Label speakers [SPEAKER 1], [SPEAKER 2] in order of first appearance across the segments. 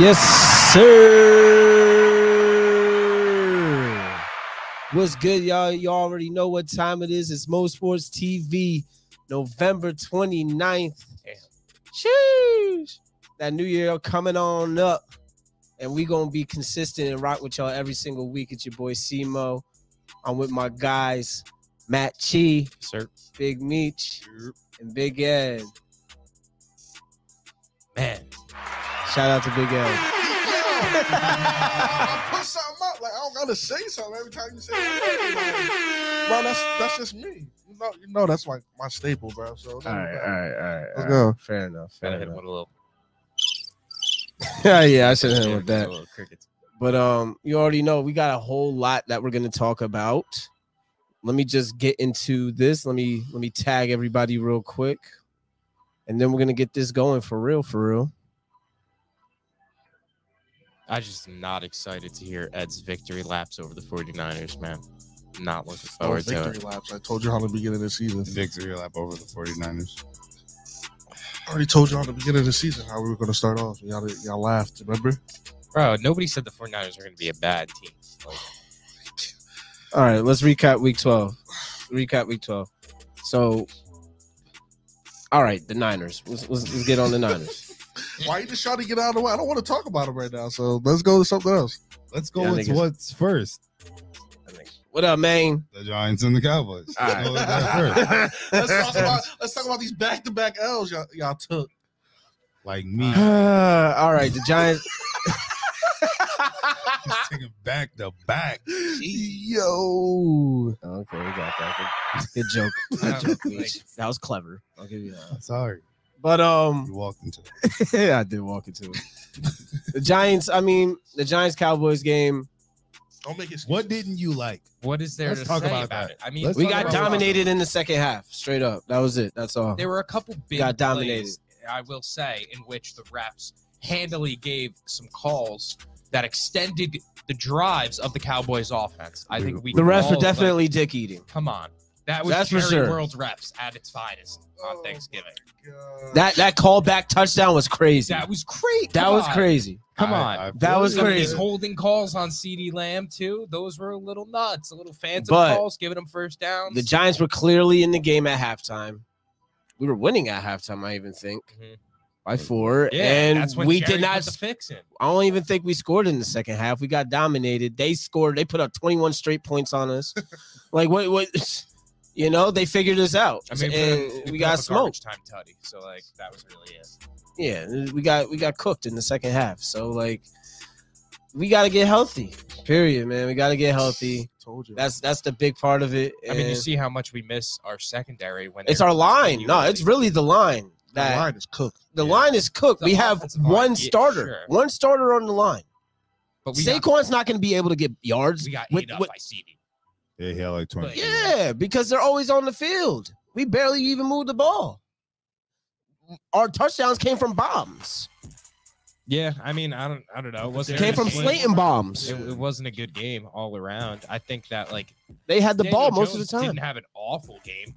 [SPEAKER 1] Yes, sir. What's good, y'all? You already know what time it is. It's Mo Sports TV, November 29th. Sheesh. That new year coming on up. And we going to be consistent and rock with y'all every single week. It's your boy Simo. I'm with my guys, Matt Chi,
[SPEAKER 2] sir.
[SPEAKER 1] Big Meech, and Big Ed. Man, shout out to Big Ed.
[SPEAKER 3] I put something up. Like I don't gotta say something every time you say. it. Like, Bro, that's that's just me. You know, you know that's like my staple, bro. So
[SPEAKER 1] All right, all right, all right.
[SPEAKER 3] Let's
[SPEAKER 1] all
[SPEAKER 3] go.
[SPEAKER 1] right. Fair enough. Fair
[SPEAKER 2] Gotta hit him
[SPEAKER 1] enough.
[SPEAKER 2] with a little.
[SPEAKER 1] yeah, yeah, I should have hit him with
[SPEAKER 2] a
[SPEAKER 1] that.
[SPEAKER 2] little crickets.
[SPEAKER 1] But um, you already know we got a whole lot that we're gonna talk about. Let me just get into this. Let me let me tag everybody real quick, and then we're gonna get this going for real, for real.
[SPEAKER 2] I just am not excited to hear Ed's victory laps over the 49ers, man. Not looking
[SPEAKER 3] No
[SPEAKER 4] Oh,
[SPEAKER 2] forward to
[SPEAKER 3] victory
[SPEAKER 2] it.
[SPEAKER 3] laps. I told you on the beginning of the season.
[SPEAKER 4] victory lap over the 49ers.
[SPEAKER 3] I already told you on the beginning of the season how we were gonna start off. Y'all, y'all laughed, remember?
[SPEAKER 2] Bro, nobody said the 49ers are going to be a bad team. Like,
[SPEAKER 1] All right, let's recap week 12. Recap week 12. So, all right, the Niners. Let's, let's, let's get on the Niners.
[SPEAKER 3] Why you just trying to get out of the way? I don't want to talk about them right now. So let's go to something else.
[SPEAKER 4] Let's go
[SPEAKER 1] Yeah, I
[SPEAKER 4] with
[SPEAKER 1] think it's-
[SPEAKER 4] what's first:
[SPEAKER 1] What up, man?
[SPEAKER 4] the Giants and the Cowboys.
[SPEAKER 1] All right.
[SPEAKER 4] Let's go with that first.
[SPEAKER 3] let's talk about let's talk about these back to back L's y'all, y'all took.
[SPEAKER 4] Like me,
[SPEAKER 1] Ah. all right, the Giants.
[SPEAKER 4] just taking back to back.
[SPEAKER 1] Yo. Okay, we got that. Good, good joke. Good joke,
[SPEAKER 2] like,
[SPEAKER 1] Meech. That was clever. I'll give you that.
[SPEAKER 4] Sorry,
[SPEAKER 1] But um,
[SPEAKER 4] you walked into it.
[SPEAKER 1] I did walk into it. The Giants. I mean, the Giants Cowboys game.
[SPEAKER 3] Don't make it.
[SPEAKER 4] What didn't you like?
[SPEAKER 2] what is there
[SPEAKER 4] Let's
[SPEAKER 2] to
[SPEAKER 4] talk
[SPEAKER 2] say
[SPEAKER 4] about
[SPEAKER 2] about,
[SPEAKER 4] that.
[SPEAKER 2] it? I mean,
[SPEAKER 4] Let's
[SPEAKER 1] We
[SPEAKER 4] talk
[SPEAKER 1] got
[SPEAKER 4] about-
[SPEAKER 1] dominated in the second half, straight up. That was it. That's all.
[SPEAKER 2] There were a couple big
[SPEAKER 1] Got dominated.
[SPEAKER 2] plays, I will say, in which the refs handily gave some calls that extended the drives of the Cowboys' offense. I think we
[SPEAKER 1] The
[SPEAKER 2] can
[SPEAKER 1] refs
[SPEAKER 2] all,
[SPEAKER 1] were
[SPEAKER 2] like,
[SPEAKER 1] definitely dick eating.
[SPEAKER 2] come on, that was
[SPEAKER 1] That's for
[SPEAKER 2] Jerry
[SPEAKER 1] sure.
[SPEAKER 2] World's refs at its finest on Thanksgiving.
[SPEAKER 1] That that callback touchdown was crazy.
[SPEAKER 2] That was great.
[SPEAKER 1] That
[SPEAKER 2] Come
[SPEAKER 1] was
[SPEAKER 2] on.
[SPEAKER 1] crazy.
[SPEAKER 2] Come
[SPEAKER 4] I-
[SPEAKER 2] on.
[SPEAKER 4] I
[SPEAKER 1] That
[SPEAKER 4] feel
[SPEAKER 1] was
[SPEAKER 4] you.
[SPEAKER 2] Some of these
[SPEAKER 1] crazy.
[SPEAKER 2] holding calls on CD Lamb too. Those were a little nuts, a little phantom
[SPEAKER 1] But-
[SPEAKER 2] calls, giving them first downs.
[SPEAKER 1] The Giants were clearly in the game at halftime. We were winning at halftime, I even think,
[SPEAKER 2] Mhm.
[SPEAKER 1] by four.
[SPEAKER 2] yeah,
[SPEAKER 1] and
[SPEAKER 2] that's when
[SPEAKER 1] we
[SPEAKER 2] Jerry
[SPEAKER 1] did not.
[SPEAKER 2] put the fix in.
[SPEAKER 1] I don't even think we scored in the second half. We got dominated. They scored. They put up 21 straight points on us. like what? What? You know, they figured us out.
[SPEAKER 2] I mean,
[SPEAKER 1] and
[SPEAKER 2] put up-
[SPEAKER 1] we
[SPEAKER 2] put up
[SPEAKER 1] got
[SPEAKER 2] a garbage
[SPEAKER 1] smoked.
[SPEAKER 2] Time tutty. So like that was really it.
[SPEAKER 1] Yeah, we got we got cooked in the second half. So like, we got to get healthy. Period, man. We got to get healthy.
[SPEAKER 3] Told you.
[SPEAKER 1] That's that's the big part of it.
[SPEAKER 2] I mean, you
[SPEAKER 1] and-
[SPEAKER 2] see how much we miss our secondary when
[SPEAKER 1] It's
[SPEAKER 2] they're
[SPEAKER 1] our line. No,
[SPEAKER 2] continually-
[SPEAKER 1] it's really the line.
[SPEAKER 3] that
[SPEAKER 1] That
[SPEAKER 3] line is cooked.
[SPEAKER 1] the
[SPEAKER 2] yeah.
[SPEAKER 1] line is cooked.
[SPEAKER 2] The
[SPEAKER 1] we have
[SPEAKER 2] offensive line,
[SPEAKER 1] one
[SPEAKER 2] yeah,
[SPEAKER 1] starter.
[SPEAKER 2] sure.
[SPEAKER 1] One starter on the line.
[SPEAKER 2] But we got,
[SPEAKER 1] Saquon's not going to be able to get yards.
[SPEAKER 2] we got ate
[SPEAKER 1] with-
[SPEAKER 2] up
[SPEAKER 1] with-
[SPEAKER 2] by CD.
[SPEAKER 4] Yeah, he had like 20.
[SPEAKER 2] But-
[SPEAKER 1] yeah, because they're always on the field. We barely even move the ball. Our touchdowns came from bombs.
[SPEAKER 2] Yeah, I mean, I don't, I don't know. It wasn't
[SPEAKER 1] Came from Slayton bombs.
[SPEAKER 2] It, it wasn't a good game all around. I think that like
[SPEAKER 1] They had the
[SPEAKER 2] Daniel
[SPEAKER 1] ball most of
[SPEAKER 2] Jones
[SPEAKER 1] the time.
[SPEAKER 2] Didn't have an awful game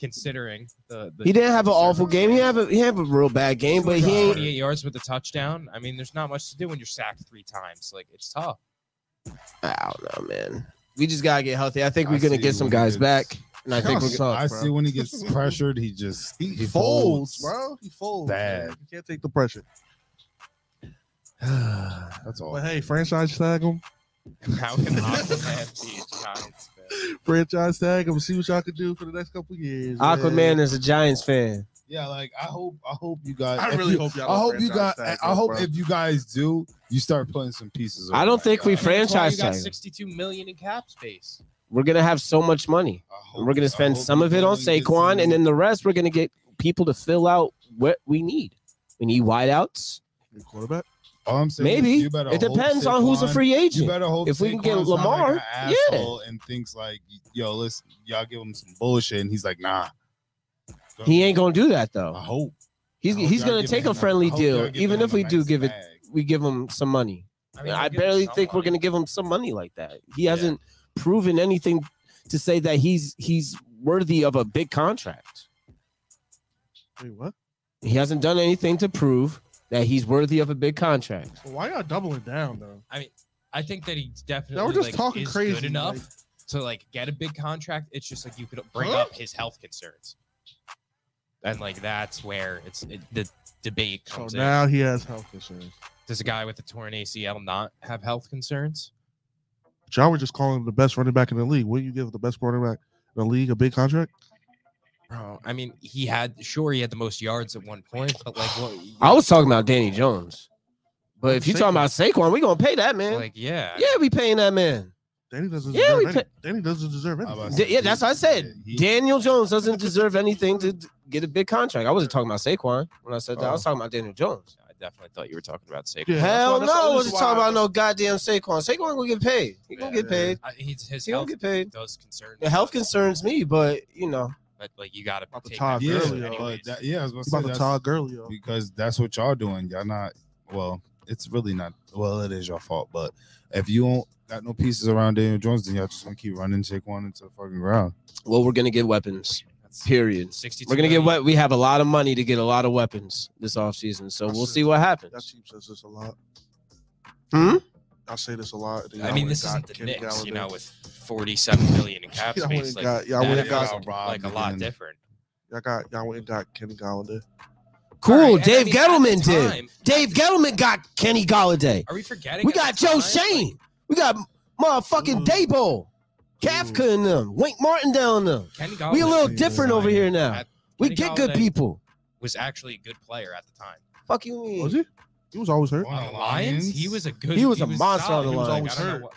[SPEAKER 2] considering the. the
[SPEAKER 1] he didn't have an awful game. He have a he have a real bad game, but he ain't.
[SPEAKER 2] 28 yards with a touchdown. I mean, there's not much to do when you're sacked three times. Like it's tough.
[SPEAKER 1] I don't know, man. We just gotta get healthy. I think
[SPEAKER 4] I
[SPEAKER 1] we're gonna
[SPEAKER 4] see
[SPEAKER 1] get some
[SPEAKER 4] what it
[SPEAKER 1] guys
[SPEAKER 4] is.
[SPEAKER 1] back, and I think
[SPEAKER 3] Y'all
[SPEAKER 1] we're
[SPEAKER 3] suck,
[SPEAKER 4] I
[SPEAKER 1] gonna.
[SPEAKER 4] see when he gets pressured, he just
[SPEAKER 3] He, folds, bro. He folds.
[SPEAKER 4] Bad.
[SPEAKER 3] man. You can't take the pressure.
[SPEAKER 4] That's all.
[SPEAKER 3] But hey, franchise tag him.
[SPEAKER 2] How can Aquaman be a Giants fan?
[SPEAKER 3] Franchise tag him. See what y'all can do for the next couple years. man.
[SPEAKER 1] Aquaman is a Giants fan.
[SPEAKER 4] Yeah, like I hope, I hope you guys.
[SPEAKER 3] I
[SPEAKER 4] if
[SPEAKER 3] really
[SPEAKER 4] you-
[SPEAKER 3] hope y'all.
[SPEAKER 4] I
[SPEAKER 3] don't
[SPEAKER 4] hope you guys.
[SPEAKER 3] franchise tag
[SPEAKER 4] I
[SPEAKER 3] him,
[SPEAKER 4] hope
[SPEAKER 3] bro.
[SPEAKER 4] if you guys do, you start putting some pieces.
[SPEAKER 1] I don't
[SPEAKER 4] around.
[SPEAKER 1] think we
[SPEAKER 4] Uh,
[SPEAKER 2] That's why you
[SPEAKER 1] franchise
[SPEAKER 2] got
[SPEAKER 1] tag.
[SPEAKER 2] 62 million in cap space.
[SPEAKER 1] We're gonna have so much money.
[SPEAKER 4] I hope-
[SPEAKER 1] We're gonna
[SPEAKER 4] I
[SPEAKER 1] spend
[SPEAKER 4] hope
[SPEAKER 1] some
[SPEAKER 4] you
[SPEAKER 1] of it on
[SPEAKER 4] really get some-
[SPEAKER 1] Saquon, and then the rest we're gonna get people to fill out what we need. We need wideouts.
[SPEAKER 3] Your quarterback.
[SPEAKER 4] All I'm saying is
[SPEAKER 1] Maybe
[SPEAKER 4] you better
[SPEAKER 1] it
[SPEAKER 4] hope
[SPEAKER 1] depends on who's a
[SPEAKER 4] Saquon-
[SPEAKER 1] free
[SPEAKER 4] You
[SPEAKER 1] agent.
[SPEAKER 4] better hope
[SPEAKER 1] If we can get
[SPEAKER 4] Saquon's not
[SPEAKER 1] Lamar,
[SPEAKER 4] like an
[SPEAKER 1] yeah.
[SPEAKER 4] asshole and thinks like, yo, listen, y'all give him some bullshit, and he's like, nah. So,
[SPEAKER 1] He ain't gonna do that
[SPEAKER 4] I
[SPEAKER 1] though.
[SPEAKER 4] hope
[SPEAKER 1] He's
[SPEAKER 4] I hope
[SPEAKER 1] he's
[SPEAKER 4] y'all
[SPEAKER 1] gonna
[SPEAKER 4] give
[SPEAKER 1] take
[SPEAKER 4] him
[SPEAKER 1] a friendly
[SPEAKER 4] I hope
[SPEAKER 1] deal,
[SPEAKER 4] y'all give
[SPEAKER 1] even
[SPEAKER 4] him
[SPEAKER 1] if
[SPEAKER 4] a
[SPEAKER 1] we do
[SPEAKER 4] nice
[SPEAKER 1] give it,
[SPEAKER 4] bag.
[SPEAKER 1] we give him some money.
[SPEAKER 2] mean,
[SPEAKER 1] I
[SPEAKER 2] they'll give him
[SPEAKER 1] barely
[SPEAKER 2] some
[SPEAKER 1] think we're
[SPEAKER 2] money.
[SPEAKER 1] gonna give him some money like that. He hasn't proven anything to say that he's he's worthy of a big contract.
[SPEAKER 3] Wait, what?
[SPEAKER 1] He hasn't done anything to prove that he's worthy of a big contract.
[SPEAKER 3] Why y'all doubling down though?
[SPEAKER 2] I think that he's definitely
[SPEAKER 3] Y'all were just
[SPEAKER 2] like,
[SPEAKER 3] talking
[SPEAKER 2] is
[SPEAKER 3] crazy.
[SPEAKER 2] good enough
[SPEAKER 3] like,
[SPEAKER 2] to like get a big contract. It's just like you could bring
[SPEAKER 3] Huh?
[SPEAKER 2] up his health concerns, and like that's where it's it, the debate
[SPEAKER 3] so
[SPEAKER 2] comes in.
[SPEAKER 3] now he has health insurance.
[SPEAKER 2] Does a guy with a torn ACL not have health concerns?
[SPEAKER 3] But y'all were just calling him the best running back in the league. Wouldn't you give the best quarterback in the league a big contract?
[SPEAKER 2] Bro, I mean, he had sure he had the most yards at one point, but like what?
[SPEAKER 1] I was talking about Danny Jones, but if you're
[SPEAKER 3] Saquon.
[SPEAKER 1] talking about Saquon, we gonna pay that man.
[SPEAKER 2] like yeah,
[SPEAKER 1] yeah, we paying that man.
[SPEAKER 3] Danny doesn't
[SPEAKER 1] Yeah, we
[SPEAKER 3] deserve any, Danny doesn't deserve
[SPEAKER 4] How about
[SPEAKER 3] anything.
[SPEAKER 1] D- yeah,
[SPEAKER 4] he-
[SPEAKER 1] that's what I said.
[SPEAKER 4] yeah, he-
[SPEAKER 1] Daniel Jones doesn't deserve anything to d- get a big contract. I wasn't talking about Saquon when I said that. I
[SPEAKER 2] Oh.
[SPEAKER 1] was talking about Daniel Jones.
[SPEAKER 2] I definitely thought you were talking about Saquon.
[SPEAKER 3] Yeah.
[SPEAKER 1] Hell
[SPEAKER 3] that's why-
[SPEAKER 1] no, I
[SPEAKER 3] that's
[SPEAKER 1] wasn't
[SPEAKER 3] why
[SPEAKER 1] talking
[SPEAKER 3] I
[SPEAKER 1] about no goddamn Saquon. Saquon gonna get paid. He gonna
[SPEAKER 2] Yeah.
[SPEAKER 1] get paid.
[SPEAKER 2] I, he's, his
[SPEAKER 1] He don't
[SPEAKER 2] health
[SPEAKER 1] get paid.
[SPEAKER 2] does concern
[SPEAKER 1] The health concerns me, but you know,
[SPEAKER 2] but like you gotta
[SPEAKER 3] About the
[SPEAKER 2] take
[SPEAKER 3] Todd
[SPEAKER 2] that
[SPEAKER 4] yeah,
[SPEAKER 2] risk
[SPEAKER 3] Gurley,
[SPEAKER 4] but
[SPEAKER 2] anyways.
[SPEAKER 4] that- yeah, I was
[SPEAKER 3] It's
[SPEAKER 4] about
[SPEAKER 3] about
[SPEAKER 4] to
[SPEAKER 3] the
[SPEAKER 4] say
[SPEAKER 3] Todd
[SPEAKER 4] that's-
[SPEAKER 3] Gurley. yo.
[SPEAKER 4] because that's what y'all doing. Y'all not well. It's really not well. It is your fault, but if you don't got no pieces around Daniel Jones, then y'all just gonna keep running Saquon into the fucking ground.
[SPEAKER 1] well, we're gonna get weapons.
[SPEAKER 2] That's
[SPEAKER 1] Period.
[SPEAKER 2] 62
[SPEAKER 1] We're gonna get
[SPEAKER 2] million.
[SPEAKER 1] what we have a lot of money to get a lot of weapons this offseason. So
[SPEAKER 3] That's
[SPEAKER 1] we'll
[SPEAKER 3] it.
[SPEAKER 1] see what
[SPEAKER 3] Y'all
[SPEAKER 1] happens.
[SPEAKER 3] team says this a lot.
[SPEAKER 1] Hmm?
[SPEAKER 3] I say this a lot. and
[SPEAKER 2] I
[SPEAKER 3] y'all
[SPEAKER 2] mean,
[SPEAKER 3] went
[SPEAKER 2] this
[SPEAKER 3] and
[SPEAKER 2] isn't
[SPEAKER 3] got
[SPEAKER 2] the
[SPEAKER 3] Kenny
[SPEAKER 2] Knicks, you
[SPEAKER 3] Galladay.
[SPEAKER 2] know, with 47 million in cap
[SPEAKER 3] Y'all went
[SPEAKER 2] space.
[SPEAKER 3] and
[SPEAKER 2] Like,
[SPEAKER 3] got- y'all
[SPEAKER 2] that
[SPEAKER 3] went and
[SPEAKER 2] feels
[SPEAKER 4] got
[SPEAKER 2] like a
[SPEAKER 4] robbed
[SPEAKER 2] lot
[SPEAKER 4] again.
[SPEAKER 2] different.
[SPEAKER 3] Y'all got y'all went and got Kenny Galladay.
[SPEAKER 1] Cool.
[SPEAKER 2] All right, and I
[SPEAKER 1] Dave
[SPEAKER 2] mean, at the
[SPEAKER 1] Gettleman did.
[SPEAKER 2] time-
[SPEAKER 1] Dave Gettleman got Kenny Galladay.
[SPEAKER 2] Are we forgetting?
[SPEAKER 1] We
[SPEAKER 2] at
[SPEAKER 1] got
[SPEAKER 2] the
[SPEAKER 1] Joe
[SPEAKER 2] time,
[SPEAKER 1] Shane. We got motherfucking
[SPEAKER 3] Ooh.
[SPEAKER 1] Dabo.
[SPEAKER 3] Ooh.
[SPEAKER 1] Kafka and them. Wink Martindale and them.
[SPEAKER 2] Like, Kenny
[SPEAKER 1] We a
[SPEAKER 2] Galladay
[SPEAKER 1] little
[SPEAKER 2] was
[SPEAKER 1] different over
[SPEAKER 2] like-
[SPEAKER 1] here now.
[SPEAKER 2] At-
[SPEAKER 1] We
[SPEAKER 2] Kenny
[SPEAKER 1] get good
[SPEAKER 2] Galladay
[SPEAKER 1] people.
[SPEAKER 2] Was actually a good player at the time.
[SPEAKER 1] Fuck you
[SPEAKER 3] Was
[SPEAKER 1] mean?
[SPEAKER 3] he? He was always hurt.
[SPEAKER 4] On
[SPEAKER 2] On
[SPEAKER 4] the
[SPEAKER 2] the Lions, he was a good.
[SPEAKER 1] He was a monster
[SPEAKER 2] solid.
[SPEAKER 1] on the
[SPEAKER 2] He was
[SPEAKER 1] Lions.
[SPEAKER 2] always
[SPEAKER 3] Always
[SPEAKER 2] hurt.
[SPEAKER 3] hurt.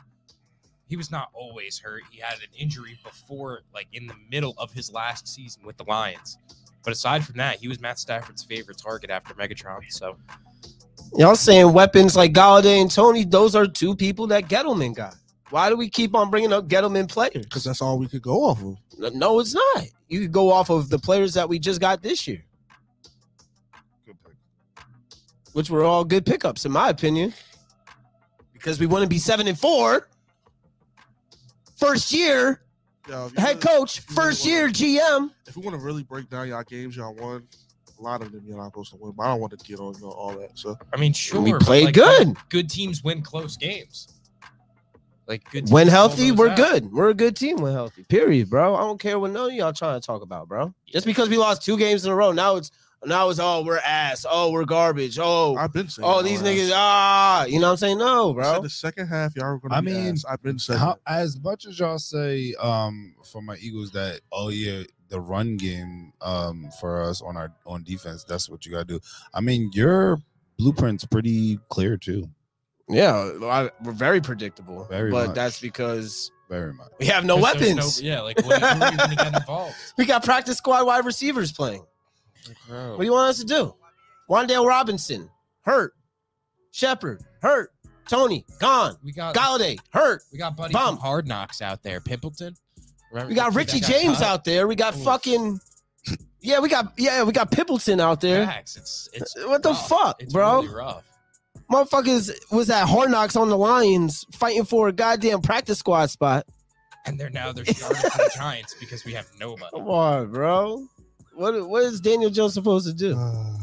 [SPEAKER 2] He was not always hurt. He had an injury before, like in the middle of his last season with the Lions. But aside from that, he was Matt Stafford's favorite target after Megatron. So
[SPEAKER 1] Y'all saying weapons like Galladay and Tony, those are two people that Gettleman got. Why do we keep on bringing up Gettleman players?
[SPEAKER 3] Because that's all we could go off of.
[SPEAKER 1] No, it's not. You could go off of the players that we just got this year,
[SPEAKER 4] Good pick.
[SPEAKER 1] which were all good pickups, in my opinion. Because we wouldn't be seven and four. First year,
[SPEAKER 3] Yo, if you
[SPEAKER 1] head
[SPEAKER 3] really-
[SPEAKER 1] coach, first year GM.
[SPEAKER 3] If we want to really break down y'all games, y'all won. A lot of them you're not supposed to win, but I don't want to get on you know, all that. So
[SPEAKER 2] I mean, sure,
[SPEAKER 1] we
[SPEAKER 2] but,
[SPEAKER 1] played
[SPEAKER 2] like,
[SPEAKER 1] good.
[SPEAKER 2] Good teams win close games. Like good. teams
[SPEAKER 1] When
[SPEAKER 2] pull
[SPEAKER 1] healthy,
[SPEAKER 2] those
[SPEAKER 1] we're
[SPEAKER 2] out.
[SPEAKER 1] good. We're a good team when healthy. Period, bro. I don't care what none of y'all trying to talk about, bro. Just because we lost two games in a row, now it's now it's oh we're ass, oh we're garbage, oh
[SPEAKER 3] I've been saying.
[SPEAKER 1] oh
[SPEAKER 3] all
[SPEAKER 1] these
[SPEAKER 3] that.
[SPEAKER 1] niggas ah, you know what I'm saying? No,
[SPEAKER 3] I said
[SPEAKER 1] bro.
[SPEAKER 3] the second half, y'all were gonna.
[SPEAKER 4] I
[SPEAKER 3] be
[SPEAKER 4] mean,
[SPEAKER 3] ass. I've been saying.
[SPEAKER 4] How,
[SPEAKER 3] it.
[SPEAKER 4] as much as y'all say um for my Eagles that oh yeah the run game um for us on our on defense that's what you gotta do. I mean your blueprint's pretty clear too,
[SPEAKER 1] Yeah, I- we're very predictable,
[SPEAKER 4] Very
[SPEAKER 1] but
[SPEAKER 4] much.
[SPEAKER 1] that's because
[SPEAKER 4] very much.
[SPEAKER 1] we have no
[SPEAKER 2] 'Cause there's
[SPEAKER 1] weapons.
[SPEAKER 2] no- yeah, like what, who are you gonna get involved?
[SPEAKER 1] We got practice squad wide receivers playing. What do you want us to do? Wandale Robinson hurt, Shepard hurt, Tony gone,
[SPEAKER 2] We got
[SPEAKER 1] Galladay hurt.
[SPEAKER 2] we got Buddy
[SPEAKER 1] Bum.
[SPEAKER 2] from Hard Knocks out there. Pimpleton. Remember
[SPEAKER 1] We got
[SPEAKER 2] that
[SPEAKER 1] Richie
[SPEAKER 2] kid that
[SPEAKER 1] James
[SPEAKER 2] cut?
[SPEAKER 1] out there. We got
[SPEAKER 2] Oof.
[SPEAKER 1] fucking yeah. We got yeah. We got Pippleton out there.
[SPEAKER 2] Facts. It's, it's
[SPEAKER 1] What the
[SPEAKER 2] rough.
[SPEAKER 1] fuck,
[SPEAKER 2] It's
[SPEAKER 1] bro?
[SPEAKER 2] really rough.
[SPEAKER 1] Motherfuckers was at Hard Knocks on the Lions fighting for a goddamn practice squad spot.
[SPEAKER 2] And they're now they're starting for the Giants because we have nobody.
[SPEAKER 1] Come on, bro. What what is Daniel Jones supposed to do
[SPEAKER 3] Uh,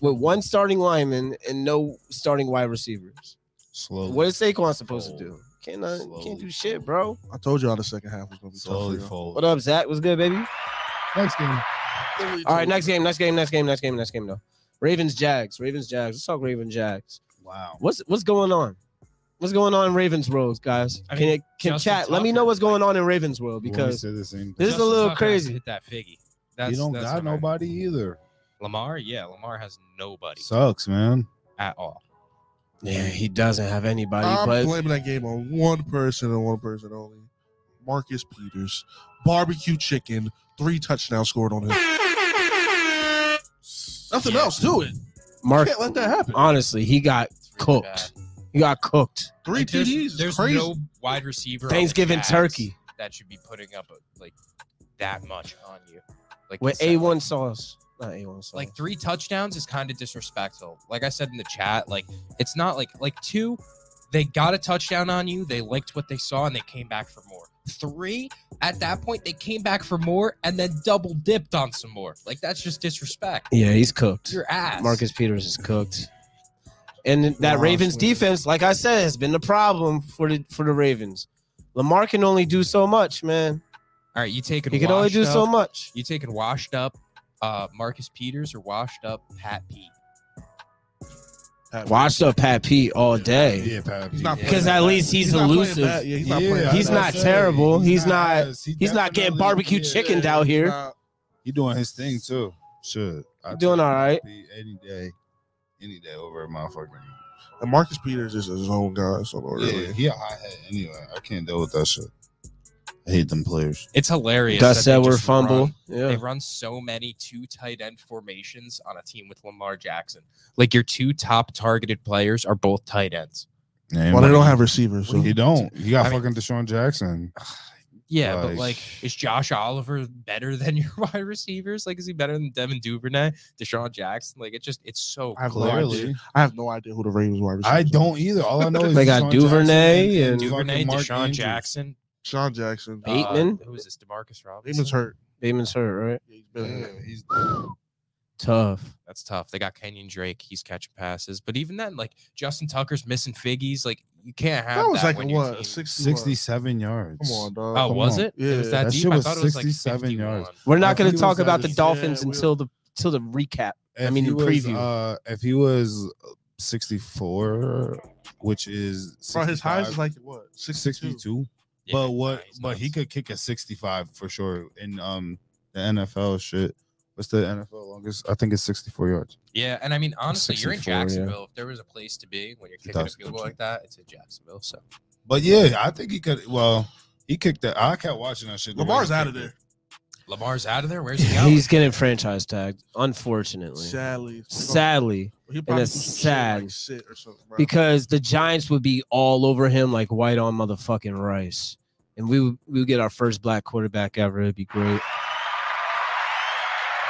[SPEAKER 1] with one starting lineman and no starting wide receivers?
[SPEAKER 4] Slowly,
[SPEAKER 1] What is Saquon supposed to do? Can't uh, can't do shit, bro.
[SPEAKER 3] I told y'all the second half was gonna be
[SPEAKER 4] slowly
[SPEAKER 3] tough.
[SPEAKER 4] fold.
[SPEAKER 1] What up, Zach? What's good, baby?
[SPEAKER 4] Next game.
[SPEAKER 1] All right, next game, next game, next game, next game, next game. though. Ravens, Jags, Ravens, Jags. Let's talk Ravens, Jags.
[SPEAKER 4] Wow.
[SPEAKER 1] What's what's going on? What's going on in Ravens world, guys?
[SPEAKER 2] I
[SPEAKER 1] can
[SPEAKER 2] mean,
[SPEAKER 1] it can
[SPEAKER 2] Justin
[SPEAKER 1] chat? Let me
[SPEAKER 2] Tucker,
[SPEAKER 1] know what's
[SPEAKER 2] like-
[SPEAKER 1] going on in Ravens world because
[SPEAKER 4] said the same
[SPEAKER 1] This is a little
[SPEAKER 2] Tucker has
[SPEAKER 1] crazy.
[SPEAKER 2] to Hit that figgy. That's,
[SPEAKER 4] you don't
[SPEAKER 2] that's
[SPEAKER 4] got
[SPEAKER 2] what I-
[SPEAKER 4] nobody either.
[SPEAKER 2] Lamar, yeah, Lamar has nobody
[SPEAKER 4] Sucks, man.
[SPEAKER 2] at all.
[SPEAKER 1] yeah, he doesn't have anybody.
[SPEAKER 3] I'm
[SPEAKER 1] but
[SPEAKER 3] blaming that game on one person and one person only. Marcus Peters, barbecue chicken, three touchdowns scored on him. Nothing
[SPEAKER 2] Yeah.
[SPEAKER 3] else to it.
[SPEAKER 1] Mark,
[SPEAKER 3] Can't let that happen.
[SPEAKER 1] honestly, he got cooked. He got cooked.
[SPEAKER 3] Three
[SPEAKER 2] Like,
[SPEAKER 3] TDs.
[SPEAKER 2] there's,
[SPEAKER 3] is
[SPEAKER 2] There's
[SPEAKER 3] crazy.
[SPEAKER 2] no wide receiver. on the
[SPEAKER 1] Thanksgiving
[SPEAKER 2] Jags
[SPEAKER 1] turkey
[SPEAKER 2] that should be putting up like that much on you. Like
[SPEAKER 1] with
[SPEAKER 2] the-
[SPEAKER 1] a one sauce. Not a one sauce.
[SPEAKER 2] like three touchdowns is kind of disrespectful. Like I said in the chat, like it's not like like two, they got a touchdown on you, they liked what they saw, and they came back for more. Three, at that point, they came back for more and then double dipped on some more. Like that's just disrespect.
[SPEAKER 1] yeah, he's cooked.
[SPEAKER 2] Your ass.
[SPEAKER 1] Marcus Peters is cooked. And that
[SPEAKER 3] Wow,
[SPEAKER 1] Ravens
[SPEAKER 3] sweet.
[SPEAKER 1] defense, like I said, has been the problem for the for the Ravens. Lamar can only do so much, man.
[SPEAKER 2] All right, you taking
[SPEAKER 1] He can only
[SPEAKER 2] washed
[SPEAKER 1] do so
[SPEAKER 2] up-
[SPEAKER 1] much.
[SPEAKER 2] You taking washed up uh, Marcus Peters or washed up Pat Pete?
[SPEAKER 3] Pat-
[SPEAKER 1] Washed up Pat Pete all day.
[SPEAKER 4] Yeah, Pat.
[SPEAKER 3] He's not
[SPEAKER 2] Yeah.
[SPEAKER 1] Because at least he's,
[SPEAKER 3] not playing
[SPEAKER 1] elusive.
[SPEAKER 3] bad. Yeah, he's not
[SPEAKER 4] Yeah,
[SPEAKER 3] playing
[SPEAKER 4] I
[SPEAKER 1] He's
[SPEAKER 4] know.
[SPEAKER 3] bad.
[SPEAKER 1] not terrible. He's not-
[SPEAKER 4] ass. He
[SPEAKER 1] He's not getting
[SPEAKER 4] definitely-
[SPEAKER 1] barbecue
[SPEAKER 4] yeah.
[SPEAKER 1] chicken down here.
[SPEAKER 3] Nah,
[SPEAKER 4] He doing his thing too. Sure, I
[SPEAKER 1] Doing all right.
[SPEAKER 4] Any day, any day over a motherfucking.
[SPEAKER 3] and Marcus Peters is his own guy. So don't Oh, really.
[SPEAKER 4] Yeah, he a hot head anyway. I can't deal with that shit. I hate them players.
[SPEAKER 2] It's hilarious.
[SPEAKER 1] Gus
[SPEAKER 2] that they
[SPEAKER 1] Edward
[SPEAKER 2] just
[SPEAKER 1] fumble.
[SPEAKER 2] run- They
[SPEAKER 1] Yeah.
[SPEAKER 2] run so many two tight end formations on a team with Lamar Jackson. Like your two top targeted players are both tight ends.
[SPEAKER 4] Yeah,
[SPEAKER 3] Well, they don't have receivers. So.
[SPEAKER 4] He don't. You got
[SPEAKER 2] I mean-
[SPEAKER 4] fucking Deshaun Jackson.
[SPEAKER 2] Yeah, but
[SPEAKER 4] Like-
[SPEAKER 2] like, is Josh Oliver better than your wide receivers? Like, is he better than Devin Duvernay, Deshaun Jackson? Like, it just, it's so.
[SPEAKER 3] I have no idea.
[SPEAKER 4] Clearly,
[SPEAKER 3] I have no idea who the Ravens wide receivers.
[SPEAKER 4] I
[SPEAKER 3] are.
[SPEAKER 4] don't either. All I know is
[SPEAKER 1] They got
[SPEAKER 4] Deshaun
[SPEAKER 1] Duvernay
[SPEAKER 4] Jackson
[SPEAKER 1] and-
[SPEAKER 4] fucking
[SPEAKER 2] Duvernay,
[SPEAKER 4] Mark
[SPEAKER 2] Deshaun
[SPEAKER 4] Andrews.
[SPEAKER 2] Jackson,
[SPEAKER 3] Sean Jackson.
[SPEAKER 1] Hey. Bateman?
[SPEAKER 2] Uh, who is this? Demarcus Robinson.
[SPEAKER 3] Damon's hurt.
[SPEAKER 1] Damon's hurt, right?
[SPEAKER 3] Yeah, he's
[SPEAKER 4] Yeah,
[SPEAKER 3] been hurt.
[SPEAKER 4] he's-
[SPEAKER 1] Tough.
[SPEAKER 2] That's tough. They got Kenyon Drake. He's catching passes, but even then, like Justin Tucker's missing figgies. Like you can't have
[SPEAKER 3] That was like a
[SPEAKER 2] when your
[SPEAKER 3] what?
[SPEAKER 2] team-
[SPEAKER 3] a 61?
[SPEAKER 4] Sixty-seven yards.
[SPEAKER 3] Come on, dog.
[SPEAKER 2] Oh,
[SPEAKER 4] come
[SPEAKER 2] was
[SPEAKER 4] on.
[SPEAKER 2] it? It was
[SPEAKER 3] Yeah.
[SPEAKER 2] that,
[SPEAKER 4] That
[SPEAKER 2] deep.
[SPEAKER 4] shit
[SPEAKER 2] I
[SPEAKER 4] was
[SPEAKER 2] thought it was like
[SPEAKER 4] 67
[SPEAKER 2] 67
[SPEAKER 4] yards.
[SPEAKER 1] We're
[SPEAKER 4] I
[SPEAKER 1] not going
[SPEAKER 4] think
[SPEAKER 1] to
[SPEAKER 4] it
[SPEAKER 1] talk
[SPEAKER 4] was at
[SPEAKER 1] about the
[SPEAKER 4] least-
[SPEAKER 1] Dolphins
[SPEAKER 3] yeah, we-
[SPEAKER 1] until the till the recap.
[SPEAKER 4] If
[SPEAKER 1] I mean,
[SPEAKER 4] he
[SPEAKER 1] the
[SPEAKER 4] was,
[SPEAKER 1] preview.
[SPEAKER 4] uh, if he was sixty-four, which is
[SPEAKER 3] Bro, his highs is
[SPEAKER 4] 65,
[SPEAKER 3] like what? 62.
[SPEAKER 4] 62. but what? But he could kick a sixty-five for sure in um the NFL shit. What's the NFL longest? I think it's sixty-four yards.
[SPEAKER 2] Yeah, and I mean honestly, you're in
[SPEAKER 1] 64, yeah.
[SPEAKER 2] Jacksonville. If there was a place to be when you're kicking a
[SPEAKER 4] That's
[SPEAKER 2] field goal
[SPEAKER 4] true.
[SPEAKER 2] like that, it's in Jacksonville. So
[SPEAKER 4] But yeah, I think he could. Well, he kicked that. I kept watching that shit. the way
[SPEAKER 3] Lamar's
[SPEAKER 4] he
[SPEAKER 3] out of
[SPEAKER 4] kicked
[SPEAKER 3] there.
[SPEAKER 4] it.
[SPEAKER 2] Lamar's out of there. Where's he going?
[SPEAKER 1] He's getting franchise tagged, unfortunately.
[SPEAKER 3] Sadly.
[SPEAKER 1] Sadly.
[SPEAKER 3] He probably
[SPEAKER 1] it's
[SPEAKER 3] do some shit
[SPEAKER 1] sad.
[SPEAKER 3] Like shit or something, bro.
[SPEAKER 1] because the Giants would be all over him like white on motherfucking rice, and we would, we would get our first black quarterback ever. It'd be great.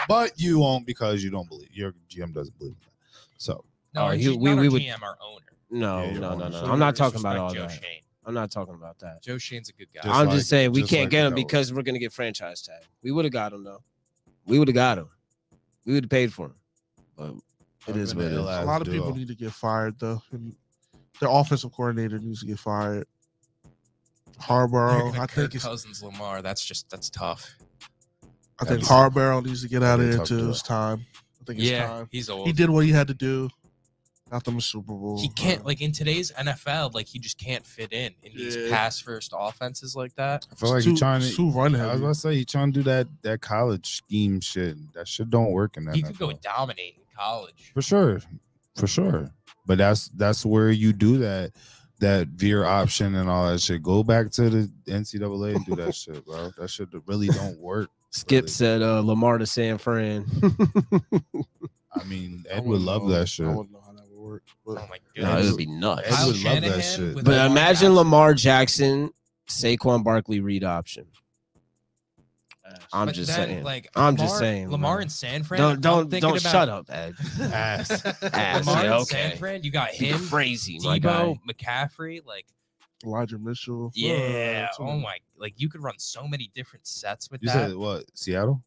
[SPEAKER 4] But you won't because you don't believe your GM doesn't believe that. So
[SPEAKER 2] No, our
[SPEAKER 1] Oh, he-
[SPEAKER 2] G-
[SPEAKER 1] we-
[SPEAKER 2] not our
[SPEAKER 1] we would-
[SPEAKER 2] GM, our owner.
[SPEAKER 1] No,
[SPEAKER 4] Yeah, you're
[SPEAKER 1] no, no,
[SPEAKER 4] wrong.
[SPEAKER 1] no.
[SPEAKER 4] So
[SPEAKER 1] I'm not talking about
[SPEAKER 2] Disrespect
[SPEAKER 1] all
[SPEAKER 2] Joe
[SPEAKER 1] that.
[SPEAKER 2] Shane.
[SPEAKER 1] I'm not talking about that.
[SPEAKER 2] Joe Shane's a good guy.
[SPEAKER 4] Just
[SPEAKER 1] I'm
[SPEAKER 4] like-
[SPEAKER 1] just saying we
[SPEAKER 4] just
[SPEAKER 1] can't
[SPEAKER 4] like
[SPEAKER 1] get
[SPEAKER 4] the
[SPEAKER 1] him
[SPEAKER 4] Cowboys.
[SPEAKER 1] because we're gonna get franchise tag. We would have got him though. We would have got him. We would have paid for him. But it is what it is.
[SPEAKER 3] a lot of people need to get fired, though. And their offensive coordinator needs to get fired. Harborough, I think it's,
[SPEAKER 2] Cousins Lamar. That's just that's tough.
[SPEAKER 3] I think
[SPEAKER 4] That'd be-
[SPEAKER 3] Harborough needs to get out
[SPEAKER 4] that'd
[SPEAKER 3] of
[SPEAKER 4] be
[SPEAKER 3] there
[SPEAKER 4] tough
[SPEAKER 3] too.
[SPEAKER 4] to-
[SPEAKER 3] It's time. I think it's
[SPEAKER 2] Yeah,
[SPEAKER 3] time.
[SPEAKER 2] he's old.
[SPEAKER 3] He did what he had to do. Got them a Super Bowl.
[SPEAKER 2] he can't like in today's NFL, like he just can't fit in in these
[SPEAKER 3] Yeah.
[SPEAKER 2] pass first offenses like that.
[SPEAKER 4] I feel like
[SPEAKER 3] too,
[SPEAKER 4] he's trying
[SPEAKER 3] it's
[SPEAKER 4] to.
[SPEAKER 3] too run
[SPEAKER 4] I was
[SPEAKER 3] heavy.
[SPEAKER 4] about to say he trying to do that that college scheme shit. That shit don't work in that.
[SPEAKER 2] He could go
[SPEAKER 4] NFL.
[SPEAKER 2] dominate in college.
[SPEAKER 4] for sure, for sure. But that's that's where you do that that veer option and all that shit. Go back to the NCAA and do that shit, bro. That shit really don't work.
[SPEAKER 1] Skip
[SPEAKER 4] Really.
[SPEAKER 1] said uh, Lamar to San Fran.
[SPEAKER 4] I mean,
[SPEAKER 3] I
[SPEAKER 4] Ed would
[SPEAKER 3] wouldn't
[SPEAKER 4] love
[SPEAKER 3] know-
[SPEAKER 4] that shit.
[SPEAKER 3] I wouldn't know how that would work. But
[SPEAKER 2] Oh
[SPEAKER 1] no,
[SPEAKER 2] my goodness.
[SPEAKER 1] it would be nuts.
[SPEAKER 4] Ed would love that shit.
[SPEAKER 2] with
[SPEAKER 1] But
[SPEAKER 2] Lamar
[SPEAKER 1] imagine
[SPEAKER 2] Jackson.
[SPEAKER 1] Lamar Jackson, Saquon Barkley read option. I'm
[SPEAKER 2] But
[SPEAKER 1] just
[SPEAKER 2] then,
[SPEAKER 1] saying.
[SPEAKER 2] Like,
[SPEAKER 1] I'm
[SPEAKER 2] Lamar,
[SPEAKER 1] just saying,
[SPEAKER 2] Lamar
[SPEAKER 1] man.
[SPEAKER 2] and San Fran.
[SPEAKER 1] don't don't
[SPEAKER 2] i
[SPEAKER 1] don't shut up, Ed.
[SPEAKER 4] Ass.
[SPEAKER 1] Ass,
[SPEAKER 2] Lamar
[SPEAKER 1] yeah,
[SPEAKER 2] and
[SPEAKER 1] okay.
[SPEAKER 2] San Fran. You got
[SPEAKER 1] You're
[SPEAKER 2] him,
[SPEAKER 1] crazy, my guy.
[SPEAKER 2] Debo, McCaffrey. Like,
[SPEAKER 3] Elijah Mitchell.
[SPEAKER 2] yeah.
[SPEAKER 3] uh,
[SPEAKER 2] Oh my. Like, you could run so many different sets with
[SPEAKER 4] You
[SPEAKER 2] that.
[SPEAKER 4] said what? Seattle?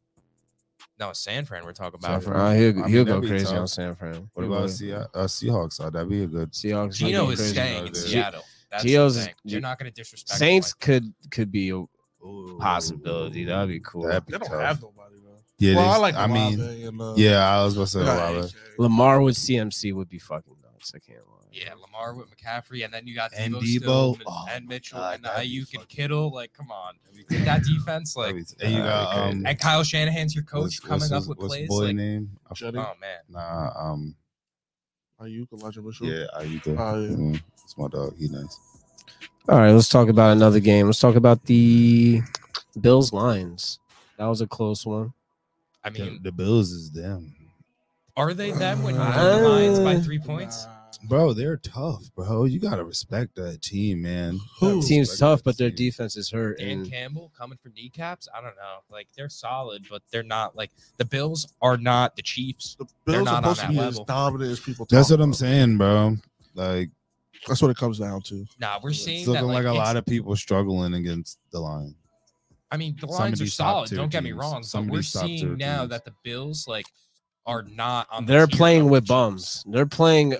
[SPEAKER 2] no, San Fran. We're talking
[SPEAKER 4] San
[SPEAKER 2] about.
[SPEAKER 4] Fran.
[SPEAKER 1] Uh, he'll
[SPEAKER 4] I
[SPEAKER 1] he'll go
[SPEAKER 4] mean, that'd be
[SPEAKER 1] crazy
[SPEAKER 4] tough.
[SPEAKER 1] on San Fran.
[SPEAKER 4] What
[SPEAKER 1] He
[SPEAKER 4] about
[SPEAKER 1] would.
[SPEAKER 4] Se- uh, Seahawks? Oh, that'd be a good.
[SPEAKER 1] Seahawks? might
[SPEAKER 2] Gino
[SPEAKER 1] go
[SPEAKER 4] Fucking
[SPEAKER 2] is
[SPEAKER 1] crazy.
[SPEAKER 2] staying in
[SPEAKER 4] G-
[SPEAKER 2] Seattle. That's
[SPEAKER 1] Gino's-
[SPEAKER 2] the thing. They're not going to disrespect.
[SPEAKER 1] Saints
[SPEAKER 2] him
[SPEAKER 1] could could be a possibility. That'd be cool.
[SPEAKER 4] That'd be
[SPEAKER 3] They don't
[SPEAKER 4] tough.
[SPEAKER 3] have nobody though.
[SPEAKER 4] Yeah,
[SPEAKER 3] well, I
[SPEAKER 4] they-
[SPEAKER 3] like.
[SPEAKER 4] I mean,
[SPEAKER 3] Olave and, uh,
[SPEAKER 4] yeah, I was about to say
[SPEAKER 3] they got
[SPEAKER 4] Olave.
[SPEAKER 3] AK.
[SPEAKER 1] Lamar with CMC would be fucking nuts. I can't lie.
[SPEAKER 2] like, yeah, Lamar with McCaffrey, and then you got
[SPEAKER 4] And
[SPEAKER 2] Debo,
[SPEAKER 4] Debo.
[SPEAKER 2] still, and,
[SPEAKER 4] Oh
[SPEAKER 2] and Mitchell,
[SPEAKER 4] God,
[SPEAKER 2] and the
[SPEAKER 4] that'd be
[SPEAKER 2] Ayuk and
[SPEAKER 4] fucking-
[SPEAKER 2] Kittle. Like, come on, With that defense, like,
[SPEAKER 4] and you got
[SPEAKER 1] Okay.
[SPEAKER 4] um,
[SPEAKER 2] and Kyle Shanahan's your coach
[SPEAKER 4] what's-
[SPEAKER 2] coming
[SPEAKER 4] what's
[SPEAKER 2] up
[SPEAKER 4] his-
[SPEAKER 2] with
[SPEAKER 4] what's
[SPEAKER 2] plays.
[SPEAKER 4] Boy
[SPEAKER 2] Like,
[SPEAKER 4] name? I f-
[SPEAKER 3] Juddy,
[SPEAKER 2] oh man,
[SPEAKER 4] Nah, um,
[SPEAKER 3] Ayuk, Elijah Mitchell.
[SPEAKER 4] yeah, Ayuka.
[SPEAKER 3] Oh, yeah.
[SPEAKER 4] Mm, It's my dog. He nice.
[SPEAKER 1] All right, let's talk about another game. Let's talk about the Bills Lions. That was a close one.
[SPEAKER 2] I
[SPEAKER 4] The,
[SPEAKER 2] mean,
[SPEAKER 4] the Bills is them,
[SPEAKER 2] are they them when you
[SPEAKER 3] Uh,
[SPEAKER 2] win the Lions by three points?
[SPEAKER 3] Nah.
[SPEAKER 4] bro. They're tough, bro. You gotta respect that team, man.
[SPEAKER 3] Who?
[SPEAKER 4] Gotta
[SPEAKER 1] Team's
[SPEAKER 4] respect
[SPEAKER 1] tough,
[SPEAKER 4] that
[SPEAKER 1] but their
[SPEAKER 4] team.
[SPEAKER 1] defense is hurt.
[SPEAKER 2] Dan
[SPEAKER 1] And
[SPEAKER 2] Campbell coming for kneecaps. I don't know. Like they're solid, but they're not like the Bills are not the Chiefs.
[SPEAKER 3] The
[SPEAKER 2] They're
[SPEAKER 3] Bills
[SPEAKER 2] not
[SPEAKER 3] are
[SPEAKER 2] on
[SPEAKER 3] supposed to
[SPEAKER 2] that
[SPEAKER 3] be
[SPEAKER 2] level.
[SPEAKER 3] as dominant as people.
[SPEAKER 4] That's
[SPEAKER 3] talk
[SPEAKER 4] what I'm
[SPEAKER 3] about.
[SPEAKER 4] saying, bro. Like
[SPEAKER 3] That's what it comes down to.
[SPEAKER 2] Nah, we're seeing
[SPEAKER 4] it's
[SPEAKER 2] that
[SPEAKER 4] looking
[SPEAKER 2] like,
[SPEAKER 4] like, a
[SPEAKER 2] it's-
[SPEAKER 4] lot of people struggling against the line.
[SPEAKER 2] I mean, the
[SPEAKER 4] Some of
[SPEAKER 2] lines are
[SPEAKER 4] these top
[SPEAKER 2] solid.
[SPEAKER 4] tier
[SPEAKER 2] Don't get me
[SPEAKER 4] teams.
[SPEAKER 2] wrong. but
[SPEAKER 4] Some of
[SPEAKER 2] we're
[SPEAKER 4] these top tier
[SPEAKER 2] seeing now
[SPEAKER 4] teams.
[SPEAKER 2] that the Bills like are not on. the
[SPEAKER 1] They're
[SPEAKER 2] tier
[SPEAKER 1] playing
[SPEAKER 2] of
[SPEAKER 1] with
[SPEAKER 2] Chiefs.
[SPEAKER 1] bums. They're playing.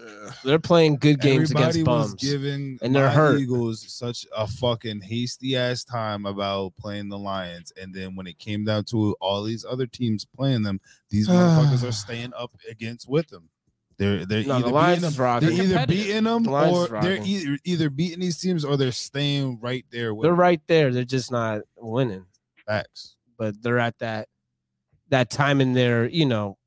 [SPEAKER 1] They're playing good games
[SPEAKER 4] Everybody
[SPEAKER 1] against
[SPEAKER 4] was
[SPEAKER 1] bums.
[SPEAKER 4] giving
[SPEAKER 1] and they're
[SPEAKER 4] my
[SPEAKER 1] hurt.
[SPEAKER 4] Eagles such a fucking hasty ass time about playing the Lions, and then when it came down to it, all these other teams playing them, these motherfuckers are staying up against with them. They're they're
[SPEAKER 1] no, the
[SPEAKER 4] either beating
[SPEAKER 1] Lions
[SPEAKER 4] them,
[SPEAKER 1] is rocking.
[SPEAKER 4] they're
[SPEAKER 2] They're
[SPEAKER 4] either
[SPEAKER 2] competitive.
[SPEAKER 4] beating them
[SPEAKER 1] The Lions
[SPEAKER 4] or
[SPEAKER 1] is
[SPEAKER 4] they're
[SPEAKER 1] rocking.
[SPEAKER 4] either, either beating these teams or they're staying right there with
[SPEAKER 1] They're
[SPEAKER 4] them.
[SPEAKER 1] right there. They're just not winning.
[SPEAKER 4] facts.
[SPEAKER 1] But they're at that that time in their you know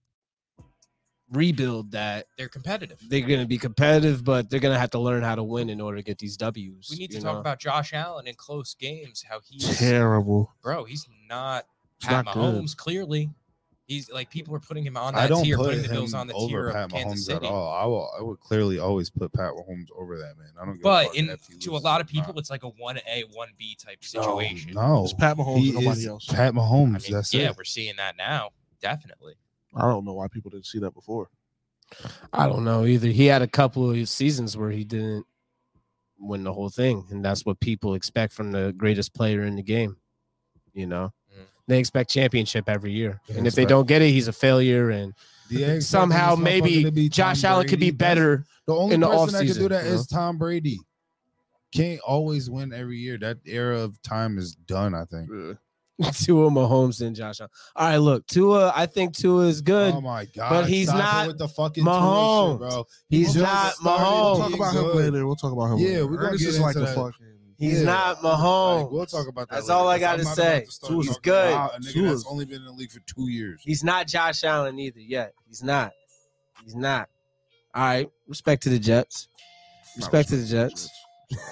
[SPEAKER 1] rebuild that
[SPEAKER 2] They're competitive.
[SPEAKER 1] they're going to be competitive, but they're going to have to learn how to win in order to get these W's.
[SPEAKER 2] We need to
[SPEAKER 1] you
[SPEAKER 2] talk
[SPEAKER 1] know?
[SPEAKER 2] about Josh Allen in close games. How he's
[SPEAKER 1] terrible.
[SPEAKER 2] bro, he's not
[SPEAKER 1] It's
[SPEAKER 2] Pat
[SPEAKER 1] not good.
[SPEAKER 2] Mahomes. Clearly, he's like people are putting him on
[SPEAKER 4] I
[SPEAKER 2] that
[SPEAKER 4] don't
[SPEAKER 2] tier,
[SPEAKER 4] put
[SPEAKER 2] putting the
[SPEAKER 4] him
[SPEAKER 2] Bills on the tier
[SPEAKER 4] over
[SPEAKER 2] of
[SPEAKER 4] Pat
[SPEAKER 2] Kansas
[SPEAKER 4] Mahomes at
[SPEAKER 2] City.
[SPEAKER 4] all. I will, I would clearly always put Pat Mahomes over that man. I don't. Give a
[SPEAKER 2] But
[SPEAKER 4] fuck
[SPEAKER 2] in
[SPEAKER 4] if he
[SPEAKER 2] to a
[SPEAKER 4] loses
[SPEAKER 2] lot of
[SPEAKER 4] or not.
[SPEAKER 2] people, it's like a one A, one B type
[SPEAKER 1] No,
[SPEAKER 2] situation.
[SPEAKER 4] no,
[SPEAKER 3] It's Pat Mahomes
[SPEAKER 4] he
[SPEAKER 3] and nobody
[SPEAKER 4] is
[SPEAKER 3] else.
[SPEAKER 4] Pat
[SPEAKER 2] I
[SPEAKER 4] Mahomes.
[SPEAKER 2] mean,
[SPEAKER 4] that's
[SPEAKER 2] yeah,
[SPEAKER 4] it.
[SPEAKER 2] we're seeing that now. Definitely.
[SPEAKER 3] I don't know why people didn't see that before.
[SPEAKER 1] I don't know either. He had a couple of seasons where he didn't win the whole thing, and that's what people expect from the greatest player in the game. You know,
[SPEAKER 2] Mm.
[SPEAKER 1] they expect championship every year,
[SPEAKER 4] They
[SPEAKER 1] and if they
[SPEAKER 4] expect-
[SPEAKER 1] don't get it, he's a failure. And
[SPEAKER 4] The egg
[SPEAKER 1] somehow,
[SPEAKER 4] fucking is motherfucking to
[SPEAKER 1] maybe
[SPEAKER 4] be
[SPEAKER 1] Josh
[SPEAKER 4] Tom
[SPEAKER 1] Allen could be
[SPEAKER 4] Brady. That's-
[SPEAKER 1] better.
[SPEAKER 4] The only
[SPEAKER 1] in the
[SPEAKER 4] person that can do
[SPEAKER 1] offseason,
[SPEAKER 4] that
[SPEAKER 1] you know?
[SPEAKER 4] is Tom Brady. Can't always win every year. That era of time is done. I think.
[SPEAKER 1] Tua Mahomes and Josh Allen. All right, look, Tua. I think Tua is good.
[SPEAKER 4] Oh my god!
[SPEAKER 1] he's
[SPEAKER 4] stop it
[SPEAKER 1] not
[SPEAKER 4] with the fucking Tua shit,
[SPEAKER 1] Mahomes.
[SPEAKER 4] bro.
[SPEAKER 1] he's
[SPEAKER 4] was
[SPEAKER 1] not
[SPEAKER 4] the starter.
[SPEAKER 3] We'll
[SPEAKER 1] Mahomes.
[SPEAKER 3] talk about
[SPEAKER 4] Good.
[SPEAKER 3] him later. We'll talk about him.
[SPEAKER 4] Yeah,
[SPEAKER 3] later.
[SPEAKER 4] we're gonna
[SPEAKER 3] Ernest
[SPEAKER 4] get
[SPEAKER 3] is like
[SPEAKER 4] into
[SPEAKER 3] the
[SPEAKER 4] that.
[SPEAKER 3] fucking.
[SPEAKER 1] He's
[SPEAKER 4] Yeah.
[SPEAKER 1] not
[SPEAKER 4] Like,
[SPEAKER 1] Mahomes.
[SPEAKER 4] we'll talk about that.
[SPEAKER 1] That's all I
[SPEAKER 4] later, 'cause
[SPEAKER 1] gotta
[SPEAKER 4] I'm not about
[SPEAKER 1] say.
[SPEAKER 4] to start
[SPEAKER 1] Tua's
[SPEAKER 4] talking
[SPEAKER 1] good.
[SPEAKER 4] about A nigga
[SPEAKER 3] Tua's-
[SPEAKER 4] that's only been in the league for two years.
[SPEAKER 1] He's not Josh Allen either yet. He's not. He's not. All right. Respect to the Jets. Respect to the Jets.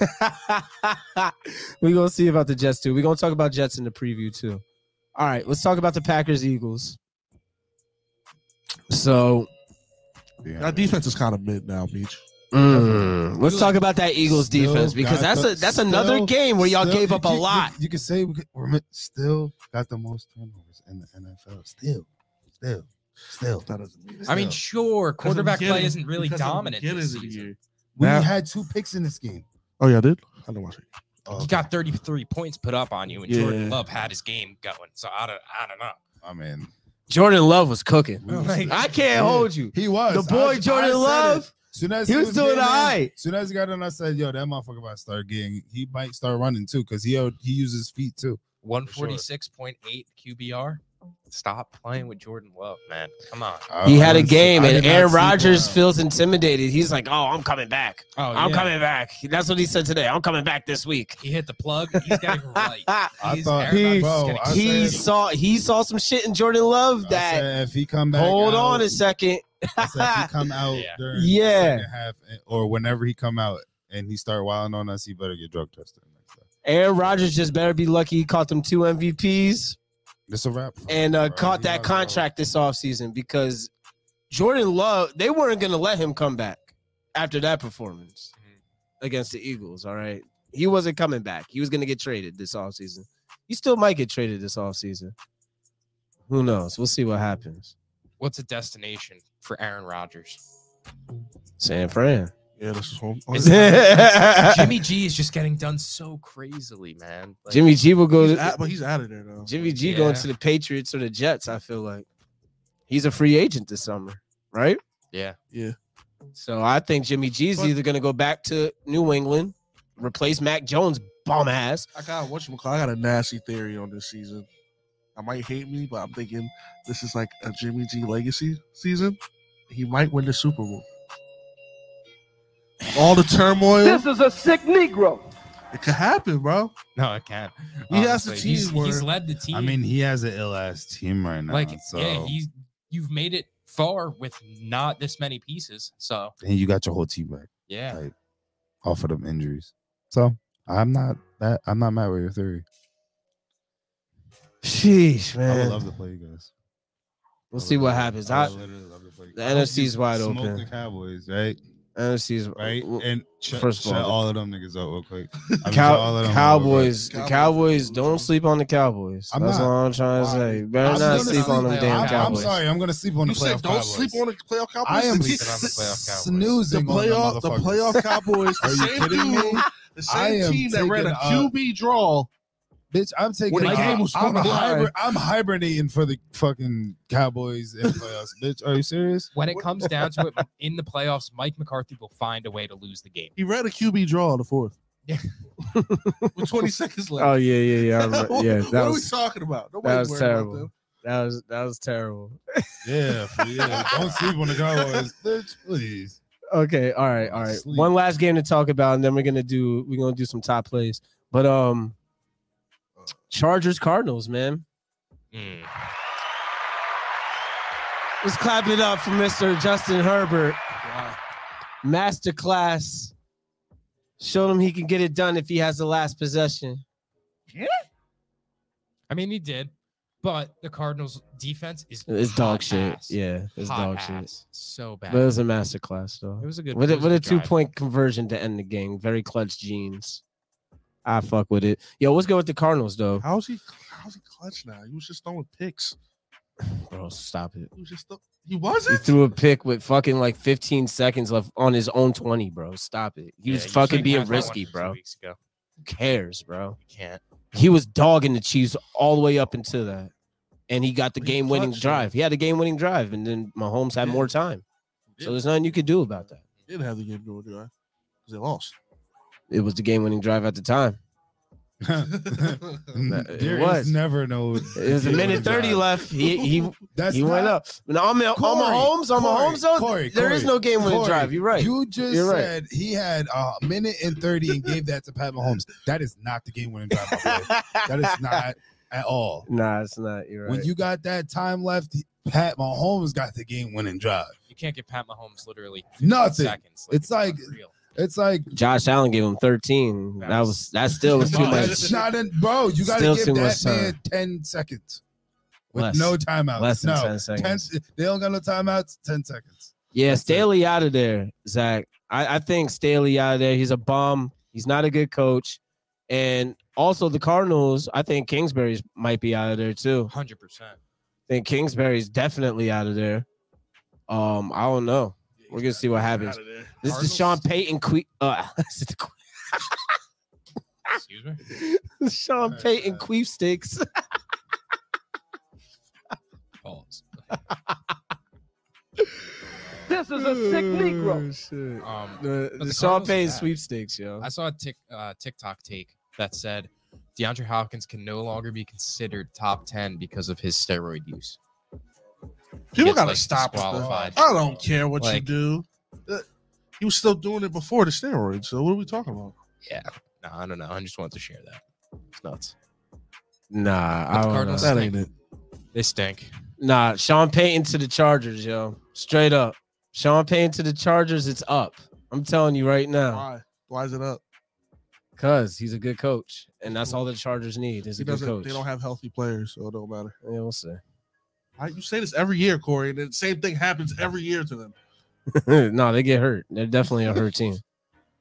[SPEAKER 1] We're going to see about the Jets too. We're going to talk about Jets in the preview too. All right. Let's talk about the Packers Eagles. So
[SPEAKER 4] Yeah.
[SPEAKER 3] That defense is kind of mid now, Beach.
[SPEAKER 1] mm, let's talk about that Eagles
[SPEAKER 4] Still
[SPEAKER 1] defense because
[SPEAKER 4] got
[SPEAKER 1] that's
[SPEAKER 4] the-
[SPEAKER 1] a that's another
[SPEAKER 4] still-
[SPEAKER 1] game where y'all
[SPEAKER 4] Still,
[SPEAKER 1] gave up a
[SPEAKER 4] you- you-
[SPEAKER 1] lot.
[SPEAKER 4] You, can say we could- we're mi- still got the most turnovers in the NFL. Still, still, still.
[SPEAKER 3] That doesn't mean.
[SPEAKER 2] I mean,
[SPEAKER 4] Still.
[SPEAKER 2] sure, quarterback play isn't really
[SPEAKER 3] because of the
[SPEAKER 2] dominant
[SPEAKER 3] beginning
[SPEAKER 2] this
[SPEAKER 3] of the
[SPEAKER 2] season.
[SPEAKER 3] year.
[SPEAKER 4] We
[SPEAKER 3] Now-
[SPEAKER 4] had two picks in this game.
[SPEAKER 3] Oh yeah, I did. I didn't watch it.
[SPEAKER 4] Oh,
[SPEAKER 2] He got 33 points put up on you, and
[SPEAKER 3] Yeah.
[SPEAKER 2] Jordan Love had his game going. So I don't, I don't know.
[SPEAKER 4] I mean,
[SPEAKER 1] Jordan Love was cooking.
[SPEAKER 4] we was-
[SPEAKER 2] Like,
[SPEAKER 1] I can't
[SPEAKER 4] Yeah.
[SPEAKER 1] hold you.
[SPEAKER 4] He was
[SPEAKER 1] The boy
[SPEAKER 4] I- I
[SPEAKER 1] Jordan
[SPEAKER 4] said it.
[SPEAKER 1] Love,
[SPEAKER 4] Soon as
[SPEAKER 1] he was doing
[SPEAKER 4] getting in,
[SPEAKER 1] alright.
[SPEAKER 4] Soon as he got in, I said, "Yo, that motherfucker about to start getting. He might start running too, cause he out- he uses feet too.
[SPEAKER 2] 146.8 QBR. Stop playing with Jordan Love, man. Come on.
[SPEAKER 4] Oh, I-
[SPEAKER 1] He had
[SPEAKER 4] I
[SPEAKER 1] a
[SPEAKER 4] did-
[SPEAKER 1] game,
[SPEAKER 4] I
[SPEAKER 1] and
[SPEAKER 4] did not
[SPEAKER 1] Aaron
[SPEAKER 4] sleep on
[SPEAKER 1] Rodgers
[SPEAKER 4] him.
[SPEAKER 1] feels intimidated. He's like, "Oh, I'm coming back.
[SPEAKER 2] Oh,
[SPEAKER 1] I'm coming back." That's what he said today. I'm coming back this week. Ah,
[SPEAKER 2] He hit the plug. He's getting right.
[SPEAKER 4] I
[SPEAKER 2] He's-
[SPEAKER 4] thought,
[SPEAKER 2] everybody's
[SPEAKER 4] bro,
[SPEAKER 2] getting-
[SPEAKER 4] I
[SPEAKER 1] he
[SPEAKER 4] said-
[SPEAKER 1] saw he saw some shit in Jordan Love
[SPEAKER 4] I
[SPEAKER 1] that.
[SPEAKER 4] said if he come back,
[SPEAKER 1] Hold
[SPEAKER 4] out,
[SPEAKER 1] on a second.
[SPEAKER 4] I said if he come out
[SPEAKER 2] Yeah.
[SPEAKER 4] during
[SPEAKER 1] Yeah.
[SPEAKER 4] the second half, and- or whenever he come out and he start wilding on us, he better get drug tested.
[SPEAKER 1] Aaron Rodgers just better be lucky he caught them two MVPs
[SPEAKER 4] That's a wrap.
[SPEAKER 1] and uh,
[SPEAKER 4] Bro,
[SPEAKER 1] caught
[SPEAKER 4] he
[SPEAKER 1] that
[SPEAKER 4] was, bro.
[SPEAKER 1] contract this offseason because Jordan Love, they weren't going to let him come back after that performance against the Eagles. All right. He wasn't coming back. He was going to get traded this offseason. He still might get traded this offseason. Who knows? We'll see what happens.
[SPEAKER 2] What's a destination for Aaron Rodgers?
[SPEAKER 1] San Fran.
[SPEAKER 3] Yeah, this is home. Oh,
[SPEAKER 2] Is it-
[SPEAKER 1] Jimmy,
[SPEAKER 2] Jimmy G is just getting done so crazily, man. Like,
[SPEAKER 1] G will go
[SPEAKER 3] He's
[SPEAKER 1] to
[SPEAKER 3] at, but he's out of there though.
[SPEAKER 1] Jimmy G
[SPEAKER 2] Yeah.
[SPEAKER 1] going to the Patriots or the Jets, I feel like. He's a free agent this summer, right?
[SPEAKER 2] Yeah.
[SPEAKER 3] Yeah.
[SPEAKER 1] So I think Jimmy G's
[SPEAKER 3] But-
[SPEAKER 1] either going to go back to New England, replace Mac Jones, bum ass.
[SPEAKER 3] I got what you I got a nasty theory on this season. I might hate me, but I'm thinking this is like a Jimmy G legacy season. He might win the Super Bowl. All the turmoil,
[SPEAKER 5] This is a sick Negro.
[SPEAKER 3] it could happen, bro.
[SPEAKER 2] No, I can't.
[SPEAKER 3] He has
[SPEAKER 2] Honestly,
[SPEAKER 3] the
[SPEAKER 2] he's-
[SPEAKER 3] team
[SPEAKER 2] He's,
[SPEAKER 3] where-
[SPEAKER 2] led the team.
[SPEAKER 4] I mean, he has an ill ass team right now.
[SPEAKER 2] like,
[SPEAKER 4] so.
[SPEAKER 2] yeah, he's you've made it far with not this many pieces. So
[SPEAKER 4] and you got your whole team back
[SPEAKER 2] yeah,
[SPEAKER 4] Like, off of them injuries. So I'm not that I'm not mad with your theory.
[SPEAKER 1] Sheesh,
[SPEAKER 4] I
[SPEAKER 1] man.
[SPEAKER 4] would love to play you guys.
[SPEAKER 1] we'll
[SPEAKER 4] I would
[SPEAKER 1] see what
[SPEAKER 4] love-
[SPEAKER 1] happens.
[SPEAKER 4] I
[SPEAKER 1] I,
[SPEAKER 4] would literally love to play you
[SPEAKER 1] the
[SPEAKER 4] guys. I would
[SPEAKER 1] NFC's
[SPEAKER 4] just
[SPEAKER 1] wide
[SPEAKER 4] smoke
[SPEAKER 1] open.
[SPEAKER 4] The Cowboys, right?
[SPEAKER 1] NFC's
[SPEAKER 4] Right, and shut,
[SPEAKER 1] first of
[SPEAKER 4] shut
[SPEAKER 1] all,
[SPEAKER 4] all of them niggas up real quick. I mean, shut all
[SPEAKER 1] Cow-
[SPEAKER 4] of them up real quick.
[SPEAKER 1] Cowboys, the
[SPEAKER 3] Cowboys
[SPEAKER 1] Cowboys.
[SPEAKER 3] are
[SPEAKER 1] Don't
[SPEAKER 3] losing.
[SPEAKER 1] sleep on the Cowboys.
[SPEAKER 4] I'm
[SPEAKER 1] That's
[SPEAKER 4] not.
[SPEAKER 1] all I'm trying to say. You better
[SPEAKER 4] I'm
[SPEAKER 1] not
[SPEAKER 4] gonna
[SPEAKER 1] sleep on them
[SPEAKER 2] sleep-
[SPEAKER 1] damn
[SPEAKER 4] I'm, I'm
[SPEAKER 1] Cowboys.
[SPEAKER 4] sorry. I'm gonna sleep on
[SPEAKER 3] You
[SPEAKER 4] the playoff
[SPEAKER 3] said don't
[SPEAKER 4] Cowboys.
[SPEAKER 3] sleep on the playoff Cowboys.
[SPEAKER 4] I am
[SPEAKER 3] The-
[SPEAKER 4] sleeping on the playoff Cowboys.
[SPEAKER 3] The
[SPEAKER 4] Snoozing
[SPEAKER 3] playoff, the playoff Cowboys, the
[SPEAKER 4] Are you
[SPEAKER 3] same
[SPEAKER 4] kidding me?
[SPEAKER 3] dude, the
[SPEAKER 4] I
[SPEAKER 3] same
[SPEAKER 4] am
[SPEAKER 3] team that ran a
[SPEAKER 4] taking up-
[SPEAKER 3] QB draw.
[SPEAKER 4] Bitch, I'm taking.
[SPEAKER 3] When the
[SPEAKER 4] I'm,
[SPEAKER 3] game was
[SPEAKER 4] I'm,
[SPEAKER 3] fucking
[SPEAKER 4] hiber-
[SPEAKER 3] live.
[SPEAKER 4] I'm hibernating for the fucking Cowboys and playoffs. bitch, are you serious?
[SPEAKER 2] When it comes down to it, in the playoffs, Mike McCarthy will find a way to lose the game.
[SPEAKER 3] He ran a QB draw on the fourth.
[SPEAKER 2] Yeah.
[SPEAKER 3] With 20 seconds left.
[SPEAKER 1] Oh yeah, yeah, yeah, I remember- yeah.
[SPEAKER 3] what
[SPEAKER 1] That
[SPEAKER 3] are
[SPEAKER 1] was
[SPEAKER 3] we talking about?
[SPEAKER 1] that
[SPEAKER 3] Nobody's
[SPEAKER 1] was
[SPEAKER 3] worried
[SPEAKER 1] terrible.
[SPEAKER 3] about them.
[SPEAKER 1] That was that was terrible.
[SPEAKER 4] Yeah, for- yeah. Don't sleep on the Cowboys, bitch. Please.
[SPEAKER 1] Okay, all right, all right.
[SPEAKER 4] Sleep.
[SPEAKER 1] One last game to talk about, and then we're gonna do we're gonna do some top plays. But um,
[SPEAKER 4] Uh,
[SPEAKER 1] Chargers Cardinals, man.
[SPEAKER 2] Mm.
[SPEAKER 1] Let's clap it up for Mr. Justin Herbert. Masterclass. Showed him he can get it done if he has the last possession.
[SPEAKER 2] I mean, he did, but the Cardinals' defense is
[SPEAKER 1] It's
[SPEAKER 2] hot
[SPEAKER 1] dog shit.
[SPEAKER 2] ass.
[SPEAKER 1] Yeah, it's
[SPEAKER 2] Hot
[SPEAKER 1] dog shit.
[SPEAKER 2] ass. So bad.
[SPEAKER 1] But it was a masterclass, though.
[SPEAKER 2] It was a good.
[SPEAKER 1] With
[SPEAKER 2] it
[SPEAKER 1] a,
[SPEAKER 2] was
[SPEAKER 1] with a
[SPEAKER 2] good
[SPEAKER 1] two
[SPEAKER 2] drive.
[SPEAKER 1] point conversion to end the game. Very clutch jeans. I fuck with it. Yo, what's good with the Cardinals, though?
[SPEAKER 3] How's he? How's he clutch now? He was just throwing picks.
[SPEAKER 1] Bro, stop it.
[SPEAKER 3] He was just. Th- he
[SPEAKER 1] He
[SPEAKER 3] wasn't.
[SPEAKER 1] threw a pick with fucking like 15 seconds left on his own 20, bro. Stop it. He
[SPEAKER 2] Yeah,
[SPEAKER 1] was
[SPEAKER 2] you
[SPEAKER 1] fucking
[SPEAKER 2] can't
[SPEAKER 1] being
[SPEAKER 2] count that one
[SPEAKER 1] risky,
[SPEAKER 2] from two
[SPEAKER 1] bro.
[SPEAKER 2] Weeks ago.
[SPEAKER 1] Who cares, bro?
[SPEAKER 2] You can't.
[SPEAKER 1] He was dogging the Chiefs all the way up until that. And he got the
[SPEAKER 3] But he
[SPEAKER 1] game winning
[SPEAKER 3] clutched, though.
[SPEAKER 1] drive. He had a game winning drive, and then Mahomes had
[SPEAKER 3] Yeah.
[SPEAKER 1] more time. So
[SPEAKER 3] Yeah.
[SPEAKER 1] there's nothing you could do about that.
[SPEAKER 3] didn't have the game going, do I? 'Cause they lost.
[SPEAKER 1] It was the game winning drive at the time. That- it
[SPEAKER 4] Mm-hmm. there
[SPEAKER 1] was.
[SPEAKER 4] is never no.
[SPEAKER 1] It was a minute 30 left. He he
[SPEAKER 4] That's
[SPEAKER 1] he went
[SPEAKER 4] not-
[SPEAKER 1] up. And on, my- on
[SPEAKER 4] Corey,
[SPEAKER 1] Mahomes, on
[SPEAKER 4] Corey,
[SPEAKER 1] Mahomes, though,
[SPEAKER 4] Corey,
[SPEAKER 1] there is
[SPEAKER 4] Corey,
[SPEAKER 1] no game winning
[SPEAKER 4] Corey,
[SPEAKER 1] drive. You're right.
[SPEAKER 4] You just
[SPEAKER 1] You're right.
[SPEAKER 4] said he had a minute and 30 and gave that to Pat Mahomes. That is not the game winning drive. my boy. that is not at all.
[SPEAKER 1] nah, it's not. You're right.
[SPEAKER 4] When you got that time left, Pat Mahomes got the game winning drive.
[SPEAKER 2] You can't get Pat Mahomes literally 15
[SPEAKER 4] Nothing.
[SPEAKER 2] seconds.
[SPEAKER 4] It's like-
[SPEAKER 2] unreal.
[SPEAKER 4] It's like
[SPEAKER 1] Josh Allen gave him 13.
[SPEAKER 2] That
[SPEAKER 1] That
[SPEAKER 2] was-
[SPEAKER 1] was that still was too much.
[SPEAKER 4] that's not in, bro. You got
[SPEAKER 1] Still
[SPEAKER 4] to give
[SPEAKER 1] too
[SPEAKER 4] that
[SPEAKER 1] much time.
[SPEAKER 4] man 10 seconds with
[SPEAKER 1] Less.
[SPEAKER 4] no timeouts.
[SPEAKER 1] Less than
[SPEAKER 4] no.
[SPEAKER 1] 10 seconds.
[SPEAKER 4] 10 they don't got no timeouts. 10 seconds.
[SPEAKER 1] Yeah, Staley out of there, Zach. I, I think Staley out of there. He's a bum. He's not a good coach. And also the Cardinals, I think Kingsbury's might be out of there too.
[SPEAKER 2] 100%.
[SPEAKER 1] I think Kingsbury's definitely out of there. Um, I don't know. We're gonna see what happens. This is the Sean
[SPEAKER 2] Cardinals?
[SPEAKER 1] Payton que- uh this is the que-
[SPEAKER 2] Excuse me.
[SPEAKER 1] the Sean
[SPEAKER 4] Alright,
[SPEAKER 1] Payton
[SPEAKER 4] man.
[SPEAKER 1] queef sticks.
[SPEAKER 2] Pause.
[SPEAKER 1] This is
[SPEAKER 4] a sick
[SPEAKER 3] Oh,
[SPEAKER 4] Negro.
[SPEAKER 2] Um,
[SPEAKER 1] The,
[SPEAKER 2] But
[SPEAKER 1] Sean
[SPEAKER 2] the Cardinals are
[SPEAKER 1] Payton
[SPEAKER 2] bad.
[SPEAKER 1] sweepstakes, yo.
[SPEAKER 2] I saw a tick, uh, TikTok take that said DeAndre Hopkins can no longer be considered top 10 because of his steroid use.
[SPEAKER 3] People
[SPEAKER 2] Gets,
[SPEAKER 3] gotta
[SPEAKER 2] like,
[SPEAKER 3] stop with the-
[SPEAKER 2] disqualified.
[SPEAKER 3] I don't care what
[SPEAKER 2] Like-
[SPEAKER 3] you do. Uh, He was still doing it before the steroids. So what are we talking about?
[SPEAKER 2] Yeah. No, I don't know. I just wanted to share that. It's nuts.
[SPEAKER 1] Nah,
[SPEAKER 2] the
[SPEAKER 1] I don't know.
[SPEAKER 2] Cardinals-
[SPEAKER 3] That ain't it.
[SPEAKER 2] They stink.
[SPEAKER 1] Nah, Sean Payton to the Chargers, yo. Straight up. Sean Payton to the Chargers, it's up. I'm telling you right now.
[SPEAKER 3] Why? Why is it up?
[SPEAKER 1] Cause he's a good coach. And that's all the Chargers need is
[SPEAKER 3] He
[SPEAKER 1] a good
[SPEAKER 3] doesn't.
[SPEAKER 1] coach.
[SPEAKER 3] They don't have healthy players, so it don't matter.
[SPEAKER 1] yeah, we'll see.
[SPEAKER 3] I, you say this every year, Corey, and the same thing happens every year to them.
[SPEAKER 1] no, they get hurt. They're definitely a hurt team.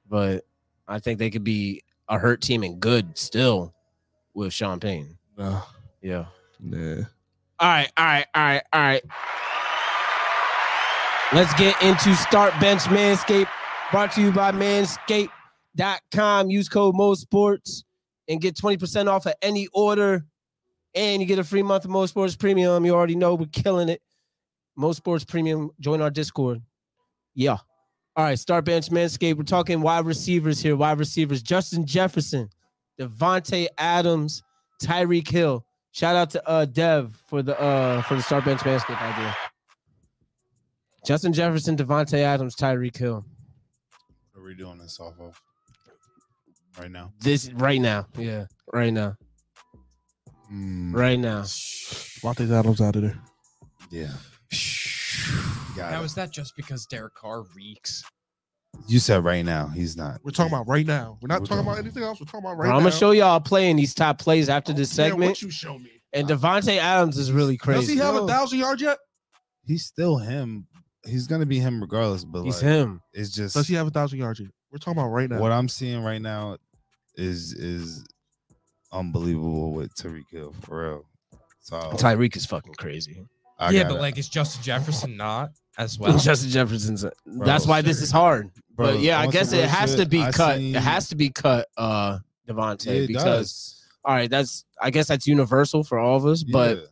[SPEAKER 1] But I think they could be a hurt team and good still with Sean Payton.
[SPEAKER 3] No.
[SPEAKER 1] Yeah.
[SPEAKER 3] Nah.
[SPEAKER 1] All right, all right, all right, all right. Let's get into Start Bench Manscaped, brought to you by manscaped.com. Use code MOSPORTS and get 20% off of any order. And you get a free month of Most Sports Premium. You already know we're killing it. Most Sports Premium, join our Discord. Yeah. All right, Start Bench Manscaped. We're talking wide receivers here. Wide receivers Justin Jefferson, Devontae Adams, Tyreek Hill. Shout out to uh Dev for the uh for the star bench manscape idea. Justin Jefferson, Devontae Adams, Tyreek Hill.
[SPEAKER 4] What are we doing this off of right now?
[SPEAKER 1] This right now. Yeah. Right now.
[SPEAKER 4] Mm,
[SPEAKER 1] Right now.
[SPEAKER 3] Monte Adams out of there.
[SPEAKER 4] Yeah. Got
[SPEAKER 2] Now,
[SPEAKER 4] it.
[SPEAKER 2] is that just because Derek Carr reeks?
[SPEAKER 4] you said right now. He's not.
[SPEAKER 3] We're talking about right now. We're not
[SPEAKER 4] We're
[SPEAKER 3] talking about
[SPEAKER 4] talking-
[SPEAKER 3] anything else. We're talking about right
[SPEAKER 1] Bro,
[SPEAKER 3] now.
[SPEAKER 1] I'm gonna show y'all playing these top plays
[SPEAKER 3] I
[SPEAKER 1] after
[SPEAKER 3] don't
[SPEAKER 1] this
[SPEAKER 3] care
[SPEAKER 1] segment.
[SPEAKER 3] What you show me?
[SPEAKER 1] and Devontae Adams is really
[SPEAKER 3] Does
[SPEAKER 1] crazy.
[SPEAKER 3] he have
[SPEAKER 4] No.
[SPEAKER 3] a thousand yards yet?
[SPEAKER 4] He's still him. He's gonna be him regardless. But
[SPEAKER 1] He's
[SPEAKER 4] like,
[SPEAKER 1] him.
[SPEAKER 4] it's just
[SPEAKER 3] Does he have a thousand yards yet? We're talking about right now.
[SPEAKER 4] what I'm seeing right now is is unbelievable with Tariq Hill for real. So
[SPEAKER 1] Tyreek is fucking crazy.
[SPEAKER 4] I
[SPEAKER 2] yeah,
[SPEAKER 4] gotta-
[SPEAKER 2] but like, is Justin Jefferson not as well?
[SPEAKER 1] Justin Jefferson's that's why this is hard.
[SPEAKER 4] bro,
[SPEAKER 1] but yeah, I
[SPEAKER 4] on
[SPEAKER 1] guess
[SPEAKER 4] some
[SPEAKER 1] it
[SPEAKER 4] real
[SPEAKER 1] has
[SPEAKER 4] shit,
[SPEAKER 1] to be
[SPEAKER 4] I
[SPEAKER 1] cut.
[SPEAKER 4] seen-
[SPEAKER 1] It has to be cut, uh Devontae,
[SPEAKER 4] it
[SPEAKER 1] because
[SPEAKER 4] does.
[SPEAKER 1] all right, that's I guess that's universal for all of us. But
[SPEAKER 4] Yeah.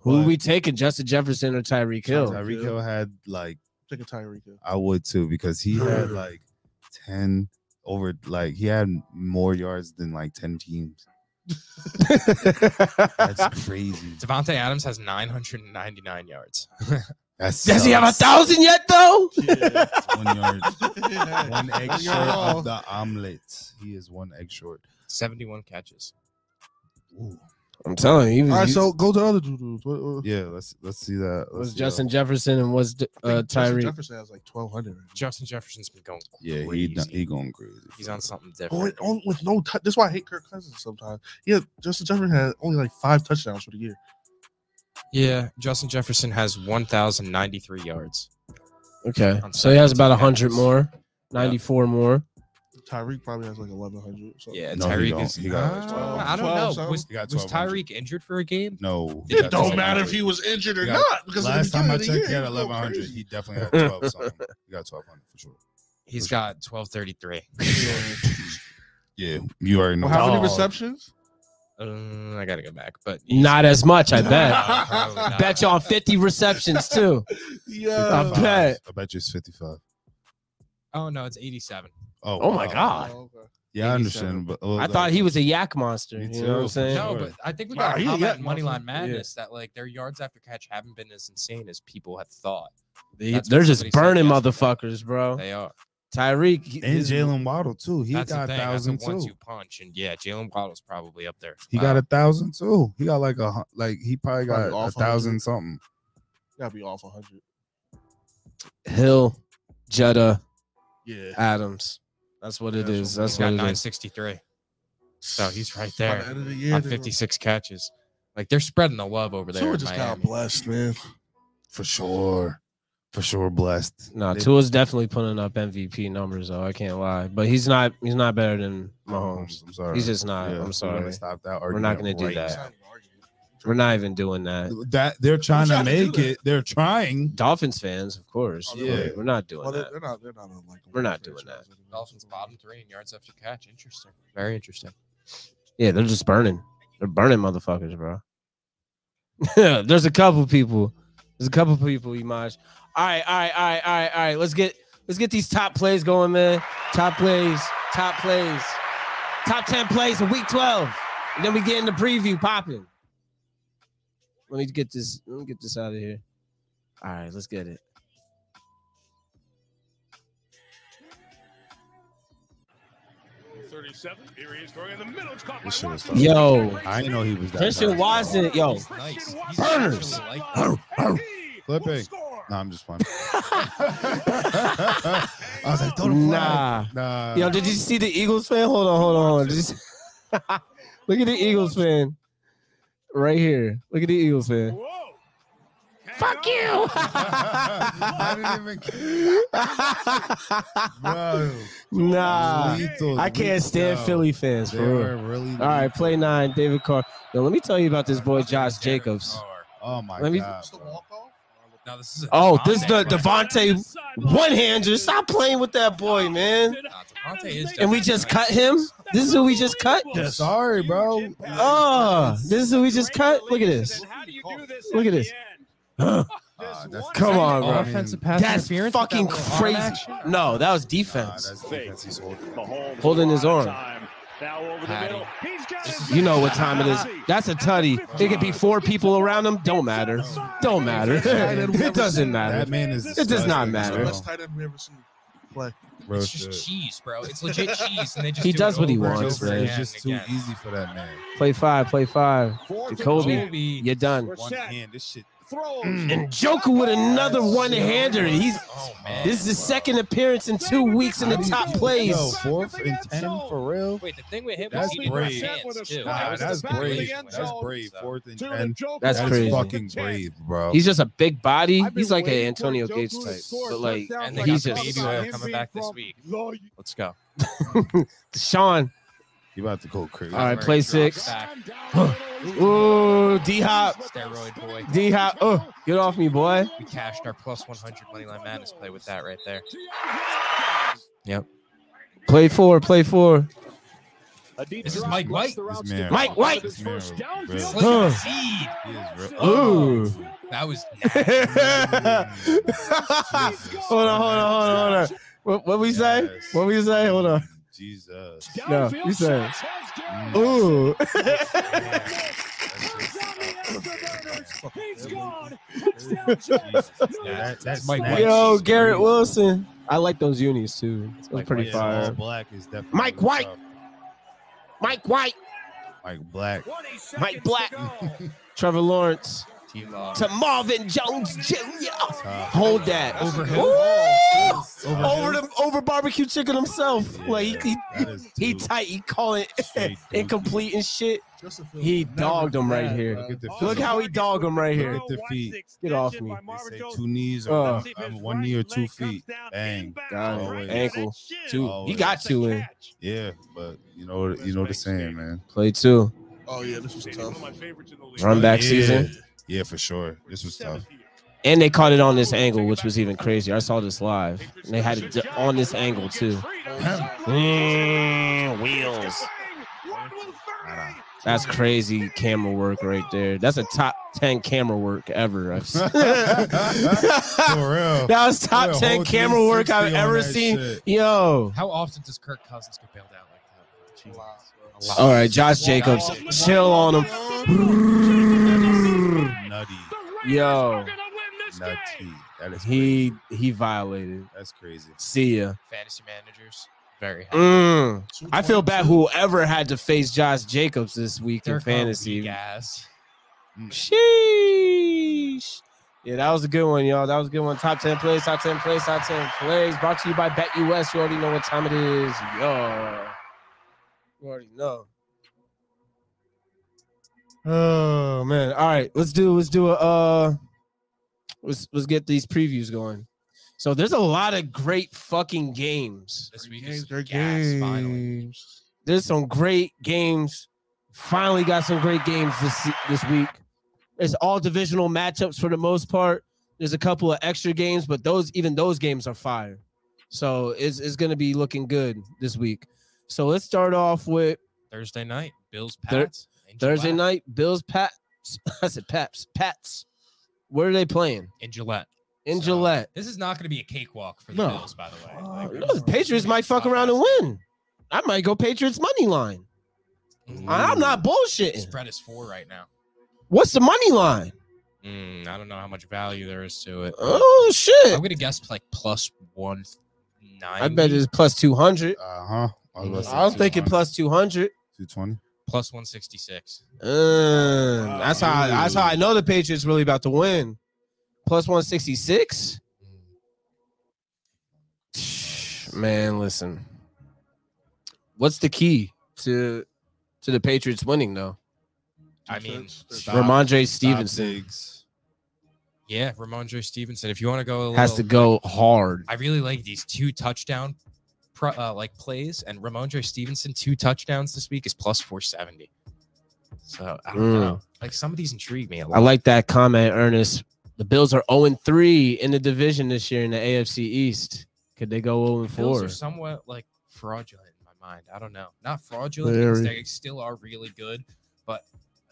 [SPEAKER 1] who
[SPEAKER 4] but-
[SPEAKER 1] we taking, Justin Jefferson or Tyreek Hill?
[SPEAKER 4] Tyreek Hill had like
[SPEAKER 3] Take a Tyreek. Hill.
[SPEAKER 4] I would too because he had like ten over like he had more yards than like ten teams. That's crazy.
[SPEAKER 2] Devontae Adams has 999 yards.
[SPEAKER 4] That's
[SPEAKER 1] Does he have a thousand yet though?
[SPEAKER 3] Yeah.
[SPEAKER 4] One yard, one egg
[SPEAKER 3] Yeah.
[SPEAKER 4] short of the omelet. He is one egg short.
[SPEAKER 2] 71 catches.
[SPEAKER 1] I'm telling you. he was-
[SPEAKER 3] All right,
[SPEAKER 1] he-
[SPEAKER 3] so go to other dudes. What, what,
[SPEAKER 4] Yeah, let's let's see that.
[SPEAKER 1] was
[SPEAKER 4] Let's see
[SPEAKER 1] Justin Jefferson and was
[SPEAKER 3] I
[SPEAKER 1] uh,
[SPEAKER 3] think Justin
[SPEAKER 1] Tyreek?
[SPEAKER 3] Jefferson has like twelve hundred.
[SPEAKER 2] Justin Jefferson's been going
[SPEAKER 4] that. Yeah, he
[SPEAKER 2] crazy.
[SPEAKER 4] done- he going crazy.
[SPEAKER 2] He's on something
[SPEAKER 3] Oh,
[SPEAKER 2] different.
[SPEAKER 3] wait, on, with no tou- that's why I hate Kirk Cousins sometimes. Yeah, Justin Jefferson had only like five touchdowns for the year.
[SPEAKER 2] Yeah, Justin Jefferson has 1,093 yards.
[SPEAKER 1] Okay,
[SPEAKER 2] on
[SPEAKER 1] so he has
[SPEAKER 2] second
[SPEAKER 1] about
[SPEAKER 2] team
[SPEAKER 1] hundred
[SPEAKER 2] Adams.
[SPEAKER 1] more, ninety four more.
[SPEAKER 3] Tyreek probably has like eleven hundred. So.
[SPEAKER 2] Yeah,
[SPEAKER 4] No, he
[SPEAKER 2] Tyreek
[SPEAKER 4] don't.
[SPEAKER 2] is.
[SPEAKER 4] He got like
[SPEAKER 2] Uh,
[SPEAKER 3] 12,
[SPEAKER 2] I don't
[SPEAKER 3] 12
[SPEAKER 2] know.
[SPEAKER 3] something.
[SPEAKER 2] Was,
[SPEAKER 4] He got
[SPEAKER 2] was
[SPEAKER 4] 1200.
[SPEAKER 2] Tyreek injured for a game?
[SPEAKER 4] No, he
[SPEAKER 2] It
[SPEAKER 4] got
[SPEAKER 3] It don't
[SPEAKER 4] 1200.
[SPEAKER 3] matter if he was injured or
[SPEAKER 4] He got-
[SPEAKER 3] not because at the
[SPEAKER 4] Last time I
[SPEAKER 3] beginning
[SPEAKER 4] checked,
[SPEAKER 3] of
[SPEAKER 4] he
[SPEAKER 3] the year,
[SPEAKER 4] had
[SPEAKER 3] he was going
[SPEAKER 4] eleven hundred. He
[SPEAKER 3] crazy.
[SPEAKER 4] definitely had twelve something. He got twelve hundred for sure.
[SPEAKER 2] He's got 1,233.
[SPEAKER 4] Yeah, you already know.
[SPEAKER 3] Well, how
[SPEAKER 1] Dog.
[SPEAKER 3] many receptions?
[SPEAKER 2] Uh, I got to go back, but
[SPEAKER 1] Not as much, I bet.
[SPEAKER 2] No, probably not.
[SPEAKER 1] bet y'all fifty receptions too.
[SPEAKER 3] Yeah.
[SPEAKER 1] I bet.
[SPEAKER 4] I bet you it's fifty-five.
[SPEAKER 2] Oh, no, it's 87.
[SPEAKER 4] Oh,
[SPEAKER 1] Oh my
[SPEAKER 4] wow.
[SPEAKER 1] God.
[SPEAKER 3] Oh, okay.
[SPEAKER 4] Yeah,
[SPEAKER 2] 87.
[SPEAKER 4] I understand. But uh, well,
[SPEAKER 1] I
[SPEAKER 4] that-
[SPEAKER 1] thought he was a yak monster.
[SPEAKER 4] Me
[SPEAKER 1] You know what I'm
[SPEAKER 4] too.
[SPEAKER 1] saying?
[SPEAKER 2] No,
[SPEAKER 4] Sure.
[SPEAKER 2] but I think we
[SPEAKER 3] Nah,
[SPEAKER 2] got to
[SPEAKER 3] he-
[SPEAKER 2] comment
[SPEAKER 3] yeah,
[SPEAKER 2] Moneyline
[SPEAKER 3] Muslim. Yeah.
[SPEAKER 2] Madness that like their yards after catch haven't been as insane as people have thought.
[SPEAKER 1] They,
[SPEAKER 2] That's
[SPEAKER 1] are
[SPEAKER 2] what
[SPEAKER 1] just
[SPEAKER 2] somebody said
[SPEAKER 1] burning
[SPEAKER 2] yesterday.
[SPEAKER 1] motherfuckers, bro.
[SPEAKER 2] They are.
[SPEAKER 1] Tyreek he-
[SPEAKER 4] and
[SPEAKER 1] his-
[SPEAKER 4] Jalen Waddle too. He
[SPEAKER 2] That's
[SPEAKER 4] got
[SPEAKER 2] the thing.
[SPEAKER 4] a
[SPEAKER 2] That's a
[SPEAKER 4] thousand too.
[SPEAKER 2] one-two punch, and yeah, Jalen Waddle's probably up there.
[SPEAKER 4] He got a thousand too. He got like a hun- like he probably got
[SPEAKER 3] Probably all
[SPEAKER 4] a
[SPEAKER 3] from him.
[SPEAKER 4] thousand something.
[SPEAKER 3] Gotta be off hundred.
[SPEAKER 1] Hill, Jetta,
[SPEAKER 3] Yeah.
[SPEAKER 1] Adams. That's what it
[SPEAKER 3] That's
[SPEAKER 1] is.
[SPEAKER 3] what-
[SPEAKER 1] That's
[SPEAKER 2] He's
[SPEAKER 1] what
[SPEAKER 2] got
[SPEAKER 1] it is.
[SPEAKER 2] 963. So he's right
[SPEAKER 3] By the
[SPEAKER 2] there
[SPEAKER 3] end of the year,
[SPEAKER 2] on
[SPEAKER 3] they were-
[SPEAKER 2] 56 catches. Like they're spreading the love over there.
[SPEAKER 3] Tua
[SPEAKER 2] in
[SPEAKER 3] just
[SPEAKER 2] Miami.
[SPEAKER 3] got blessed, man.
[SPEAKER 4] For sure. For sure blessed.
[SPEAKER 1] No,
[SPEAKER 4] They-
[SPEAKER 1] Tua's definitely putting up MVP numbers though. I can't lie, but he's not. He's not better than Mahomes.
[SPEAKER 4] I'm sorry.
[SPEAKER 1] He's just not.
[SPEAKER 4] Uh, Yeah,
[SPEAKER 1] I'm
[SPEAKER 4] We're
[SPEAKER 1] sorry.
[SPEAKER 4] gonna stop that
[SPEAKER 1] We're not
[SPEAKER 4] argument
[SPEAKER 1] gonna do
[SPEAKER 4] right
[SPEAKER 1] that. We're not even doing that.
[SPEAKER 4] now. That they're trying to
[SPEAKER 3] trying to do
[SPEAKER 4] make
[SPEAKER 3] that.
[SPEAKER 4] it. They're trying.
[SPEAKER 1] Dolphins fans, of course.
[SPEAKER 3] Oh,
[SPEAKER 1] Yeah,
[SPEAKER 4] yeah.
[SPEAKER 1] we're not doing
[SPEAKER 3] Well, they're,
[SPEAKER 1] that.
[SPEAKER 3] they're not. They're not on like. a
[SPEAKER 1] We're not
[SPEAKER 3] winning
[SPEAKER 1] doing
[SPEAKER 3] franchise anymore.
[SPEAKER 2] Dolphins bottom three in yards after catch. Interesting. Very interesting.
[SPEAKER 1] Yeah, they're just burning. They're burning motherfuckers, bro. There's a couple people. There's a couple people, Imaj. All right, all right, all right, all right, all right. Let's get let's get these top plays going, man. Top plays, top plays, top ten plays of week twelve. And then we get in the preview popping. Let me get this. Let me get this out of here. All right, let's get it.
[SPEAKER 4] This shit was tough.
[SPEAKER 1] Yo,
[SPEAKER 4] I didn't know he was that.
[SPEAKER 1] Christian
[SPEAKER 4] bad.
[SPEAKER 1] Watson, yo,
[SPEAKER 2] Nice. He's
[SPEAKER 1] Burners.
[SPEAKER 2] actually like-
[SPEAKER 4] Clipping. No, I'm just fine. I was like, don't fly.
[SPEAKER 1] nah.
[SPEAKER 4] Nah.
[SPEAKER 1] Yo, did you see the Eagles fan? Hold on, hold on, hold on. Did you see- Look at the Eagles fan. Right here. Look at the Eagles fan. Fuck you.
[SPEAKER 4] I didn't even Bro.
[SPEAKER 1] nah.
[SPEAKER 4] Lethal,
[SPEAKER 1] I can't stand
[SPEAKER 4] yo.
[SPEAKER 1] Philly fans
[SPEAKER 4] They
[SPEAKER 1] for real.
[SPEAKER 4] were really
[SPEAKER 1] All right, play nine, David Carr. Yo, let me tell you about this boy Josh
[SPEAKER 2] Derek
[SPEAKER 1] Jacobs.
[SPEAKER 2] Carr.
[SPEAKER 4] Oh my
[SPEAKER 1] Let me-
[SPEAKER 4] god.
[SPEAKER 3] It's the
[SPEAKER 4] bro.
[SPEAKER 3] walk-off?
[SPEAKER 2] Now this is a
[SPEAKER 1] Oh, this is the
[SPEAKER 2] Devontae, right?
[SPEAKER 1] Devontae one hander. Stop playing with that boy, man.
[SPEAKER 2] Nah, Devontae is
[SPEAKER 1] And we
[SPEAKER 2] definitely
[SPEAKER 1] just
[SPEAKER 2] nice.
[SPEAKER 1] cut him. This is who we just cut.
[SPEAKER 4] I'm sorry, bro.
[SPEAKER 1] Oh, this is who we just cut. Look at this. Look at this.
[SPEAKER 4] Ah, that's-
[SPEAKER 1] Come on,
[SPEAKER 4] All
[SPEAKER 1] bro.
[SPEAKER 4] offensive
[SPEAKER 2] pass
[SPEAKER 1] That's fucking crazy. No, that was
[SPEAKER 4] Nah,
[SPEAKER 1] defense.
[SPEAKER 4] that's defense. He's holding.
[SPEAKER 1] Holding
[SPEAKER 5] Holding
[SPEAKER 1] his
[SPEAKER 5] his
[SPEAKER 1] arm.
[SPEAKER 5] arm. Now over the
[SPEAKER 2] Patty.
[SPEAKER 5] middle. He's got it.
[SPEAKER 1] You know what time it is. That's a tutty. It could be four people around him. Don't matter. Don't matter. it doesn't matter.
[SPEAKER 4] That man is.
[SPEAKER 1] It does not matter.
[SPEAKER 3] Best tight end we ever seen. Play.
[SPEAKER 4] Bro,
[SPEAKER 2] It's just cheese, bro. It's legit cheese, and they just
[SPEAKER 1] He
[SPEAKER 2] do
[SPEAKER 1] does
[SPEAKER 2] it
[SPEAKER 1] what he
[SPEAKER 2] over and
[SPEAKER 1] wants,
[SPEAKER 2] over
[SPEAKER 1] man.
[SPEAKER 4] It's
[SPEAKER 2] again
[SPEAKER 4] just
[SPEAKER 2] and
[SPEAKER 4] too
[SPEAKER 2] again.
[SPEAKER 4] easy for that man.
[SPEAKER 1] Play five. Play five. Jacoby,
[SPEAKER 2] Kobe.
[SPEAKER 1] you're done.
[SPEAKER 5] We're
[SPEAKER 4] One
[SPEAKER 5] set.
[SPEAKER 4] hand. This shit.
[SPEAKER 5] Throws.
[SPEAKER 4] Mm.
[SPEAKER 1] And Joker with another one-hander. and He's
[SPEAKER 2] Oh man.
[SPEAKER 1] this is his second appearance in two weeks in the top plays.
[SPEAKER 4] Yo, fourth and ten for real.
[SPEAKER 2] Wait, the thing with him
[SPEAKER 4] That's
[SPEAKER 2] was he brave.
[SPEAKER 4] brave.
[SPEAKER 2] Hands, too.
[SPEAKER 4] Nah,
[SPEAKER 5] was
[SPEAKER 4] that's
[SPEAKER 5] the back of the
[SPEAKER 4] brave.
[SPEAKER 5] end
[SPEAKER 4] That's
[SPEAKER 5] zone.
[SPEAKER 4] brave. Fourth and
[SPEAKER 5] To the
[SPEAKER 4] ten.
[SPEAKER 5] Joker.
[SPEAKER 1] That's
[SPEAKER 4] That's
[SPEAKER 1] crazy.
[SPEAKER 4] fucking brave, bro.
[SPEAKER 1] He's just a big body.
[SPEAKER 5] I've been
[SPEAKER 1] He's like an
[SPEAKER 5] waiting for
[SPEAKER 1] Antonio
[SPEAKER 5] Joku
[SPEAKER 1] Gates
[SPEAKER 5] to
[SPEAKER 1] type,
[SPEAKER 5] score
[SPEAKER 1] but like
[SPEAKER 5] touchdowns
[SPEAKER 2] And they
[SPEAKER 1] he's
[SPEAKER 2] got
[SPEAKER 1] just-
[SPEAKER 2] baby oil
[SPEAKER 5] Him
[SPEAKER 2] coming
[SPEAKER 5] being
[SPEAKER 2] back this
[SPEAKER 5] from
[SPEAKER 2] week.
[SPEAKER 5] Lord,
[SPEAKER 2] Let's go.
[SPEAKER 1] Sean.
[SPEAKER 4] You about to go crazy.
[SPEAKER 1] All right, play six.
[SPEAKER 2] Back.
[SPEAKER 1] Ooh, D Hop,
[SPEAKER 2] Steroid boy.
[SPEAKER 1] D Hop. Oh, get off me, boy.
[SPEAKER 2] We cashed our plus 100 moneyline madness play with that right there.
[SPEAKER 1] Play four. Play four.
[SPEAKER 5] A deep
[SPEAKER 2] This is
[SPEAKER 5] drop
[SPEAKER 2] Mike
[SPEAKER 5] lets
[SPEAKER 2] White.
[SPEAKER 5] the route
[SPEAKER 4] This
[SPEAKER 5] stick
[SPEAKER 4] man-
[SPEAKER 5] out
[SPEAKER 1] Mike
[SPEAKER 5] of
[SPEAKER 1] White.
[SPEAKER 5] his
[SPEAKER 4] This man
[SPEAKER 5] first
[SPEAKER 4] was
[SPEAKER 5] downfield
[SPEAKER 4] real.
[SPEAKER 2] Slick
[SPEAKER 1] Huh.
[SPEAKER 2] as seed.
[SPEAKER 4] He is real.
[SPEAKER 1] Ooh.
[SPEAKER 2] That was
[SPEAKER 1] hold on, hold on, hold on, hold on. What, what we say?
[SPEAKER 4] Yes.
[SPEAKER 1] What we say? Hold on.
[SPEAKER 4] Jesus.
[SPEAKER 1] No,
[SPEAKER 5] Downfield
[SPEAKER 1] you said-
[SPEAKER 5] shots has Garrett.
[SPEAKER 1] Ooh.
[SPEAKER 4] Mm.
[SPEAKER 5] Turns on the afterburners. He's gone. Touchdown, Jets.
[SPEAKER 4] That- that's
[SPEAKER 2] Mike
[SPEAKER 4] snatch.
[SPEAKER 2] White.
[SPEAKER 1] Yo, Garrett Wilson. I like those unis too. It was
[SPEAKER 2] Mike
[SPEAKER 1] pretty
[SPEAKER 4] Yeah, all
[SPEAKER 1] fire.
[SPEAKER 4] Black is definitely
[SPEAKER 1] Mike White.
[SPEAKER 4] tough.
[SPEAKER 1] Mike White,
[SPEAKER 4] Mike Black.
[SPEAKER 5] 20 seconds
[SPEAKER 1] Mike
[SPEAKER 5] to
[SPEAKER 1] Black.
[SPEAKER 5] go.
[SPEAKER 1] Trevor Lawrence
[SPEAKER 2] Team uh,
[SPEAKER 1] to Marvin Jones Jr.
[SPEAKER 4] Tough.
[SPEAKER 1] Hold that.
[SPEAKER 2] Over him.
[SPEAKER 1] Ooh!
[SPEAKER 4] Over
[SPEAKER 1] Over the over barbecue chicken himself.
[SPEAKER 4] Yeah,
[SPEAKER 1] Like he, he
[SPEAKER 4] that is
[SPEAKER 1] he
[SPEAKER 4] too
[SPEAKER 1] tight, he call it
[SPEAKER 4] straight, dude.
[SPEAKER 1] incomplete and shit.
[SPEAKER 3] Justin Fields
[SPEAKER 1] He
[SPEAKER 3] never
[SPEAKER 1] dogged him
[SPEAKER 3] did
[SPEAKER 1] right
[SPEAKER 3] that,
[SPEAKER 1] here.
[SPEAKER 3] bro.
[SPEAKER 4] Look at the
[SPEAKER 1] Look how he dog him right here.
[SPEAKER 4] Look at the feet.
[SPEAKER 1] Get off me.
[SPEAKER 4] They say two knees or
[SPEAKER 1] Uh,
[SPEAKER 4] um, one knee or two feet. Bang.
[SPEAKER 1] Got it.
[SPEAKER 4] Always.
[SPEAKER 1] Ankle. Two.
[SPEAKER 4] Oh,
[SPEAKER 1] He
[SPEAKER 4] yeah.
[SPEAKER 1] got two in.
[SPEAKER 4] Yeah, but you know you know the saying, man.
[SPEAKER 1] Play two.
[SPEAKER 3] Oh yeah, this was
[SPEAKER 5] One of
[SPEAKER 3] tough.
[SPEAKER 5] my favorites in the league.
[SPEAKER 1] Run back
[SPEAKER 4] Yeah.
[SPEAKER 1] season.
[SPEAKER 4] Yeah, for sure. This was tough.
[SPEAKER 5] Seventh year.
[SPEAKER 1] And they caught it on this angle, which was even crazier. I saw this live. And they had it d- on this angle too. Mm, wheels. That's crazy camera work right there. That's a top 10 camera work ever. I've seen. that
[SPEAKER 4] For real.
[SPEAKER 1] was top 10 camera work I've ever seen. Yo.
[SPEAKER 2] How often does Kirk Cousins get bailed out like that? Jesus.
[SPEAKER 1] All right, Josh Jacobs, chill on him.
[SPEAKER 4] Nutty.
[SPEAKER 1] Yo.
[SPEAKER 4] Nutty. That is
[SPEAKER 1] He he violated.
[SPEAKER 4] that's crazy.
[SPEAKER 1] See ya.
[SPEAKER 2] Fantasy managers, very happy.
[SPEAKER 1] Mm. I feel bad whoever had to face Josh Jacobs this week
[SPEAKER 2] They're
[SPEAKER 1] in fantasy.
[SPEAKER 2] Gas.
[SPEAKER 1] Sheesh. Yeah, that was a good one, y'all. That was a good one. Top 10 plays, top 10 plays, top 10 plays. Brought to you by Bet US. You already know what time it is, y'all. You already know. Oh man. All right. Let's do let's do a uh let's let's get these previews going. So there's a lot of great fucking games.
[SPEAKER 2] This week is
[SPEAKER 3] Games, they're
[SPEAKER 2] gas. Finally,
[SPEAKER 3] games.
[SPEAKER 1] There's some great games. Finally got some great games this this week. It's all divisional matchups for the most part. There's a couple of extra games, but those even those games are fire. So it's it's gonna be looking good this week. So let's start off with
[SPEAKER 2] Thursday night, Bills
[SPEAKER 1] Thur-
[SPEAKER 2] Pats. in
[SPEAKER 1] Thursday
[SPEAKER 2] Gillette.
[SPEAKER 1] night, Bills Pats. I said Paps. Pats. Where are they playing?
[SPEAKER 2] in Gillette.
[SPEAKER 1] In
[SPEAKER 2] So,
[SPEAKER 1] Gillette.
[SPEAKER 2] This is not going to be a cakewalk for the
[SPEAKER 1] No.
[SPEAKER 2] Bills, by the way. Like,
[SPEAKER 1] No, the Patriots might fuck around and win. I might go Patriots money line.
[SPEAKER 2] Mm.
[SPEAKER 1] I'm not
[SPEAKER 2] The
[SPEAKER 1] bullshitting.
[SPEAKER 2] Spread is four right now.
[SPEAKER 1] What's the money line?
[SPEAKER 2] Mm, I don't know how much value there is to it.
[SPEAKER 1] Oh shit.
[SPEAKER 2] I'm gonna guess like plus one nine.
[SPEAKER 1] I bet it's plus 200.
[SPEAKER 4] Uh huh.
[SPEAKER 1] I was thinking plus 200.
[SPEAKER 4] two twenty.
[SPEAKER 2] plus one sixty six.
[SPEAKER 1] Mm, that's how I, that's how I know the Patriots really about to win. Plus 166. Man, listen. What's the key to to the Patriots winning though?
[SPEAKER 2] I mean,
[SPEAKER 3] Defense,
[SPEAKER 4] stop.
[SPEAKER 1] Ramondre Stevenson
[SPEAKER 2] yeah, Ramondre Stevenson. If you want to go, a
[SPEAKER 1] has to
[SPEAKER 2] little-
[SPEAKER 1] go hard.
[SPEAKER 2] I really like these two touchdown, pro, uh, like plays, and Ramondre Stevenson two touchdowns this week is plus four seventy. So I don't
[SPEAKER 1] Mm.
[SPEAKER 2] know. Like some of these intrigue me a lot.
[SPEAKER 1] I like that comment, Ernest. The Bills are 0 3 in the division this year in the AFC East. Could they go 0
[SPEAKER 2] The Bills
[SPEAKER 1] 4?
[SPEAKER 2] are somewhat like fraudulent in my mind. I don't know. Not fraudulent
[SPEAKER 1] Very.
[SPEAKER 2] because they still are really good, but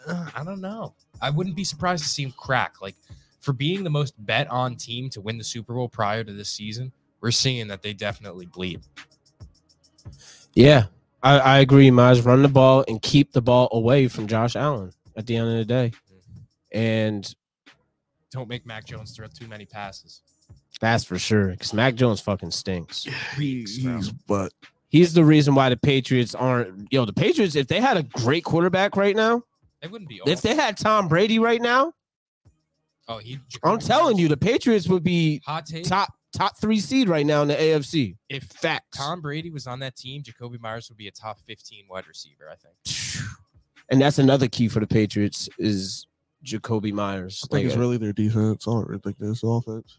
[SPEAKER 2] uh, I don't know. I wouldn't be surprised to see them crack. Like for being the most bet on team to win the Super Bowl prior to this season, we're seeing that they definitely bleed.
[SPEAKER 1] Yeah, I, I agree, Maj. Run the ball and keep the ball away from Josh Allen at the end of the day. And
[SPEAKER 2] Don't make Mac Jones throw too many passes.
[SPEAKER 1] that's for sure. Because Mac Jones fucking stinks.
[SPEAKER 3] He's, but
[SPEAKER 1] He's the reason why the Patriots aren't yo, the Patriots, if they had a great quarterback right now,
[SPEAKER 2] They wouldn't be.
[SPEAKER 1] if they had Tom Brady right now,
[SPEAKER 2] oh, he,
[SPEAKER 1] I'm telling you, the Patriots would be
[SPEAKER 2] hot take.
[SPEAKER 1] top top three seed right now in the AFC.
[SPEAKER 2] if
[SPEAKER 1] Facts.
[SPEAKER 2] Tom Brady was on that team, Jacoby Myers would be a top fifteen wide receiver. I think.
[SPEAKER 1] And that's another key for the Patriots is Jacoby Myers.
[SPEAKER 3] I think it's
[SPEAKER 1] Like,
[SPEAKER 3] really their defense. I don't really think it's offense.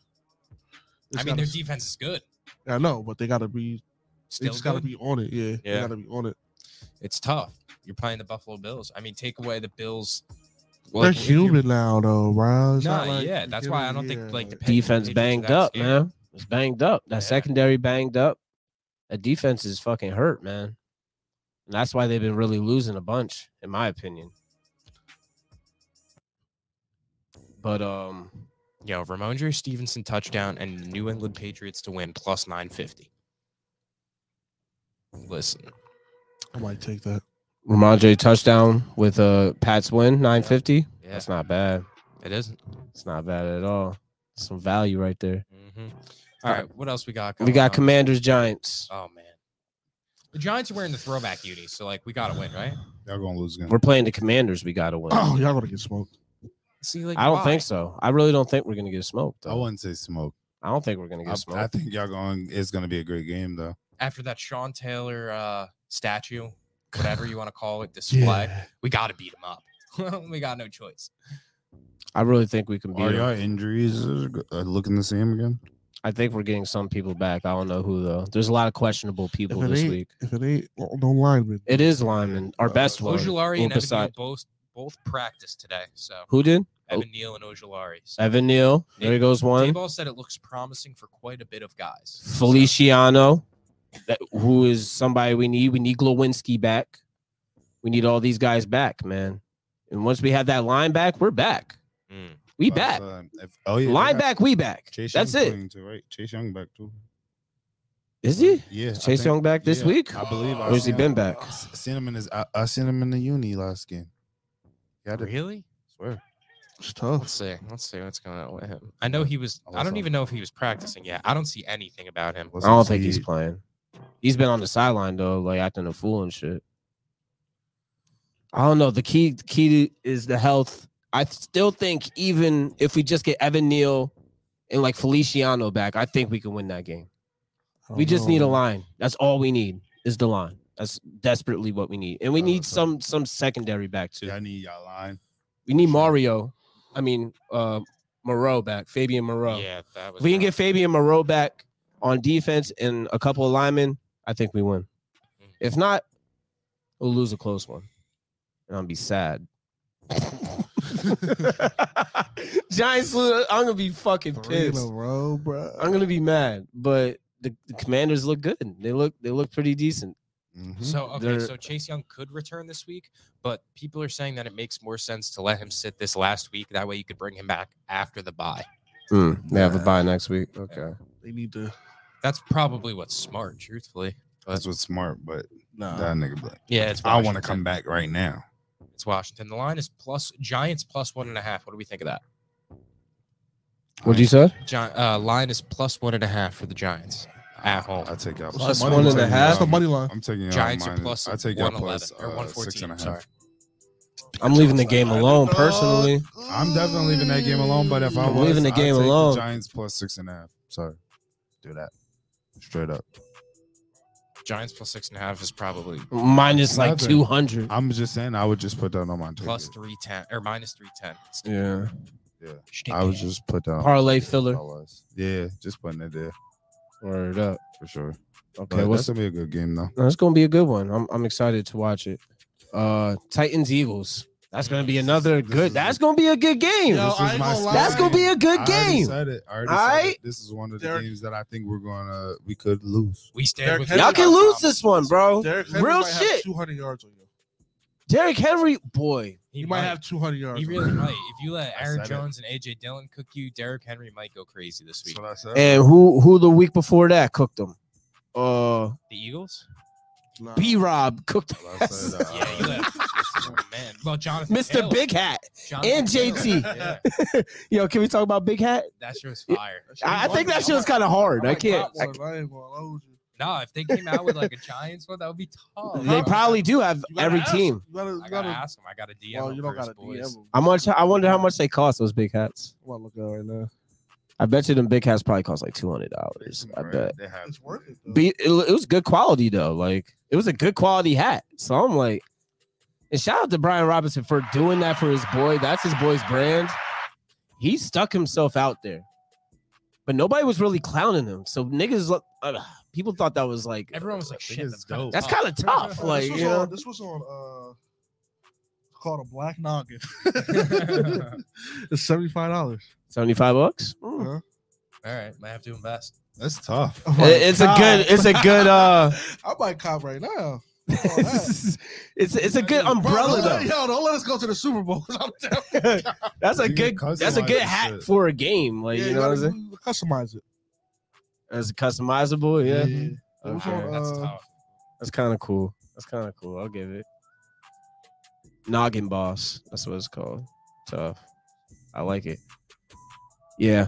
[SPEAKER 3] It's
[SPEAKER 2] I mean, their
[SPEAKER 3] gotta-
[SPEAKER 2] defense is good.
[SPEAKER 3] I know, but they gotta be. They
[SPEAKER 2] Still
[SPEAKER 3] just gotta
[SPEAKER 2] good.
[SPEAKER 3] be on it. Yeah,
[SPEAKER 2] Yeah.
[SPEAKER 3] they gotta be on it.
[SPEAKER 2] it's tough. You're playing the Buffalo Bills. I mean, take away the Bills.
[SPEAKER 3] They're
[SPEAKER 2] if you're-
[SPEAKER 3] human now, though, bro. It's
[SPEAKER 2] Nah,
[SPEAKER 3] not like
[SPEAKER 2] yeah,
[SPEAKER 3] you
[SPEAKER 2] that's
[SPEAKER 3] get
[SPEAKER 2] why
[SPEAKER 3] it,
[SPEAKER 2] I don't
[SPEAKER 3] yeah.
[SPEAKER 2] think like the Pat-
[SPEAKER 1] defense
[SPEAKER 2] Patriots are
[SPEAKER 1] banged
[SPEAKER 2] that
[SPEAKER 1] up,
[SPEAKER 2] scared.
[SPEAKER 1] man. It's banged up. That
[SPEAKER 2] Yeah.
[SPEAKER 1] secondary banged up. That defense is fucking hurt, man. And that's why they've been really losing a bunch, in my opinion. But um,
[SPEAKER 2] Yo, Ramondre Stevenson touchdown and New England Patriots to win plus 950. Listen,
[SPEAKER 3] I might take that.
[SPEAKER 1] Ramondre touchdown with uh Pat's win, 950.
[SPEAKER 2] yeah,
[SPEAKER 1] That's not bad.
[SPEAKER 2] it isn't.
[SPEAKER 1] It's not bad at all. Some value right there.
[SPEAKER 2] Mhm. All right, what else we got?
[SPEAKER 1] We got
[SPEAKER 2] going
[SPEAKER 1] Commanders Giants.
[SPEAKER 2] on? Oh man, the Giants are wearing the throwback unis, so like we gotta win, right?
[SPEAKER 4] Y'all gonna lose again.
[SPEAKER 1] We're playing the Commanders. We gotta win.
[SPEAKER 3] Oh, y'all gonna get smoked.
[SPEAKER 2] See, like
[SPEAKER 1] I don't
[SPEAKER 2] why?
[SPEAKER 1] think so. I really don't think we're gonna get smoked.
[SPEAKER 4] I
[SPEAKER 1] Though.
[SPEAKER 4] wouldn't say smoke.
[SPEAKER 1] I don't think we're gonna
[SPEAKER 4] I,
[SPEAKER 1] get
[SPEAKER 4] I
[SPEAKER 1] smoked.
[SPEAKER 4] think y'all going. It's gonna be a great game though.
[SPEAKER 2] after that Sean Taylor uh, statue, whatever you want to call it, display, we gotta beat him up. we got no choice.
[SPEAKER 1] I really think we can beat
[SPEAKER 4] Are
[SPEAKER 1] 'em.
[SPEAKER 4] y'all injuries uh, looking the same again?
[SPEAKER 1] I think we're getting some people back. I don't know who though. There's a lot of questionable people
[SPEAKER 3] If it
[SPEAKER 1] this
[SPEAKER 3] ain't-
[SPEAKER 1] week.
[SPEAKER 3] If it ain't oh, no- no lineman,
[SPEAKER 1] It is lineman, our
[SPEAKER 4] Uh,
[SPEAKER 1] best one.
[SPEAKER 2] Ojulari and Evan Neal
[SPEAKER 1] Lupasai-
[SPEAKER 2] both both practiced today, so
[SPEAKER 1] Who did?
[SPEAKER 2] Evan Neal and Ojulari. So.
[SPEAKER 1] Evan Neal. There he goes one.
[SPEAKER 2] Dayball said it looks promising for quite a bit of guys. So,
[SPEAKER 1] Feliciano, that, who is somebody we need. We need Glowinski back. We need all these guys back, man. And once we have that line back, we're back.
[SPEAKER 2] Mm.
[SPEAKER 1] We
[SPEAKER 4] Uh,
[SPEAKER 1] back.
[SPEAKER 4] so, if- oh yeah, they
[SPEAKER 1] line
[SPEAKER 4] got
[SPEAKER 1] back, we back.
[SPEAKER 4] Chase
[SPEAKER 1] That's
[SPEAKER 4] Young
[SPEAKER 1] it.
[SPEAKER 4] playing Too, right? Chase Young back too.
[SPEAKER 1] Is he?
[SPEAKER 4] Yeah.
[SPEAKER 1] Is
[SPEAKER 4] I
[SPEAKER 1] Chase
[SPEAKER 4] think-
[SPEAKER 1] Young back this
[SPEAKER 4] yeah,
[SPEAKER 1] week?
[SPEAKER 4] I believe. I
[SPEAKER 1] Or has he
[SPEAKER 4] seen
[SPEAKER 1] been
[SPEAKER 4] him-
[SPEAKER 1] back?
[SPEAKER 4] I s- seen him in his. I, I seen him in the uni last game. Yeah, I did,
[SPEAKER 2] Really?
[SPEAKER 4] swear.
[SPEAKER 3] it's tough.
[SPEAKER 2] Let's see. Let's see what's going on with him. I know he was. I don't
[SPEAKER 4] Also-
[SPEAKER 2] even know if he was practicing yet. I don't see anything about him.
[SPEAKER 1] I don't think he's playing. He's been on the sideline though, like acting a fool and shit. I don't know. The key the key is the health. I still think even if we just get Evan Neal and like Feliciano back, I think we can win that game.
[SPEAKER 3] I
[SPEAKER 1] We
[SPEAKER 3] don't
[SPEAKER 1] just
[SPEAKER 3] know,
[SPEAKER 1] need a
[SPEAKER 3] man.
[SPEAKER 1] line. That's all we need is the line. That's desperately what we need. And we
[SPEAKER 4] Oh,
[SPEAKER 1] need
[SPEAKER 4] that's right.
[SPEAKER 1] some some secondary back too.
[SPEAKER 4] Yeah, I need y'all line.
[SPEAKER 1] We need
[SPEAKER 4] sure.
[SPEAKER 1] Mario. I mean uh Moreau back, Fabian Moreau.
[SPEAKER 2] Yeah, that was.
[SPEAKER 1] If we can
[SPEAKER 2] rough.
[SPEAKER 1] get Fabian Moreau back on defense and a couple of linemen, I think we win. If not, we'll lose a close one. And I'll be sad. Giants lose. I'm gonna be fucking
[SPEAKER 3] Three in
[SPEAKER 1] pissed.
[SPEAKER 3] a row, bro.
[SPEAKER 1] I'm gonna be mad. But the, the commanders look good. They look they look pretty decent.
[SPEAKER 4] Mhm.
[SPEAKER 2] So okay,
[SPEAKER 1] They're-
[SPEAKER 2] so Chase Young could return this week, but people are saying that it makes more sense to let him sit this last week. That way, you could bring him back after the bye.
[SPEAKER 1] Hmm, they have a bye next week. Okay.
[SPEAKER 3] They need to.
[SPEAKER 2] That's probably what's smart, truthfully.
[SPEAKER 4] That's what's smart,
[SPEAKER 2] Uh,
[SPEAKER 4] but
[SPEAKER 3] Nah.
[SPEAKER 4] that nigga black.
[SPEAKER 2] Yeah, it's.
[SPEAKER 4] I want to
[SPEAKER 2] Washington.
[SPEAKER 4] come back right now.
[SPEAKER 2] It's Washington. The line is plus Giants plus one and a half. What do we think of that?
[SPEAKER 1] What'd you say?
[SPEAKER 2] Giant uh, line is plus one and a half for the Giants. At home.
[SPEAKER 4] I take out
[SPEAKER 3] What's
[SPEAKER 1] Plus
[SPEAKER 3] the money
[SPEAKER 1] one and a
[SPEAKER 3] line?
[SPEAKER 1] half?
[SPEAKER 3] What's the money line?
[SPEAKER 4] I'm taking y'all
[SPEAKER 2] Giants are
[SPEAKER 4] minus-
[SPEAKER 2] plus
[SPEAKER 4] I take y'all
[SPEAKER 2] 111
[SPEAKER 4] plus
[SPEAKER 2] or
[SPEAKER 4] uh, six
[SPEAKER 2] 114.
[SPEAKER 4] and a
[SPEAKER 2] Sorry.
[SPEAKER 4] half.
[SPEAKER 1] I'm leaving the game alone personally.
[SPEAKER 4] I'm definitely leaving that game alone. But if I
[SPEAKER 1] I'm
[SPEAKER 4] was
[SPEAKER 1] leaving the
[SPEAKER 4] I'd
[SPEAKER 1] game
[SPEAKER 4] take
[SPEAKER 1] alone.
[SPEAKER 4] Giants plus six and a half. Sorry, do that straight up.
[SPEAKER 2] Giants plus six and a half is probably
[SPEAKER 1] Minus like
[SPEAKER 4] Nothing.
[SPEAKER 1] two hundred.
[SPEAKER 4] I'm just saying I would just put that on my ticket.
[SPEAKER 2] plus three ten or minus three ten.
[SPEAKER 1] Yeah.
[SPEAKER 4] I would just put that. On
[SPEAKER 1] Parlay filler.
[SPEAKER 4] I was. Yeah, just putting it there
[SPEAKER 1] Word up.
[SPEAKER 4] for sure.
[SPEAKER 1] Okay.
[SPEAKER 4] But
[SPEAKER 1] what's
[SPEAKER 4] that's gonna be a good game though.
[SPEAKER 1] That's gonna be a good one. I'm I'm excited to watch it. Uh Titans Eagles. That's gonna be another
[SPEAKER 4] This
[SPEAKER 1] good.
[SPEAKER 4] is-
[SPEAKER 1] That's gonna be a good game.
[SPEAKER 3] Yo,
[SPEAKER 4] This is
[SPEAKER 3] I ain't
[SPEAKER 4] my
[SPEAKER 3] gonna lie.
[SPEAKER 1] that's gonna be a
[SPEAKER 4] I
[SPEAKER 1] good
[SPEAKER 4] already
[SPEAKER 1] game.
[SPEAKER 4] said it. I already
[SPEAKER 1] All
[SPEAKER 4] said
[SPEAKER 1] right.
[SPEAKER 4] it. This is one of the
[SPEAKER 3] Derek-
[SPEAKER 4] games that I think we're gonna we could lose.
[SPEAKER 2] we stand with
[SPEAKER 3] Derrick
[SPEAKER 1] Y'all
[SPEAKER 3] Henry
[SPEAKER 1] can
[SPEAKER 3] got
[SPEAKER 1] lose
[SPEAKER 3] problems.
[SPEAKER 1] this one, bro.
[SPEAKER 3] Derrick Henry
[SPEAKER 1] Real
[SPEAKER 3] might have
[SPEAKER 1] shit.
[SPEAKER 3] 200 yards on you.
[SPEAKER 1] Derrick Henry, boy,
[SPEAKER 2] He,
[SPEAKER 3] He, might have 200 yards.
[SPEAKER 2] He
[SPEAKER 3] on
[SPEAKER 2] really
[SPEAKER 3] you.
[SPEAKER 2] might. If you let
[SPEAKER 4] I
[SPEAKER 2] Aaron
[SPEAKER 4] said it.
[SPEAKER 2] Jones and AJ Dillon cook you, Derrick Henry might go crazy this week.
[SPEAKER 4] That's what I said.
[SPEAKER 1] and who who the week before that cooked them? Uh,
[SPEAKER 2] The Eagles?
[SPEAKER 3] Nah.
[SPEAKER 1] B Rob cooked
[SPEAKER 4] I said, uh,
[SPEAKER 2] Yeah, you let oh, man. Well, Jonathan
[SPEAKER 1] Mr.
[SPEAKER 2] Taylor.
[SPEAKER 1] Big Hat.
[SPEAKER 2] Jonathan
[SPEAKER 1] and
[SPEAKER 2] Taylor.
[SPEAKER 1] JT.
[SPEAKER 2] Yeah,
[SPEAKER 1] Yo, can we talk about Big Hat?
[SPEAKER 2] that shit was fire.
[SPEAKER 1] I, I think that
[SPEAKER 3] I
[SPEAKER 1] shit was
[SPEAKER 3] might-
[SPEAKER 1] kind of hard. I
[SPEAKER 3] I might
[SPEAKER 1] can't.
[SPEAKER 3] cop one, I ain't gonna hold you.
[SPEAKER 2] No, if they came out with like a Giants one, that would be tough.
[SPEAKER 1] They probably do have
[SPEAKER 3] You gotta
[SPEAKER 1] every
[SPEAKER 3] ask-
[SPEAKER 1] team.
[SPEAKER 3] You gotta, you
[SPEAKER 2] I gotta
[SPEAKER 3] gotta,
[SPEAKER 2] ask them. I gotta DM.
[SPEAKER 3] well,
[SPEAKER 2] them
[SPEAKER 3] you don't
[SPEAKER 2] first,
[SPEAKER 3] gotta DM
[SPEAKER 2] boys.
[SPEAKER 3] him.
[SPEAKER 1] How much? I wonder how much they cost those big hats.
[SPEAKER 3] I'm gonna look at it right now.
[SPEAKER 1] I bet you them big hats probably cost like two hundred dollars. I bet.
[SPEAKER 4] uh, They have
[SPEAKER 3] It's worth it. Though.
[SPEAKER 1] be it, it was good quality though. Like it was a good quality hat. So I'm like, and shout out to Brian Robinson for doing that for his boy. That's his boy's brand. He stuck himself out there, but nobody was really clowning him. So niggas, lo- uh, people thought that was like
[SPEAKER 2] Everyone was like,
[SPEAKER 4] That
[SPEAKER 2] "Shit,
[SPEAKER 4] is
[SPEAKER 2] that's kinda
[SPEAKER 4] dope.
[SPEAKER 1] that's kind of tough.
[SPEAKER 3] Uh,
[SPEAKER 1] Like
[SPEAKER 3] this was
[SPEAKER 1] you know,
[SPEAKER 3] on, this was on uh, it's called a black noggin. it's seventy five dollars.
[SPEAKER 1] seventy five bucks. Mm.
[SPEAKER 3] Huh?
[SPEAKER 2] All right, might have to invest.
[SPEAKER 4] That's tough.
[SPEAKER 3] I'm
[SPEAKER 1] It-
[SPEAKER 3] like,
[SPEAKER 1] It's a
[SPEAKER 3] "Nah."
[SPEAKER 1] good. It's a good. uh
[SPEAKER 3] I might cop right now.
[SPEAKER 1] it's it's a good umbrella
[SPEAKER 3] Bro, don't let-
[SPEAKER 1] though.
[SPEAKER 3] Yo, don't let us go to the Super Bowl. 'cause I'm down.
[SPEAKER 1] That's a
[SPEAKER 4] You
[SPEAKER 1] good
[SPEAKER 4] can
[SPEAKER 1] that's a
[SPEAKER 4] customize
[SPEAKER 1] good
[SPEAKER 4] that
[SPEAKER 1] hat
[SPEAKER 4] shit.
[SPEAKER 1] for a game. Like
[SPEAKER 3] Yeah,
[SPEAKER 1] you know what I'm
[SPEAKER 3] gotta
[SPEAKER 1] saying?
[SPEAKER 3] Customize it.
[SPEAKER 1] It's customizable. Yeah,
[SPEAKER 3] It was
[SPEAKER 1] Okay.
[SPEAKER 3] on,
[SPEAKER 2] That's
[SPEAKER 3] uh,
[SPEAKER 2] tough.
[SPEAKER 1] that's kind of cool. That's kind of cool. I'll give it. Noggin boss. That's what it's called. Tough. I like it. Yeah,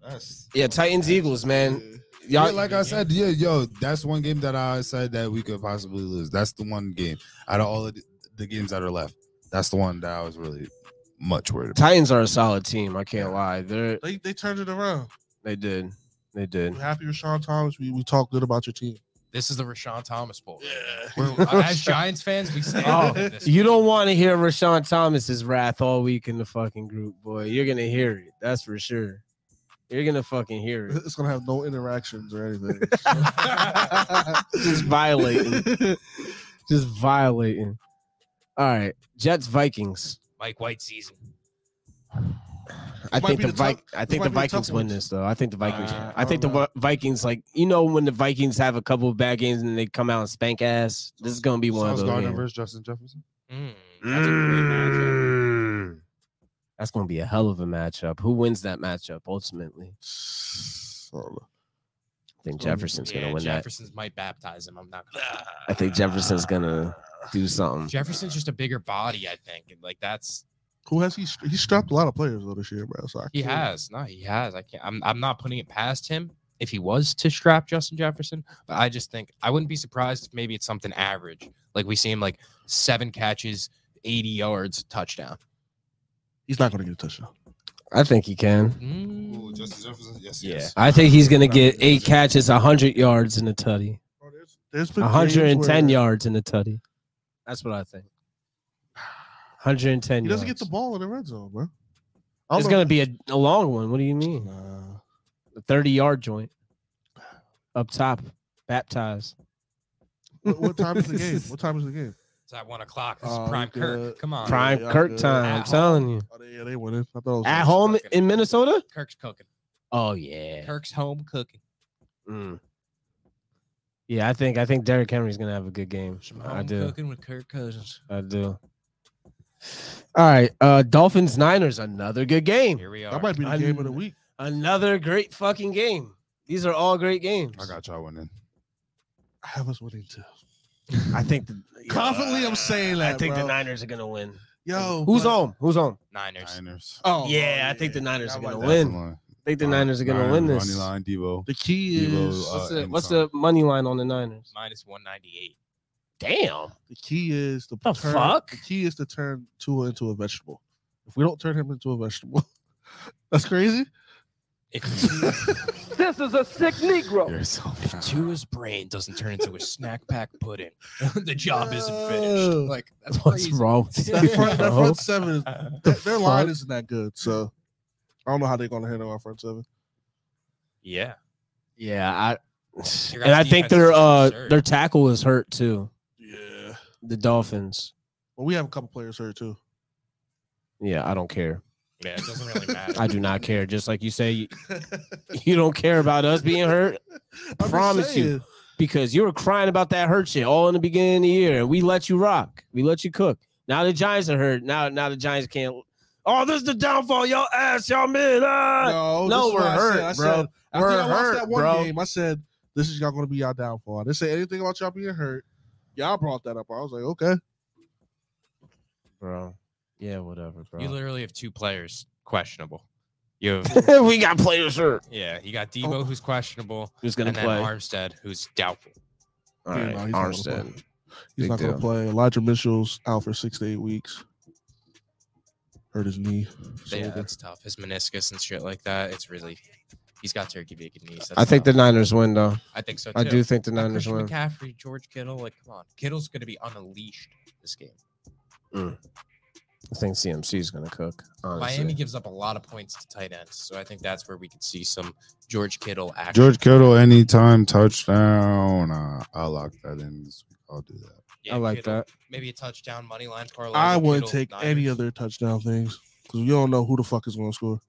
[SPEAKER 3] That's-
[SPEAKER 1] yeah. Titans Eagles, man.
[SPEAKER 3] Yeah.
[SPEAKER 1] Y'all,
[SPEAKER 4] yeah, like I said, yeah, yo, that's one game that I said that we could possibly lose. That's the one game out of all of the- the games that are left. That's the one that I was really much worried about.
[SPEAKER 1] Titans are a solid team. I can't lie. They're
[SPEAKER 3] They they turned it around.
[SPEAKER 1] they did. They did.
[SPEAKER 3] We're happy with Sean Thomas. We we talk good about your team.
[SPEAKER 2] This is the Rashawn Thomas Bowl.
[SPEAKER 3] Yeah.
[SPEAKER 2] We're, as Giants fans, we stand
[SPEAKER 1] Oh,
[SPEAKER 2] with this.
[SPEAKER 1] You don't want to hear Rashawn Thomas's wrath all week in the fucking group, boy. You're gonna hear it. That's for sure. You're gonna fucking hear it.
[SPEAKER 3] It's gonna have no interactions or anything.
[SPEAKER 1] Just violating. Just violating. All right, Jets Vikings.
[SPEAKER 2] Mike White season.
[SPEAKER 1] I
[SPEAKER 3] might
[SPEAKER 1] think
[SPEAKER 3] be
[SPEAKER 1] the
[SPEAKER 3] the tough-
[SPEAKER 1] Vi- I think the
[SPEAKER 3] might be the tough
[SPEAKER 1] Vikings win
[SPEAKER 3] one.
[SPEAKER 1] this though. I think the Vikings. win.
[SPEAKER 2] Uh,
[SPEAKER 1] I think the
[SPEAKER 3] alright.
[SPEAKER 1] Vi- Vikings like you know when the Vikings have a couple of bad games and they come out and spank ass. This is gonna be one of
[SPEAKER 4] Sauce
[SPEAKER 1] those.
[SPEAKER 4] Gardner
[SPEAKER 1] games.
[SPEAKER 4] versus Justin Jefferson.
[SPEAKER 2] Mm, that's a great matchup.
[SPEAKER 1] That's gonna be a hell of a matchup. Who wins that matchup ultimately? I think
[SPEAKER 3] It's gonna be-
[SPEAKER 1] Jefferson's
[SPEAKER 2] yeah,
[SPEAKER 1] gonna win that.
[SPEAKER 2] Jefferson's might baptize him. I'm not gonna lie.
[SPEAKER 1] I think Jefferson's gonna do something.
[SPEAKER 2] Jefferson's just a bigger body, I think. And like that's
[SPEAKER 3] Who has he? He strapped a lot of players though this year, bro. So I
[SPEAKER 2] he
[SPEAKER 3] can't-
[SPEAKER 2] has. No, he has. I can't I'm I'm not putting it past him if he was to strap Justin Jefferson. But I just think I wouldn't be surprised if maybe it's something average. Like we see him like seven catches, 80 yards, touchdown.
[SPEAKER 3] He's not gonna get a touchdown.
[SPEAKER 1] I think he can.
[SPEAKER 2] Mm,
[SPEAKER 4] Ooh, Justin Jefferson. Yes,
[SPEAKER 1] Yeah, I think he's gonna get eight
[SPEAKER 4] catches.
[SPEAKER 1] catches, hundred yards in the tutty,
[SPEAKER 3] There's been games
[SPEAKER 1] hundred and ten
[SPEAKER 3] where
[SPEAKER 1] yards in the tutty. That's what I think. Hundred and ten.
[SPEAKER 3] He doesn't get the
[SPEAKER 1] yards.
[SPEAKER 3] ball in the red zone, bro. I don't
[SPEAKER 1] It's
[SPEAKER 3] know-
[SPEAKER 1] gonna be a, a long one. What do you mean?
[SPEAKER 3] Nah.
[SPEAKER 1] A thirty-yard joint up top, baptized.
[SPEAKER 3] What, what time is the game? What time is the game?
[SPEAKER 2] it's at one o'clock. This is
[SPEAKER 3] Oh,
[SPEAKER 2] prime
[SPEAKER 3] good.
[SPEAKER 2] Kirk. Come on.
[SPEAKER 1] Prime
[SPEAKER 3] yeah,
[SPEAKER 1] Kirk
[SPEAKER 3] good.
[SPEAKER 1] time.
[SPEAKER 2] At
[SPEAKER 1] I'm
[SPEAKER 2] home.
[SPEAKER 1] telling you.
[SPEAKER 3] Oh, they, yeah, they winning. I thought it was
[SPEAKER 1] At home
[SPEAKER 2] cooking.
[SPEAKER 1] in Minnesota.
[SPEAKER 2] Kirk's cooking.
[SPEAKER 1] Oh yeah.
[SPEAKER 2] Kirk's home cooking.
[SPEAKER 1] Mm. Yeah, I think I think Derrick Henry's gonna have a good game.
[SPEAKER 2] Some home
[SPEAKER 1] I do.
[SPEAKER 2] cooking with Kirk Cousins.
[SPEAKER 1] I do. All right, uh Dolphins Niners, another good game.
[SPEAKER 2] Here we are.
[SPEAKER 3] That might be the
[SPEAKER 1] I'm-
[SPEAKER 3] game of the week.
[SPEAKER 1] Another great fucking game. These are all great games.
[SPEAKER 4] I got y'all winning.
[SPEAKER 3] I have us winning too.
[SPEAKER 1] I think the,
[SPEAKER 3] Confidently, I'm saying
[SPEAKER 1] I
[SPEAKER 3] that.
[SPEAKER 1] think the
[SPEAKER 3] bro.
[SPEAKER 1] Niners are gonna win.
[SPEAKER 3] Yo,
[SPEAKER 1] who's
[SPEAKER 3] but-
[SPEAKER 1] home? Who's home?
[SPEAKER 2] Niners.
[SPEAKER 4] Niners.
[SPEAKER 3] Oh,
[SPEAKER 1] Yeah, I think the Niners
[SPEAKER 3] I
[SPEAKER 1] are
[SPEAKER 3] like
[SPEAKER 1] gonna
[SPEAKER 3] that.
[SPEAKER 1] win.
[SPEAKER 4] Definitely.
[SPEAKER 1] I think the Niners are gonna win
[SPEAKER 4] Niners,
[SPEAKER 1] this.
[SPEAKER 4] Ronnie Line, Debo.
[SPEAKER 3] The key
[SPEAKER 4] Debo,
[SPEAKER 3] is
[SPEAKER 4] uh,
[SPEAKER 1] What's the
[SPEAKER 4] and
[SPEAKER 1] what's
[SPEAKER 4] Son.
[SPEAKER 1] the money line on the Niners?
[SPEAKER 2] Minus 198.
[SPEAKER 1] Damn.
[SPEAKER 3] the key is to
[SPEAKER 1] The
[SPEAKER 3] turn,
[SPEAKER 1] fuck?
[SPEAKER 3] The key is to turn Tua into a vegetable. If we don't turn him into a vegetable, that's crazy.
[SPEAKER 2] If
[SPEAKER 5] This is a sick Negro.
[SPEAKER 4] You're so
[SPEAKER 2] if
[SPEAKER 4] proud.
[SPEAKER 2] Tua's brain doesn't turn into a snack pack pudding, the job isn't
[SPEAKER 3] No.
[SPEAKER 2] finished. Like that's
[SPEAKER 1] What's
[SPEAKER 2] crazy.
[SPEAKER 1] wrong with
[SPEAKER 3] That
[SPEAKER 1] you,
[SPEAKER 3] front, that
[SPEAKER 1] bro?
[SPEAKER 3] front seven, is, their, their line
[SPEAKER 1] fuck?
[SPEAKER 3] isn't that good. So I don't know how they're gonna handle our front seven.
[SPEAKER 2] Yeah,
[SPEAKER 1] Yeah, I
[SPEAKER 2] Your
[SPEAKER 1] and I
[SPEAKER 2] guys'
[SPEAKER 1] think
[SPEAKER 2] defense
[SPEAKER 1] their
[SPEAKER 2] is
[SPEAKER 1] uh
[SPEAKER 2] absurd.
[SPEAKER 1] their tackle is hurt too.
[SPEAKER 3] Yeah.
[SPEAKER 1] The Dolphins.
[SPEAKER 3] Well, we have a couple players hurt too.
[SPEAKER 1] Yeah, I don't care.
[SPEAKER 2] yeah, it doesn't really matter.
[SPEAKER 1] I do not care. Just like you say, you,
[SPEAKER 3] I'm
[SPEAKER 1] you don't care about us being hurt
[SPEAKER 3] just
[SPEAKER 1] Promise you.
[SPEAKER 3] saying.
[SPEAKER 1] because you were crying about that hurt shit all in the beginning of the year, and we let you rock. We let you cook. Now the Giants are hurt. Now, now the Giants can't. Oh, this is the downfall. Y'all ass, y'all mid. Ah.
[SPEAKER 3] No,
[SPEAKER 1] No,
[SPEAKER 3] Oh, this is
[SPEAKER 1] we're
[SPEAKER 3] what I said.
[SPEAKER 1] hurt,
[SPEAKER 3] I
[SPEAKER 1] bro.
[SPEAKER 3] Said, after
[SPEAKER 1] We're
[SPEAKER 3] I watched
[SPEAKER 1] hurt,
[SPEAKER 3] that one
[SPEAKER 1] bro.
[SPEAKER 3] game, I said this is y'all gonna be y'all downfall. I didn't say anything about y'all being hurt. Y'all brought that up. I was like, okay.
[SPEAKER 1] Bro. Yeah, whatever,
[SPEAKER 2] You
[SPEAKER 1] bro.
[SPEAKER 2] literally have two players questionable. You have
[SPEAKER 1] we got players hurt.
[SPEAKER 2] yeah, you got Debo who's questionable,
[SPEAKER 1] Who's Oh. gonna
[SPEAKER 2] and then
[SPEAKER 1] play?
[SPEAKER 2] Armstead who's doubtful.
[SPEAKER 1] all
[SPEAKER 3] Yeah,
[SPEAKER 1] right,
[SPEAKER 3] no, he's not gonna
[SPEAKER 1] Armstead.
[SPEAKER 3] play. He's
[SPEAKER 1] Big
[SPEAKER 3] not going
[SPEAKER 1] deal.
[SPEAKER 3] to play. Elijah Mitchell's out for six to eight weeks. Hurt his knee.
[SPEAKER 2] Yeah,
[SPEAKER 3] shoulder.
[SPEAKER 2] that's tough. His meniscus and shit like that. It's really he's got turkey bacon knees.
[SPEAKER 1] I
[SPEAKER 2] that's
[SPEAKER 1] think the
[SPEAKER 2] tough.
[SPEAKER 1] Niners win though.
[SPEAKER 2] I think so too.
[SPEAKER 1] I do think the
[SPEAKER 2] Got
[SPEAKER 1] Niners
[SPEAKER 2] Christian
[SPEAKER 1] win.
[SPEAKER 2] McCaffrey, George Kittle, like come on, Kittle's gonna be unleashed this game.
[SPEAKER 1] I think CMC is gonna cook. Honestly.
[SPEAKER 2] Miami gives up a lot of points to tight ends, so I think that's where we could see some George Kittle action.
[SPEAKER 4] George Kittle, anytime touchdown. Uh, I'll lock that in this week. I'll do that.
[SPEAKER 2] Yeah,
[SPEAKER 1] I like
[SPEAKER 2] Kittle.
[SPEAKER 1] that.
[SPEAKER 2] Maybe a touchdown, money line parlay.
[SPEAKER 3] I
[SPEAKER 2] with
[SPEAKER 3] wouldn't
[SPEAKER 2] Kittle,
[SPEAKER 3] take any
[SPEAKER 2] Niners.
[SPEAKER 3] of their touchdown things because we don't know who the fuck is going to score.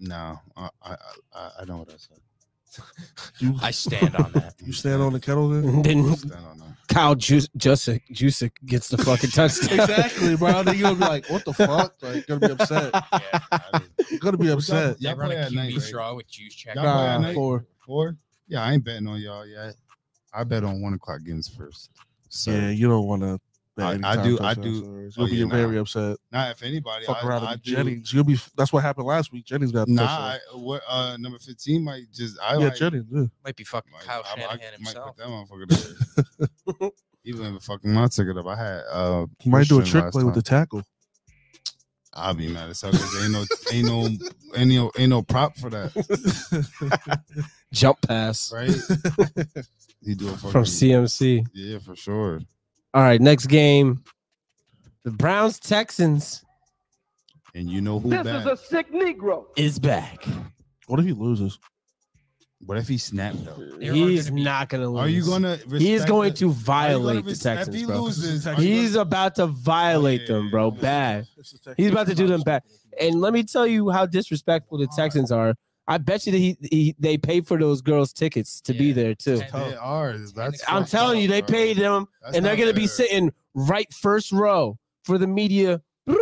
[SPEAKER 4] No, I, I, I, I know what I said.
[SPEAKER 3] You,
[SPEAKER 2] I stand on that.
[SPEAKER 3] you stand on the kettle then?
[SPEAKER 4] I
[SPEAKER 1] Then
[SPEAKER 4] stand on that.
[SPEAKER 1] Kyle Jus- Jusic Jusic gets the fucking touchdown.
[SPEAKER 3] exactly, bro. Then you're gonna be like, what the fuck? Like, gonna be upset.
[SPEAKER 2] Yeah.
[SPEAKER 4] I did.
[SPEAKER 3] You're gonna be upset.
[SPEAKER 2] They
[SPEAKER 4] Y'all
[SPEAKER 2] run a
[SPEAKER 4] play at
[SPEAKER 2] QB
[SPEAKER 4] night, right?
[SPEAKER 2] straw with juice check.
[SPEAKER 4] Y'all play at
[SPEAKER 3] Nah,
[SPEAKER 4] night?
[SPEAKER 3] four.
[SPEAKER 4] Four? Yeah, I ain't betting on y'all yet. I bet on one o'clock games first. So
[SPEAKER 3] Yeah, you don't want to.
[SPEAKER 4] I- I do- I do-
[SPEAKER 3] You'll
[SPEAKER 4] oh,
[SPEAKER 3] be
[SPEAKER 4] yeah, nah.
[SPEAKER 3] very upset.
[SPEAKER 4] now if anybody
[SPEAKER 3] Fuck
[SPEAKER 4] I,
[SPEAKER 3] around
[SPEAKER 4] I
[SPEAKER 3] with
[SPEAKER 4] do-
[SPEAKER 3] Jennings. You'll be. That's what happened last week. Jennings got
[SPEAKER 4] Nah,
[SPEAKER 3] touchdown.
[SPEAKER 4] I, what uh number fifteen might just I
[SPEAKER 3] yeah,
[SPEAKER 4] like,
[SPEAKER 3] Jennings. Yeah.
[SPEAKER 2] Might be fucking
[SPEAKER 4] might-
[SPEAKER 2] Kyle
[SPEAKER 4] I- I
[SPEAKER 2] Shanahan
[SPEAKER 4] might
[SPEAKER 2] himself.
[SPEAKER 4] put that motherfucker there. Even if fucking my ticket up, I had uh
[SPEAKER 3] He might do a
[SPEAKER 4] Christian
[SPEAKER 3] trick
[SPEAKER 4] last
[SPEAKER 3] play with
[SPEAKER 4] time.
[SPEAKER 3] the tackle.
[SPEAKER 4] I'll be mad as hell because ain't no ain't no ain't no ain't no prop for that,
[SPEAKER 1] Jump pass
[SPEAKER 4] right? he do a fucking
[SPEAKER 1] from CMC.
[SPEAKER 4] yeah for sure.
[SPEAKER 1] All right, next game. The Browns Texans
[SPEAKER 4] And you know who
[SPEAKER 5] This
[SPEAKER 4] bad.
[SPEAKER 5] is a sick Negro.
[SPEAKER 1] is back.
[SPEAKER 3] What if he loses?
[SPEAKER 4] what if he snapped though?
[SPEAKER 2] They aren't
[SPEAKER 1] He's
[SPEAKER 2] gonna be-
[SPEAKER 1] not gonna lose.
[SPEAKER 4] Are you gonna?
[SPEAKER 1] He is
[SPEAKER 4] respect
[SPEAKER 1] going
[SPEAKER 4] the-
[SPEAKER 1] to
[SPEAKER 4] are you gonna
[SPEAKER 1] violate the
[SPEAKER 4] res- if
[SPEAKER 1] Texans,
[SPEAKER 4] he
[SPEAKER 1] bro.
[SPEAKER 4] loses, are you
[SPEAKER 1] He's
[SPEAKER 4] gonna-
[SPEAKER 1] about to violate
[SPEAKER 4] yeah,
[SPEAKER 1] them,
[SPEAKER 4] yeah,
[SPEAKER 1] bro.
[SPEAKER 4] yeah.
[SPEAKER 1] Bad. He's about to do them bad. And let me tell you how disrespectful the Texans are. I bet you that he, he they paid for those girls' tickets to be
[SPEAKER 2] Yeah.
[SPEAKER 1] there too.
[SPEAKER 2] And-
[SPEAKER 4] They are. That's
[SPEAKER 1] I'm
[SPEAKER 4] fucked
[SPEAKER 1] telling
[SPEAKER 4] up,
[SPEAKER 1] you, they
[SPEAKER 4] bro.
[SPEAKER 1] paid them,
[SPEAKER 4] That's
[SPEAKER 1] and they're
[SPEAKER 4] not
[SPEAKER 1] gonna be
[SPEAKER 4] fair.
[SPEAKER 1] sitting right first row for the media. Broop.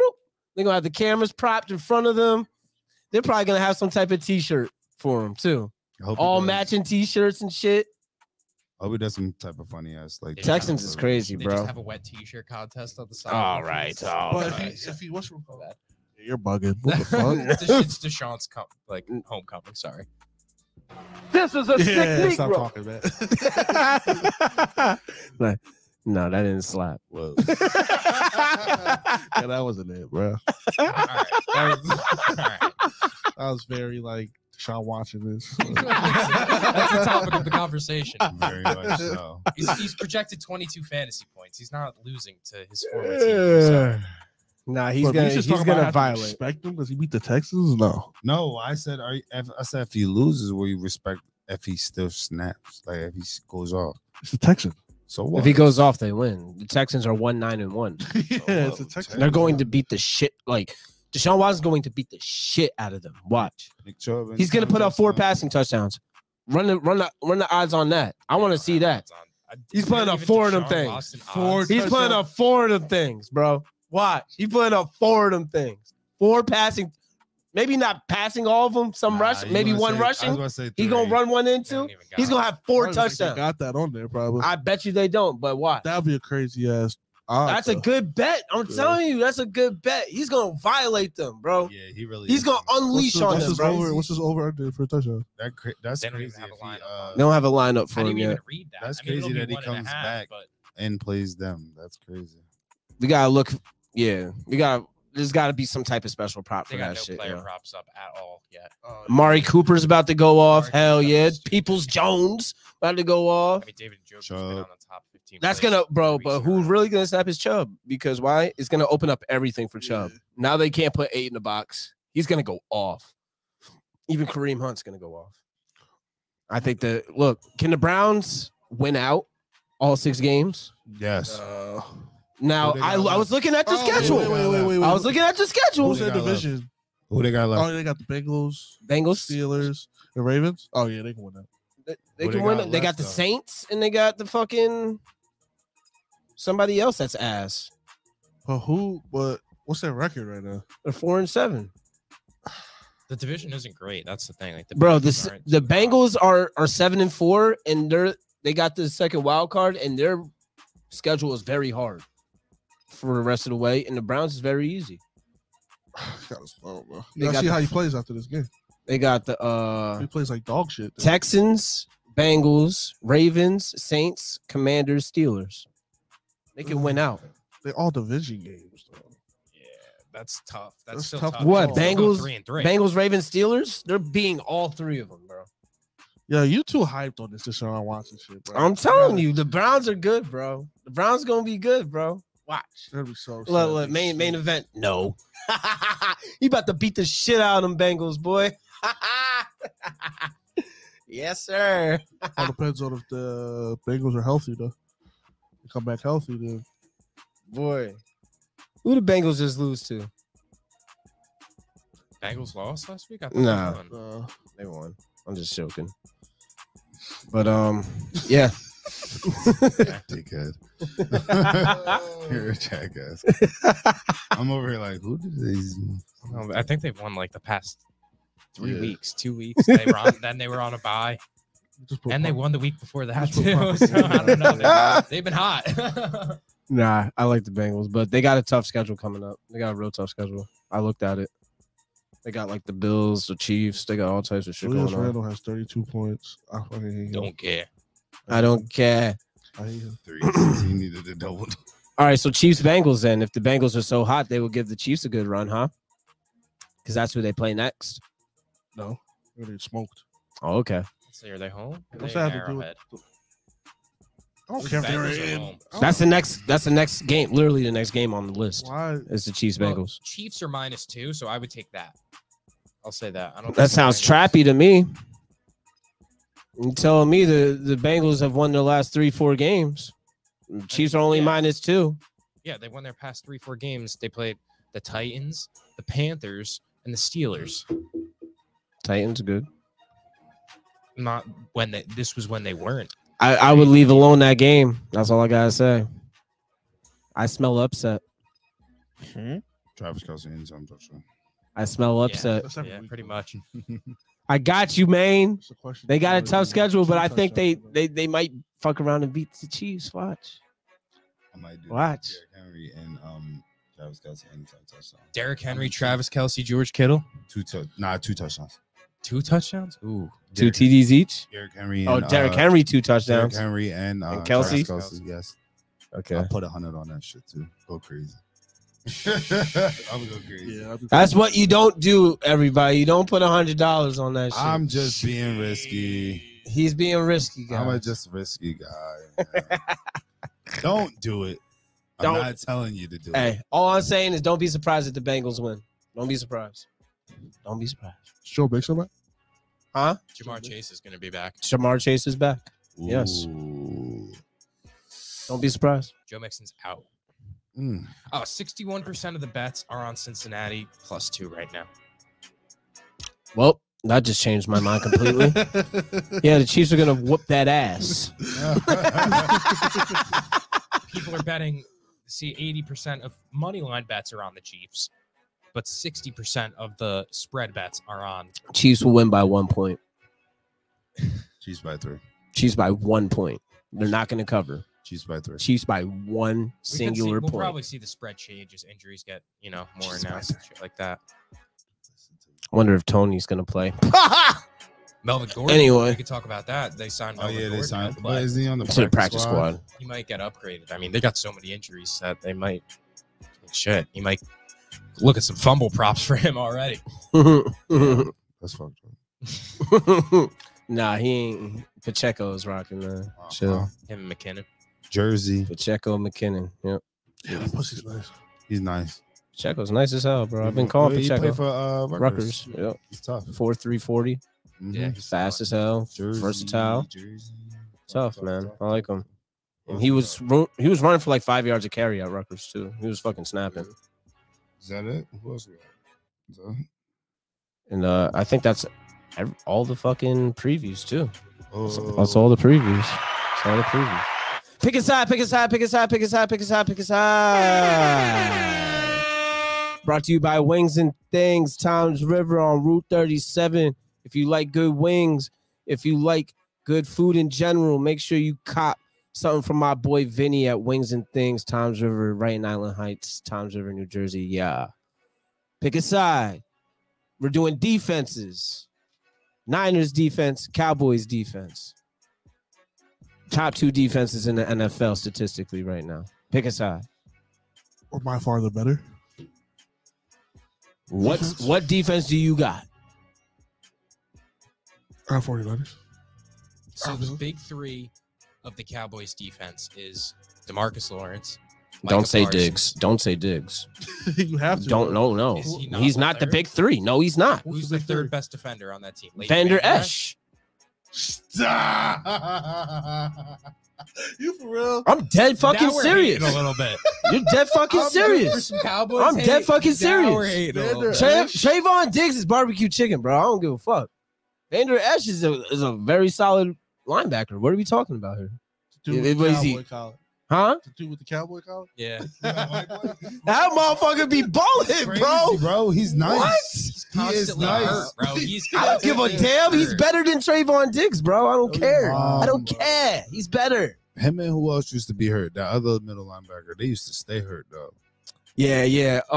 [SPEAKER 1] They're gonna have the cameras propped in front of them. They're probably gonna have some type of T-shirt for them too,
[SPEAKER 4] I hope he
[SPEAKER 1] all
[SPEAKER 4] does-
[SPEAKER 1] matching T-shirts and shit.
[SPEAKER 4] I hope he does some type of funny ass like
[SPEAKER 2] They
[SPEAKER 4] uh,
[SPEAKER 2] just
[SPEAKER 1] Texans
[SPEAKER 2] have
[SPEAKER 1] is
[SPEAKER 2] a-
[SPEAKER 1] crazy,
[SPEAKER 2] they
[SPEAKER 1] bro.
[SPEAKER 2] just have a wet T-shirt contest on the side.
[SPEAKER 1] All right,
[SPEAKER 4] Oh,
[SPEAKER 1] all
[SPEAKER 3] But
[SPEAKER 1] right.
[SPEAKER 3] if he, if he what's your
[SPEAKER 2] My bad.
[SPEAKER 3] You're bugging. What the fuck?
[SPEAKER 2] This shit's Deshaun's com- like
[SPEAKER 1] Mm.
[SPEAKER 2] homecoming. Sorry.
[SPEAKER 5] This is a
[SPEAKER 3] yeah,
[SPEAKER 5] sick
[SPEAKER 3] stop
[SPEAKER 5] Negro.
[SPEAKER 3] talking, man.
[SPEAKER 1] Like, no, that didn't slap.
[SPEAKER 3] Whoa. yeah, that wasn't it, bro.
[SPEAKER 2] All right. That was- all right.
[SPEAKER 3] I was very like Sean watching this.
[SPEAKER 2] That's the topic of the conversation.
[SPEAKER 4] Very much so.
[SPEAKER 2] He's, he's projected 22 fantasy points. He's not losing to his former team.
[SPEAKER 1] Yeah. Nah, he's
[SPEAKER 3] But we
[SPEAKER 1] gonna
[SPEAKER 3] just
[SPEAKER 1] he's
[SPEAKER 3] talking about
[SPEAKER 1] gonna
[SPEAKER 3] how to
[SPEAKER 1] violate.
[SPEAKER 3] Respect him because he beat the Texans. No,
[SPEAKER 4] No, I said are you, if, I said if he loses, will you respect if he still snaps? Like if he s- goes off.
[SPEAKER 3] it's the Texans.
[SPEAKER 4] So what?
[SPEAKER 1] If he goes off, they win. The Texans are one nine and one.
[SPEAKER 3] yeah, it's the
[SPEAKER 4] Whoa,
[SPEAKER 3] Oh, Texans.
[SPEAKER 1] And they're going to beat the shit like Deshaun Watson's going to beat the shit out of them. Watch.
[SPEAKER 4] Nick Chubb
[SPEAKER 1] He's gonna put up four passing touchdowns. Run the run the run the odds on that. I want to see that. He's playing a four of them things.
[SPEAKER 2] Four.
[SPEAKER 1] He's playing up four of them things, bro. Watch. He's playing up four of them things. Four passing, maybe not passing all of them. Some rush, maybe one rushing. He's gonna run one into. He's gonna have
[SPEAKER 3] I
[SPEAKER 1] four
[SPEAKER 3] don't think they
[SPEAKER 1] touchdowns.
[SPEAKER 3] Got that on there, probably.
[SPEAKER 1] I bet you they don't. But watch.
[SPEAKER 3] That'd be a crazy ass. odd,
[SPEAKER 1] That's a
[SPEAKER 3] though.
[SPEAKER 1] good bet. I'm
[SPEAKER 3] Yeah.
[SPEAKER 1] telling you, that's a good bet. He's gonna violate them, bro.
[SPEAKER 4] Yeah, he really.
[SPEAKER 1] He's
[SPEAKER 4] is.
[SPEAKER 1] gonna
[SPEAKER 3] What's,
[SPEAKER 1] unleash
[SPEAKER 3] the,
[SPEAKER 1] on
[SPEAKER 3] what's
[SPEAKER 1] them,
[SPEAKER 3] his
[SPEAKER 1] bro.
[SPEAKER 3] over? What's his over under for a touchdown?
[SPEAKER 4] That cra- that's
[SPEAKER 2] They don't
[SPEAKER 4] crazy.
[SPEAKER 2] even have
[SPEAKER 4] if
[SPEAKER 2] a
[SPEAKER 4] he,
[SPEAKER 2] lineup
[SPEAKER 4] uh,
[SPEAKER 1] They don't have a lineup
[SPEAKER 2] I
[SPEAKER 1] for him
[SPEAKER 2] didn't even
[SPEAKER 1] yet.
[SPEAKER 2] read that.
[SPEAKER 4] That's
[SPEAKER 2] I mean, it'll be
[SPEAKER 4] crazy that he
[SPEAKER 2] one and a
[SPEAKER 4] comes
[SPEAKER 2] half,
[SPEAKER 4] back.
[SPEAKER 2] But
[SPEAKER 4] and plays them. That's crazy.
[SPEAKER 1] We gotta look. Yeah, we got. There's got to be some type of special prop
[SPEAKER 2] they
[SPEAKER 1] for
[SPEAKER 2] got
[SPEAKER 1] that
[SPEAKER 2] no
[SPEAKER 1] shit.
[SPEAKER 2] player
[SPEAKER 1] yeah.
[SPEAKER 2] props up at all yet.
[SPEAKER 3] Oh,
[SPEAKER 1] Amari Cooper's about to go off.
[SPEAKER 2] Amari
[SPEAKER 1] Hell
[SPEAKER 2] Cooper's
[SPEAKER 1] yeah.
[SPEAKER 2] stupid.
[SPEAKER 1] Peoples Jones about to go off.
[SPEAKER 2] I mean, David Njoku's been
[SPEAKER 4] Chubb.
[SPEAKER 2] on the top 15.
[SPEAKER 1] That's
[SPEAKER 2] plays
[SPEAKER 1] gonna, bro.
[SPEAKER 2] every
[SPEAKER 1] But
[SPEAKER 2] season.
[SPEAKER 1] who's really gonna snap his Chubb? Because why? It's gonna open up everything for Chubb. Now they can't put eight in the box. He's gonna go off. Even Kareem Hunt's gonna go off. I think that. Look, can the Browns win out all six games?
[SPEAKER 4] Yes.
[SPEAKER 1] Now
[SPEAKER 4] Who they
[SPEAKER 1] I,
[SPEAKER 4] got
[SPEAKER 1] I was looking at the
[SPEAKER 3] Oh,
[SPEAKER 1] schedule.
[SPEAKER 3] Wait, wait, wait, wait, wait.
[SPEAKER 1] I was looking at the schedule.
[SPEAKER 3] Who's their
[SPEAKER 4] Who they got left?
[SPEAKER 3] division?
[SPEAKER 4] Who they got left?
[SPEAKER 3] Oh, they got the Bengals,
[SPEAKER 1] Bengals.
[SPEAKER 3] Steelers, the Ravens. Oh yeah, they can win that.
[SPEAKER 1] They, they
[SPEAKER 4] Who they
[SPEAKER 1] can win.
[SPEAKER 4] got
[SPEAKER 1] they got
[SPEAKER 4] left,
[SPEAKER 1] the
[SPEAKER 4] though?
[SPEAKER 1] Saints and they got the fucking somebody else that's ass.
[SPEAKER 3] But who? But what's their record right now?
[SPEAKER 1] They're four and seven,
[SPEAKER 2] The division isn't great. That's the thing. Like the
[SPEAKER 1] bro. The
[SPEAKER 2] Bengals
[SPEAKER 1] s-
[SPEAKER 2] aren't
[SPEAKER 1] the
[SPEAKER 2] too hot.
[SPEAKER 1] Bengals are are seven and four, and they're they got the second wild card, and their schedule is very hard for the rest of the way. And the Browns is very easy.
[SPEAKER 3] Got us slow, bro.
[SPEAKER 1] They
[SPEAKER 3] Now
[SPEAKER 1] got
[SPEAKER 3] see
[SPEAKER 1] the-
[SPEAKER 3] how he plays after this game.
[SPEAKER 1] They got the uh
[SPEAKER 3] He plays like dog shit. though.
[SPEAKER 1] Texans, Bengals, Ravens, Saints, Commanders, Steelers. They can win out.
[SPEAKER 3] They all division games. Though.
[SPEAKER 2] Yeah, that's tough. That's,
[SPEAKER 3] That's
[SPEAKER 2] still
[SPEAKER 3] tough
[SPEAKER 2] tough.
[SPEAKER 1] What,
[SPEAKER 2] They still go
[SPEAKER 1] Bengals-
[SPEAKER 2] Three and three.
[SPEAKER 1] Bengals, Ravens, Steelers, they're beating all three of them, bro.
[SPEAKER 3] Yeah, you too hyped on this Deshaun Watson shit, bro.
[SPEAKER 1] I'm telling you, the Browns are good, bro. The Browns gonna be good, bro. Watch.
[SPEAKER 3] That'd be so
[SPEAKER 1] Look, look, main main event. No. he about to beat the shit out of them Bengals, boy. yes, sir.
[SPEAKER 3] All depends on if the Bengals are healthy though. They come back healthy, then
[SPEAKER 1] Boy. Who the Bengals just lose to?
[SPEAKER 2] Bengals lost last week. I
[SPEAKER 1] Nah.
[SPEAKER 2] they won.
[SPEAKER 3] uh,
[SPEAKER 1] They won. I'm just joking. But um, yeah.
[SPEAKER 4] Dickhead. You're a jackass. I'm over here like, who did these?
[SPEAKER 2] Oh, I think they've won like the past three
[SPEAKER 4] Yeah.
[SPEAKER 2] weeks, two weeks. They were on, then they were on a bye,
[SPEAKER 3] Just put
[SPEAKER 2] and they
[SPEAKER 3] Pop-
[SPEAKER 2] won the week before that
[SPEAKER 3] Just put
[SPEAKER 2] too.
[SPEAKER 3] prophecy
[SPEAKER 2] So, I don't know.
[SPEAKER 3] in
[SPEAKER 2] They've, they've been hot.
[SPEAKER 1] Nah, I like the Bengals, but they got a tough schedule coming up. They got a real tough schedule. I looked at it. They got like the Bills, the Chiefs. They got all types of shit
[SPEAKER 3] Julius
[SPEAKER 1] going on.
[SPEAKER 3] Randle has 32 points. I fucking hate him.
[SPEAKER 2] don't care.
[SPEAKER 1] I don't care.
[SPEAKER 3] I hate him.
[SPEAKER 4] Three. he needed to double.
[SPEAKER 1] All right, so Chiefs Bengals. Then, if the Bengals are so hot, they will give the Chiefs a good run, huh? Because that's who they play next.
[SPEAKER 3] No, really smoked.
[SPEAKER 1] Oh, okay.
[SPEAKER 2] So are they home? Are
[SPEAKER 3] What's
[SPEAKER 2] they in
[SPEAKER 3] that have to do with?
[SPEAKER 2] Arrowhead?
[SPEAKER 3] I don't care if
[SPEAKER 2] Bengals
[SPEAKER 3] they're
[SPEAKER 2] are
[SPEAKER 3] in.
[SPEAKER 2] home.
[SPEAKER 3] I don't-
[SPEAKER 1] That's the next. That's the next game. Literally, the next game on the list
[SPEAKER 3] why.
[SPEAKER 1] is the Chiefs
[SPEAKER 2] Well,
[SPEAKER 1] Bengals.
[SPEAKER 2] Chiefs are minus two, so I would take that. I'll say that. I don't.
[SPEAKER 1] That
[SPEAKER 2] think the
[SPEAKER 1] sounds
[SPEAKER 2] Bengals-
[SPEAKER 1] trappy to me. You telling me the the Bengals have won their last three four games. Chiefs are only
[SPEAKER 2] Yeah.
[SPEAKER 1] minus two.
[SPEAKER 2] Yeah, they won their past three, four games. They played the Titans, the Panthers, and the Steelers.
[SPEAKER 1] Titans are good.
[SPEAKER 2] Not when they, this was when they weren't.
[SPEAKER 1] I, I would leave alone that game. That's all I gotta say. I smell upset.
[SPEAKER 4] Travis Kelsey in some touchdown.
[SPEAKER 1] I smell
[SPEAKER 2] Yeah.
[SPEAKER 1] upset.
[SPEAKER 3] That's every
[SPEAKER 2] Yeah,
[SPEAKER 3] week,
[SPEAKER 2] pretty
[SPEAKER 3] though.
[SPEAKER 2] much.
[SPEAKER 1] I got you, Maine.
[SPEAKER 3] It's a question.
[SPEAKER 1] They got a
[SPEAKER 3] Every
[SPEAKER 1] tough
[SPEAKER 3] week.
[SPEAKER 1] schedule, but I think they,
[SPEAKER 3] Touchdown.
[SPEAKER 1] they they might fuck around and beat the Chiefs. Watch.
[SPEAKER 4] I might do
[SPEAKER 1] Watch.
[SPEAKER 4] Derrick Henry and um Travis Kelsey anytime touchdown.
[SPEAKER 2] Derrick Henry, Travis Kelsey, George Kittle,
[SPEAKER 4] Two tou- nah, two touchdowns.
[SPEAKER 2] two touchdowns. Ooh,
[SPEAKER 1] Two
[SPEAKER 4] Derrick-
[SPEAKER 1] TDs each.
[SPEAKER 4] Derrick Henry. And,
[SPEAKER 1] Oh, Derrick
[SPEAKER 4] uh,
[SPEAKER 1] Henry two
[SPEAKER 4] Derrick
[SPEAKER 1] touchdowns.
[SPEAKER 4] Henry and, uh,
[SPEAKER 1] And Kelsey?
[SPEAKER 4] Travis Kelsey. Yes.
[SPEAKER 1] Okay.
[SPEAKER 4] I'll put a hundred on that shit too. Go crazy. I'm go crazy.
[SPEAKER 3] Yeah, I'll be-
[SPEAKER 1] That's what you don't do, everybody. You don't put a hundred dollars on that shit.
[SPEAKER 4] I'm just being risky.
[SPEAKER 1] He's being risky,
[SPEAKER 4] I'm a
[SPEAKER 1] guys.
[SPEAKER 4] just risky guy. man. Don't do it. I'm
[SPEAKER 1] Don't.
[SPEAKER 4] not telling you to do it.
[SPEAKER 1] hey, all I'm saying is don't be surprised if the Bengals win. Don't be surprised. Don't be surprised.
[SPEAKER 3] Is Joe Mixon back?
[SPEAKER 1] Huh?
[SPEAKER 2] Jamar Chase is going to be back.
[SPEAKER 1] Shamar Chase is back. yes.
[SPEAKER 4] Ooh.
[SPEAKER 1] Don't be surprised.
[SPEAKER 2] Joe Mixon's out.
[SPEAKER 4] Mm.
[SPEAKER 2] Oh, 61% of the bets are on Cincinnati plus two right now.
[SPEAKER 1] Well, that just changed my mind completely. yeah, the Chiefs are gonna whoop that ass.
[SPEAKER 2] People are betting, see, 80% of money line bets are on the Chiefs, but 60% of the spread bets are on.
[SPEAKER 1] Chiefs will win by one point.
[SPEAKER 4] Chiefs by three.
[SPEAKER 1] Chiefs by one point. They're not gonna cover.
[SPEAKER 4] Chiefs by three.
[SPEAKER 1] Chiefs by one
[SPEAKER 2] We could see-
[SPEAKER 1] singular
[SPEAKER 2] We'll
[SPEAKER 1] point.
[SPEAKER 2] probably see the spread change as injuries get, you know, more
[SPEAKER 4] Jesus
[SPEAKER 2] announced and shit like that.
[SPEAKER 1] Wonder if Tony's gonna play.
[SPEAKER 2] Melvin Gordon.
[SPEAKER 1] Anyway.
[SPEAKER 2] We could talk about that. They signed
[SPEAKER 4] Oh
[SPEAKER 2] Melvin
[SPEAKER 4] yeah,
[SPEAKER 2] Gordon.
[SPEAKER 4] they signed.
[SPEAKER 2] to
[SPEAKER 4] But
[SPEAKER 2] play.
[SPEAKER 4] is he on the
[SPEAKER 1] to the practice squad.
[SPEAKER 2] He might get upgraded. I mean, they got so many injuries that they might. Shit. You might look at some fumble props for him already.
[SPEAKER 4] That's fucked up.
[SPEAKER 1] nah, he ain't. Pacheco is rocking that.
[SPEAKER 4] Wow.
[SPEAKER 1] Chill.
[SPEAKER 2] Him and McKinnon.
[SPEAKER 4] Jersey.
[SPEAKER 1] Pacheco McKinnon. Yep.
[SPEAKER 3] Yeah, that pussy's nice.
[SPEAKER 4] He's nice.
[SPEAKER 1] Pacheco's nice as hell, bro. I've been
[SPEAKER 4] He
[SPEAKER 1] calling
[SPEAKER 4] played
[SPEAKER 1] Pacheco.
[SPEAKER 4] for uh,
[SPEAKER 1] Rutgers.
[SPEAKER 4] Rutgers.
[SPEAKER 1] Yep.
[SPEAKER 4] He's tough.
[SPEAKER 1] 4 3 40.
[SPEAKER 4] Mhm.
[SPEAKER 2] Yeah.
[SPEAKER 1] Fast as hell.
[SPEAKER 4] Jersey,
[SPEAKER 1] Versatile.
[SPEAKER 4] Jersey.
[SPEAKER 1] Tough, man. I like him. And
[SPEAKER 4] Oh,
[SPEAKER 1] he was ru- he was running for like five yards of carry at Rutgers too. He was fucking snapping,
[SPEAKER 4] Is that it? Who else we got? Is that it?
[SPEAKER 1] and uh, I think that's ev- all the fucking previews too.
[SPEAKER 4] Oh,
[SPEAKER 1] That's all the previews. That's all the previews. Pick a side, pick a side, pick a side, pick a side, pick a side, pick a side. Brought to you by Wings and Things, Times River on Route 37. If you like good wings, if you like good food in general, make sure you cop something from my boy Vinny at Wings and Things, Times River, right in Island Heights, Times River, New Jersey. Yeah. Pick a side. We're doing defenses. Niners defense, Cowboys defense. Top two defenses in the NFL statistically right now. Pick a side.
[SPEAKER 3] Or by far the better.
[SPEAKER 1] What what defense do you got?
[SPEAKER 3] I have 49ers.
[SPEAKER 2] So the
[SPEAKER 1] Uh-huh.
[SPEAKER 3] Absolutely.
[SPEAKER 2] big three of the Cowboys defense is Demarcus Lawrence.
[SPEAKER 1] Don't say
[SPEAKER 2] Diggs.
[SPEAKER 1] Diggs. Don't say Diggs.
[SPEAKER 3] you have to.
[SPEAKER 1] Don't no no.
[SPEAKER 2] Is he not
[SPEAKER 1] He's
[SPEAKER 2] the
[SPEAKER 1] not the
[SPEAKER 2] third?
[SPEAKER 1] big three. No, he's not.
[SPEAKER 2] Who's
[SPEAKER 3] Who's
[SPEAKER 2] the
[SPEAKER 3] the
[SPEAKER 2] third
[SPEAKER 3] third?
[SPEAKER 2] best defender on that team? Leighton
[SPEAKER 1] Vander Esch.
[SPEAKER 2] Esch?
[SPEAKER 4] Stop.
[SPEAKER 3] You for real?
[SPEAKER 1] I'm dead fucking
[SPEAKER 2] Now we're
[SPEAKER 1] serious.
[SPEAKER 2] hating A little bit.
[SPEAKER 1] You're dead fucking
[SPEAKER 2] I'm rooting for
[SPEAKER 1] serious.
[SPEAKER 2] some Cowboys
[SPEAKER 1] I'm dead
[SPEAKER 2] hate.
[SPEAKER 1] fucking
[SPEAKER 2] Now
[SPEAKER 1] serious.
[SPEAKER 2] we're hating a little
[SPEAKER 3] Vander
[SPEAKER 2] bit.
[SPEAKER 1] Tra- Trayvon Diggs is barbecue chicken, bro. I don't give a fuck. Vander Esch is a, is a very solid linebacker. What are we talking about here?
[SPEAKER 3] Dude
[SPEAKER 1] Yeah,
[SPEAKER 3] with the
[SPEAKER 1] what is he?
[SPEAKER 3] cowboy collar.
[SPEAKER 1] Huh?
[SPEAKER 3] The dude with the cowboy collar.
[SPEAKER 2] Yeah,
[SPEAKER 1] That motherfucker be balling,
[SPEAKER 4] Crazy,
[SPEAKER 1] bro.
[SPEAKER 4] bro, he's nice.
[SPEAKER 1] What?
[SPEAKER 2] he's
[SPEAKER 4] He is
[SPEAKER 2] constantly
[SPEAKER 4] nice.
[SPEAKER 2] hurt, bro. He's
[SPEAKER 1] I don't give a damn. He's
[SPEAKER 2] hurt.
[SPEAKER 1] better than Trayvon Diggs, bro. I don't
[SPEAKER 2] Oh,
[SPEAKER 1] care.
[SPEAKER 4] Wow.
[SPEAKER 1] I don't care. He's better.
[SPEAKER 4] Him and who else used to be hurt? That other middle linebacker. They used to stay hurt though.
[SPEAKER 1] Yeah, yeah. Um,
[SPEAKER 3] You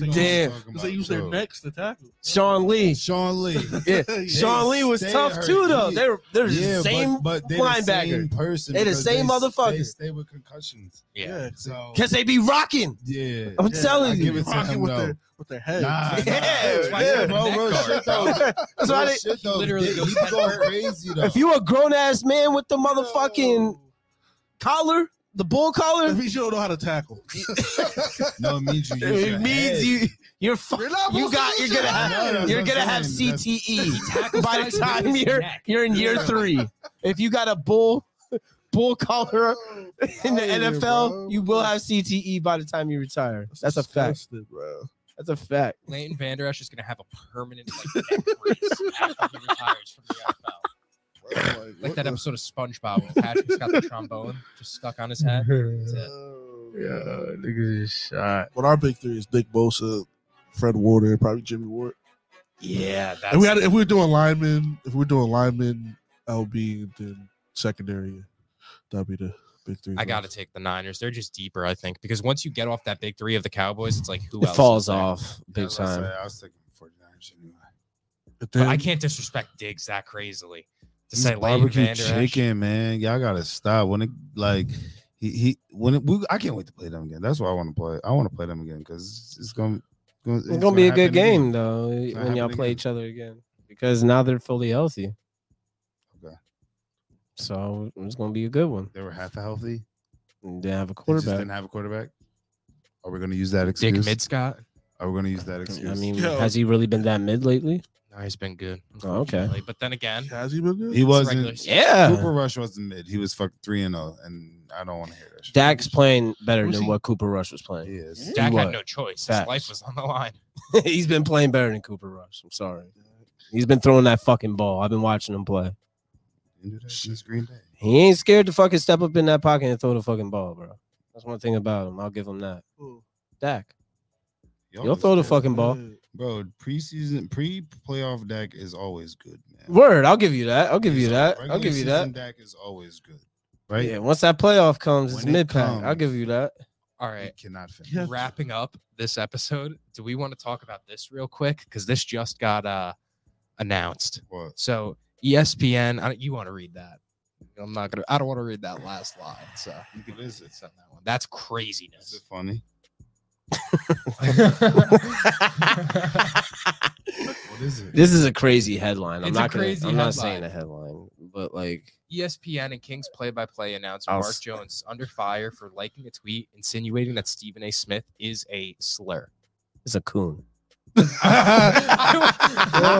[SPEAKER 3] know what
[SPEAKER 1] damn.
[SPEAKER 4] Talking
[SPEAKER 3] Cause
[SPEAKER 4] about
[SPEAKER 3] they use their
[SPEAKER 4] too.
[SPEAKER 3] necks to tackle.
[SPEAKER 1] Sean Lee.
[SPEAKER 4] Sean Lee.
[SPEAKER 1] Yeah,
[SPEAKER 3] They
[SPEAKER 1] Sean Lee was
[SPEAKER 4] stay
[SPEAKER 1] tough
[SPEAKER 4] hurt.
[SPEAKER 1] too, though.
[SPEAKER 4] He-
[SPEAKER 1] They're they're
[SPEAKER 4] Yeah,
[SPEAKER 1] the
[SPEAKER 4] but-
[SPEAKER 1] same
[SPEAKER 4] but, they
[SPEAKER 1] linebacker.
[SPEAKER 4] The same person.
[SPEAKER 1] They the
[SPEAKER 4] because
[SPEAKER 1] same motherfucker.
[SPEAKER 4] They stay with concussions.
[SPEAKER 2] Yeah,
[SPEAKER 4] So
[SPEAKER 1] because they be rocking.
[SPEAKER 4] yeah.
[SPEAKER 1] I'm
[SPEAKER 3] Yeah, I
[SPEAKER 1] telling
[SPEAKER 3] give
[SPEAKER 1] you.
[SPEAKER 3] it to him with
[SPEAKER 4] though.
[SPEAKER 3] their with their head.
[SPEAKER 4] Nah,
[SPEAKER 1] Yeah,
[SPEAKER 4] nah.
[SPEAKER 1] yeah.
[SPEAKER 4] bro, real
[SPEAKER 2] Neck
[SPEAKER 4] shit
[SPEAKER 2] guard,
[SPEAKER 4] though.
[SPEAKER 1] That's why
[SPEAKER 4] Real
[SPEAKER 1] they,
[SPEAKER 4] shit, though.
[SPEAKER 2] literally
[SPEAKER 4] They-
[SPEAKER 2] go
[SPEAKER 4] he go crazy though.
[SPEAKER 1] if you a grown ass man with the motherfucking collar, the bull
[SPEAKER 3] That
[SPEAKER 1] collar,
[SPEAKER 3] means you don't know how to tackle.
[SPEAKER 4] no, it means you. Use your
[SPEAKER 1] it means
[SPEAKER 4] head.
[SPEAKER 1] you you're fu- you got you're gonna
[SPEAKER 4] No,
[SPEAKER 1] have
[SPEAKER 4] that's
[SPEAKER 1] you're
[SPEAKER 4] what
[SPEAKER 1] gonna
[SPEAKER 4] I'm
[SPEAKER 1] have
[SPEAKER 4] saying.
[SPEAKER 1] CTE by the
[SPEAKER 2] Besides
[SPEAKER 1] time
[SPEAKER 2] his
[SPEAKER 1] you're
[SPEAKER 2] neck.
[SPEAKER 1] you're in year three. If you got a bull bull collar in the
[SPEAKER 3] Outta here, bro.
[SPEAKER 1] NFL, you will have CTE by the time you retire. That's a fact.
[SPEAKER 3] disgusting, bro.
[SPEAKER 1] That's a fact.
[SPEAKER 2] Leighton Vander Esch is gonna have a permanent like, neck brace after he retires from the NFL.
[SPEAKER 3] Bro, like,
[SPEAKER 2] Like
[SPEAKER 3] what
[SPEAKER 2] that
[SPEAKER 3] the-
[SPEAKER 2] episode of SpongeBob when Patrick's got the trombone just stuck on his head. That's it.
[SPEAKER 3] Yeah, niggas is shot. But our big three is Nick Bosa, Fred Warner, and probably Jimmy Ward.
[SPEAKER 2] Yeah, that's
[SPEAKER 3] If we had, if we were doing linemen, if we were doing linemen, LB, then secondary, that'd be the big three.
[SPEAKER 2] I gotta take the Niners. They're just deeper, I think, because once you get off that big three of the Cowboys, it's like who else
[SPEAKER 1] It
[SPEAKER 2] is
[SPEAKER 1] falls
[SPEAKER 2] there?
[SPEAKER 1] off big
[SPEAKER 4] That's what I
[SPEAKER 1] time.
[SPEAKER 4] said. I was thinking 49ers anyway.
[SPEAKER 3] But
[SPEAKER 2] But
[SPEAKER 3] then,
[SPEAKER 2] I can't disrespect Diggs that crazily to
[SPEAKER 4] He's
[SPEAKER 2] say Leighton
[SPEAKER 4] barbecue
[SPEAKER 2] Vander Esch.
[SPEAKER 4] chicken, man. Y'all gotta stop when it like he he when it, we, I can't wait to play them again. That's why I want to play. I want to play them again because it's gonna gonna,
[SPEAKER 1] It's gonna be a
[SPEAKER 4] happen
[SPEAKER 1] good game
[SPEAKER 4] again.
[SPEAKER 1] though
[SPEAKER 4] gonna
[SPEAKER 1] when y'all
[SPEAKER 4] happen
[SPEAKER 1] play
[SPEAKER 4] again.
[SPEAKER 1] each other again because now they're fully healthy.
[SPEAKER 4] Okay.
[SPEAKER 1] So it's gonna be a good one.
[SPEAKER 4] They were half healthy.
[SPEAKER 1] And They have a
[SPEAKER 4] They just didn't
[SPEAKER 1] quarterback.
[SPEAKER 4] have a quarterback. Are we gonna use that
[SPEAKER 2] Dick
[SPEAKER 4] excuse?
[SPEAKER 2] Midscott.
[SPEAKER 4] Are we gonna use that excuse?
[SPEAKER 1] I mean,
[SPEAKER 3] Yo.
[SPEAKER 1] has he really been that mid lately?
[SPEAKER 2] No, he's been good.
[SPEAKER 1] Oh, okay.
[SPEAKER 2] unfortunately. But then again,
[SPEAKER 3] has he been good?
[SPEAKER 4] he wasn't.
[SPEAKER 2] regular season.
[SPEAKER 1] Yeah.
[SPEAKER 4] Cooper Rush wasn't mid. He was fucking three and zero, and I don't want to hear that. Shit.
[SPEAKER 1] Dak's playing better
[SPEAKER 3] Who's
[SPEAKER 1] than
[SPEAKER 3] he?
[SPEAKER 1] what Cooper Rush was playing.
[SPEAKER 4] Yes.
[SPEAKER 2] Dak
[SPEAKER 1] He
[SPEAKER 2] had
[SPEAKER 1] was.
[SPEAKER 2] no choice. His
[SPEAKER 1] Facts.
[SPEAKER 2] life was on the line.
[SPEAKER 1] He's been playing better than Cooper Rush. I'm sorry. He's been throwing that fucking ball. I've been watching him play.
[SPEAKER 4] Green Bay.
[SPEAKER 1] He ain't scared to fucking step up in that pocket and throw the fucking ball, bro. That's one thing about him. I'll give him that. Dak, you'll throw the fucking ball.
[SPEAKER 4] Bro, preseason, pre-playoff deck is always good, man.
[SPEAKER 1] Word, I'll give you that. I'll give you
[SPEAKER 4] So,
[SPEAKER 1] that. I'll
[SPEAKER 4] regular
[SPEAKER 1] give you
[SPEAKER 4] season
[SPEAKER 1] that.
[SPEAKER 4] Deck is always good, right?
[SPEAKER 1] Yeah, once that playoff comes, it's
[SPEAKER 4] When it
[SPEAKER 1] mid pack. I'll
[SPEAKER 4] comes.
[SPEAKER 1] give you that.
[SPEAKER 2] All
[SPEAKER 4] You
[SPEAKER 2] right.
[SPEAKER 4] cannot finish.
[SPEAKER 3] Yeah.
[SPEAKER 2] Wrapping up this episode, do we want to talk about this real quick? Because this just got uh announced.
[SPEAKER 4] What?
[SPEAKER 2] So E ESPN, I, don't- you want to read that? I'm not gonna. I don't want to read that last line. So
[SPEAKER 4] You can visit.
[SPEAKER 2] it's on that one. That's
[SPEAKER 4] Is it
[SPEAKER 2] craziness.
[SPEAKER 4] funny? What is it?
[SPEAKER 1] this is a crazy headline. I'm
[SPEAKER 2] It's a
[SPEAKER 1] not gonna,
[SPEAKER 2] crazy
[SPEAKER 1] I'm not
[SPEAKER 2] headline.
[SPEAKER 1] saying the headline, but like
[SPEAKER 2] E ESPN and Kings play-by-play announcer
[SPEAKER 1] I'll
[SPEAKER 2] Mark
[SPEAKER 1] s-
[SPEAKER 2] Jones is under fire for liking a tweet insinuating that Stephen A. Smith is a slur.
[SPEAKER 1] it's a coon.
[SPEAKER 3] well,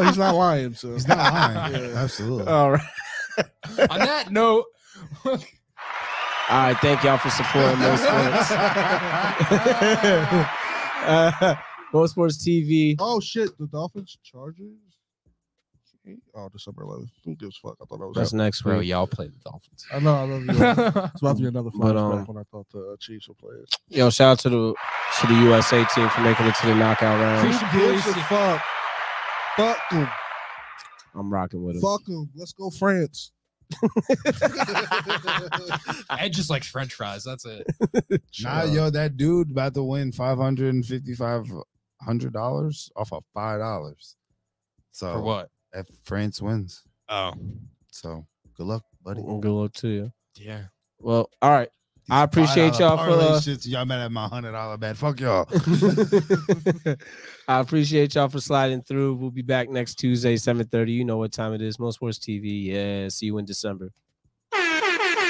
[SPEAKER 3] he's not lying. So
[SPEAKER 4] He's not lying.
[SPEAKER 3] Yeah.
[SPEAKER 4] Absolutely.
[SPEAKER 1] All right.
[SPEAKER 2] On that note,
[SPEAKER 1] All right, thank y'all for supporting Most Sports. uh, Most Sports TV.
[SPEAKER 3] Oh shit! The Dolphins, Chargers. Oh, December 11th. Who gives a fuck? I thought that was.
[SPEAKER 1] That's
[SPEAKER 3] out.
[SPEAKER 1] next
[SPEAKER 2] bro,
[SPEAKER 1] week.
[SPEAKER 2] y'all play the Dolphins.
[SPEAKER 3] I know. I love you. It's about to be another
[SPEAKER 1] But,
[SPEAKER 3] flashback
[SPEAKER 1] um,
[SPEAKER 3] when I thought the uh, Chiefs were playing.
[SPEAKER 1] Yo, shout out to the to the USA team for making it to the knockout round.
[SPEAKER 2] Christian
[SPEAKER 3] Who gives a
[SPEAKER 2] Pulisic.
[SPEAKER 3] fuck? Fuck them.
[SPEAKER 1] I'm rocking with them.
[SPEAKER 3] Fuck them. Let's go France.
[SPEAKER 2] Ed just likes French fries. That's it.
[SPEAKER 4] Nah, yo, that dude about to win five hundred and fifty-five hundred dollars off of five dollars. So
[SPEAKER 2] For what?
[SPEAKER 4] If France wins,
[SPEAKER 2] Oh,
[SPEAKER 4] so good luck, buddy.
[SPEAKER 1] Good luck to you.
[SPEAKER 2] yeah.
[SPEAKER 1] Well, all right. I appreciate
[SPEAKER 4] $5
[SPEAKER 1] y'all for,
[SPEAKER 4] parlay
[SPEAKER 1] uh,
[SPEAKER 4] shit. Y'all mad at my hundred dollar bet? Fuck y'all.
[SPEAKER 1] I appreciate y'all for sliding through. We'll be back next Tuesday, 7:30. You know what time it is. Most Worst TV. Yeah. See you in December.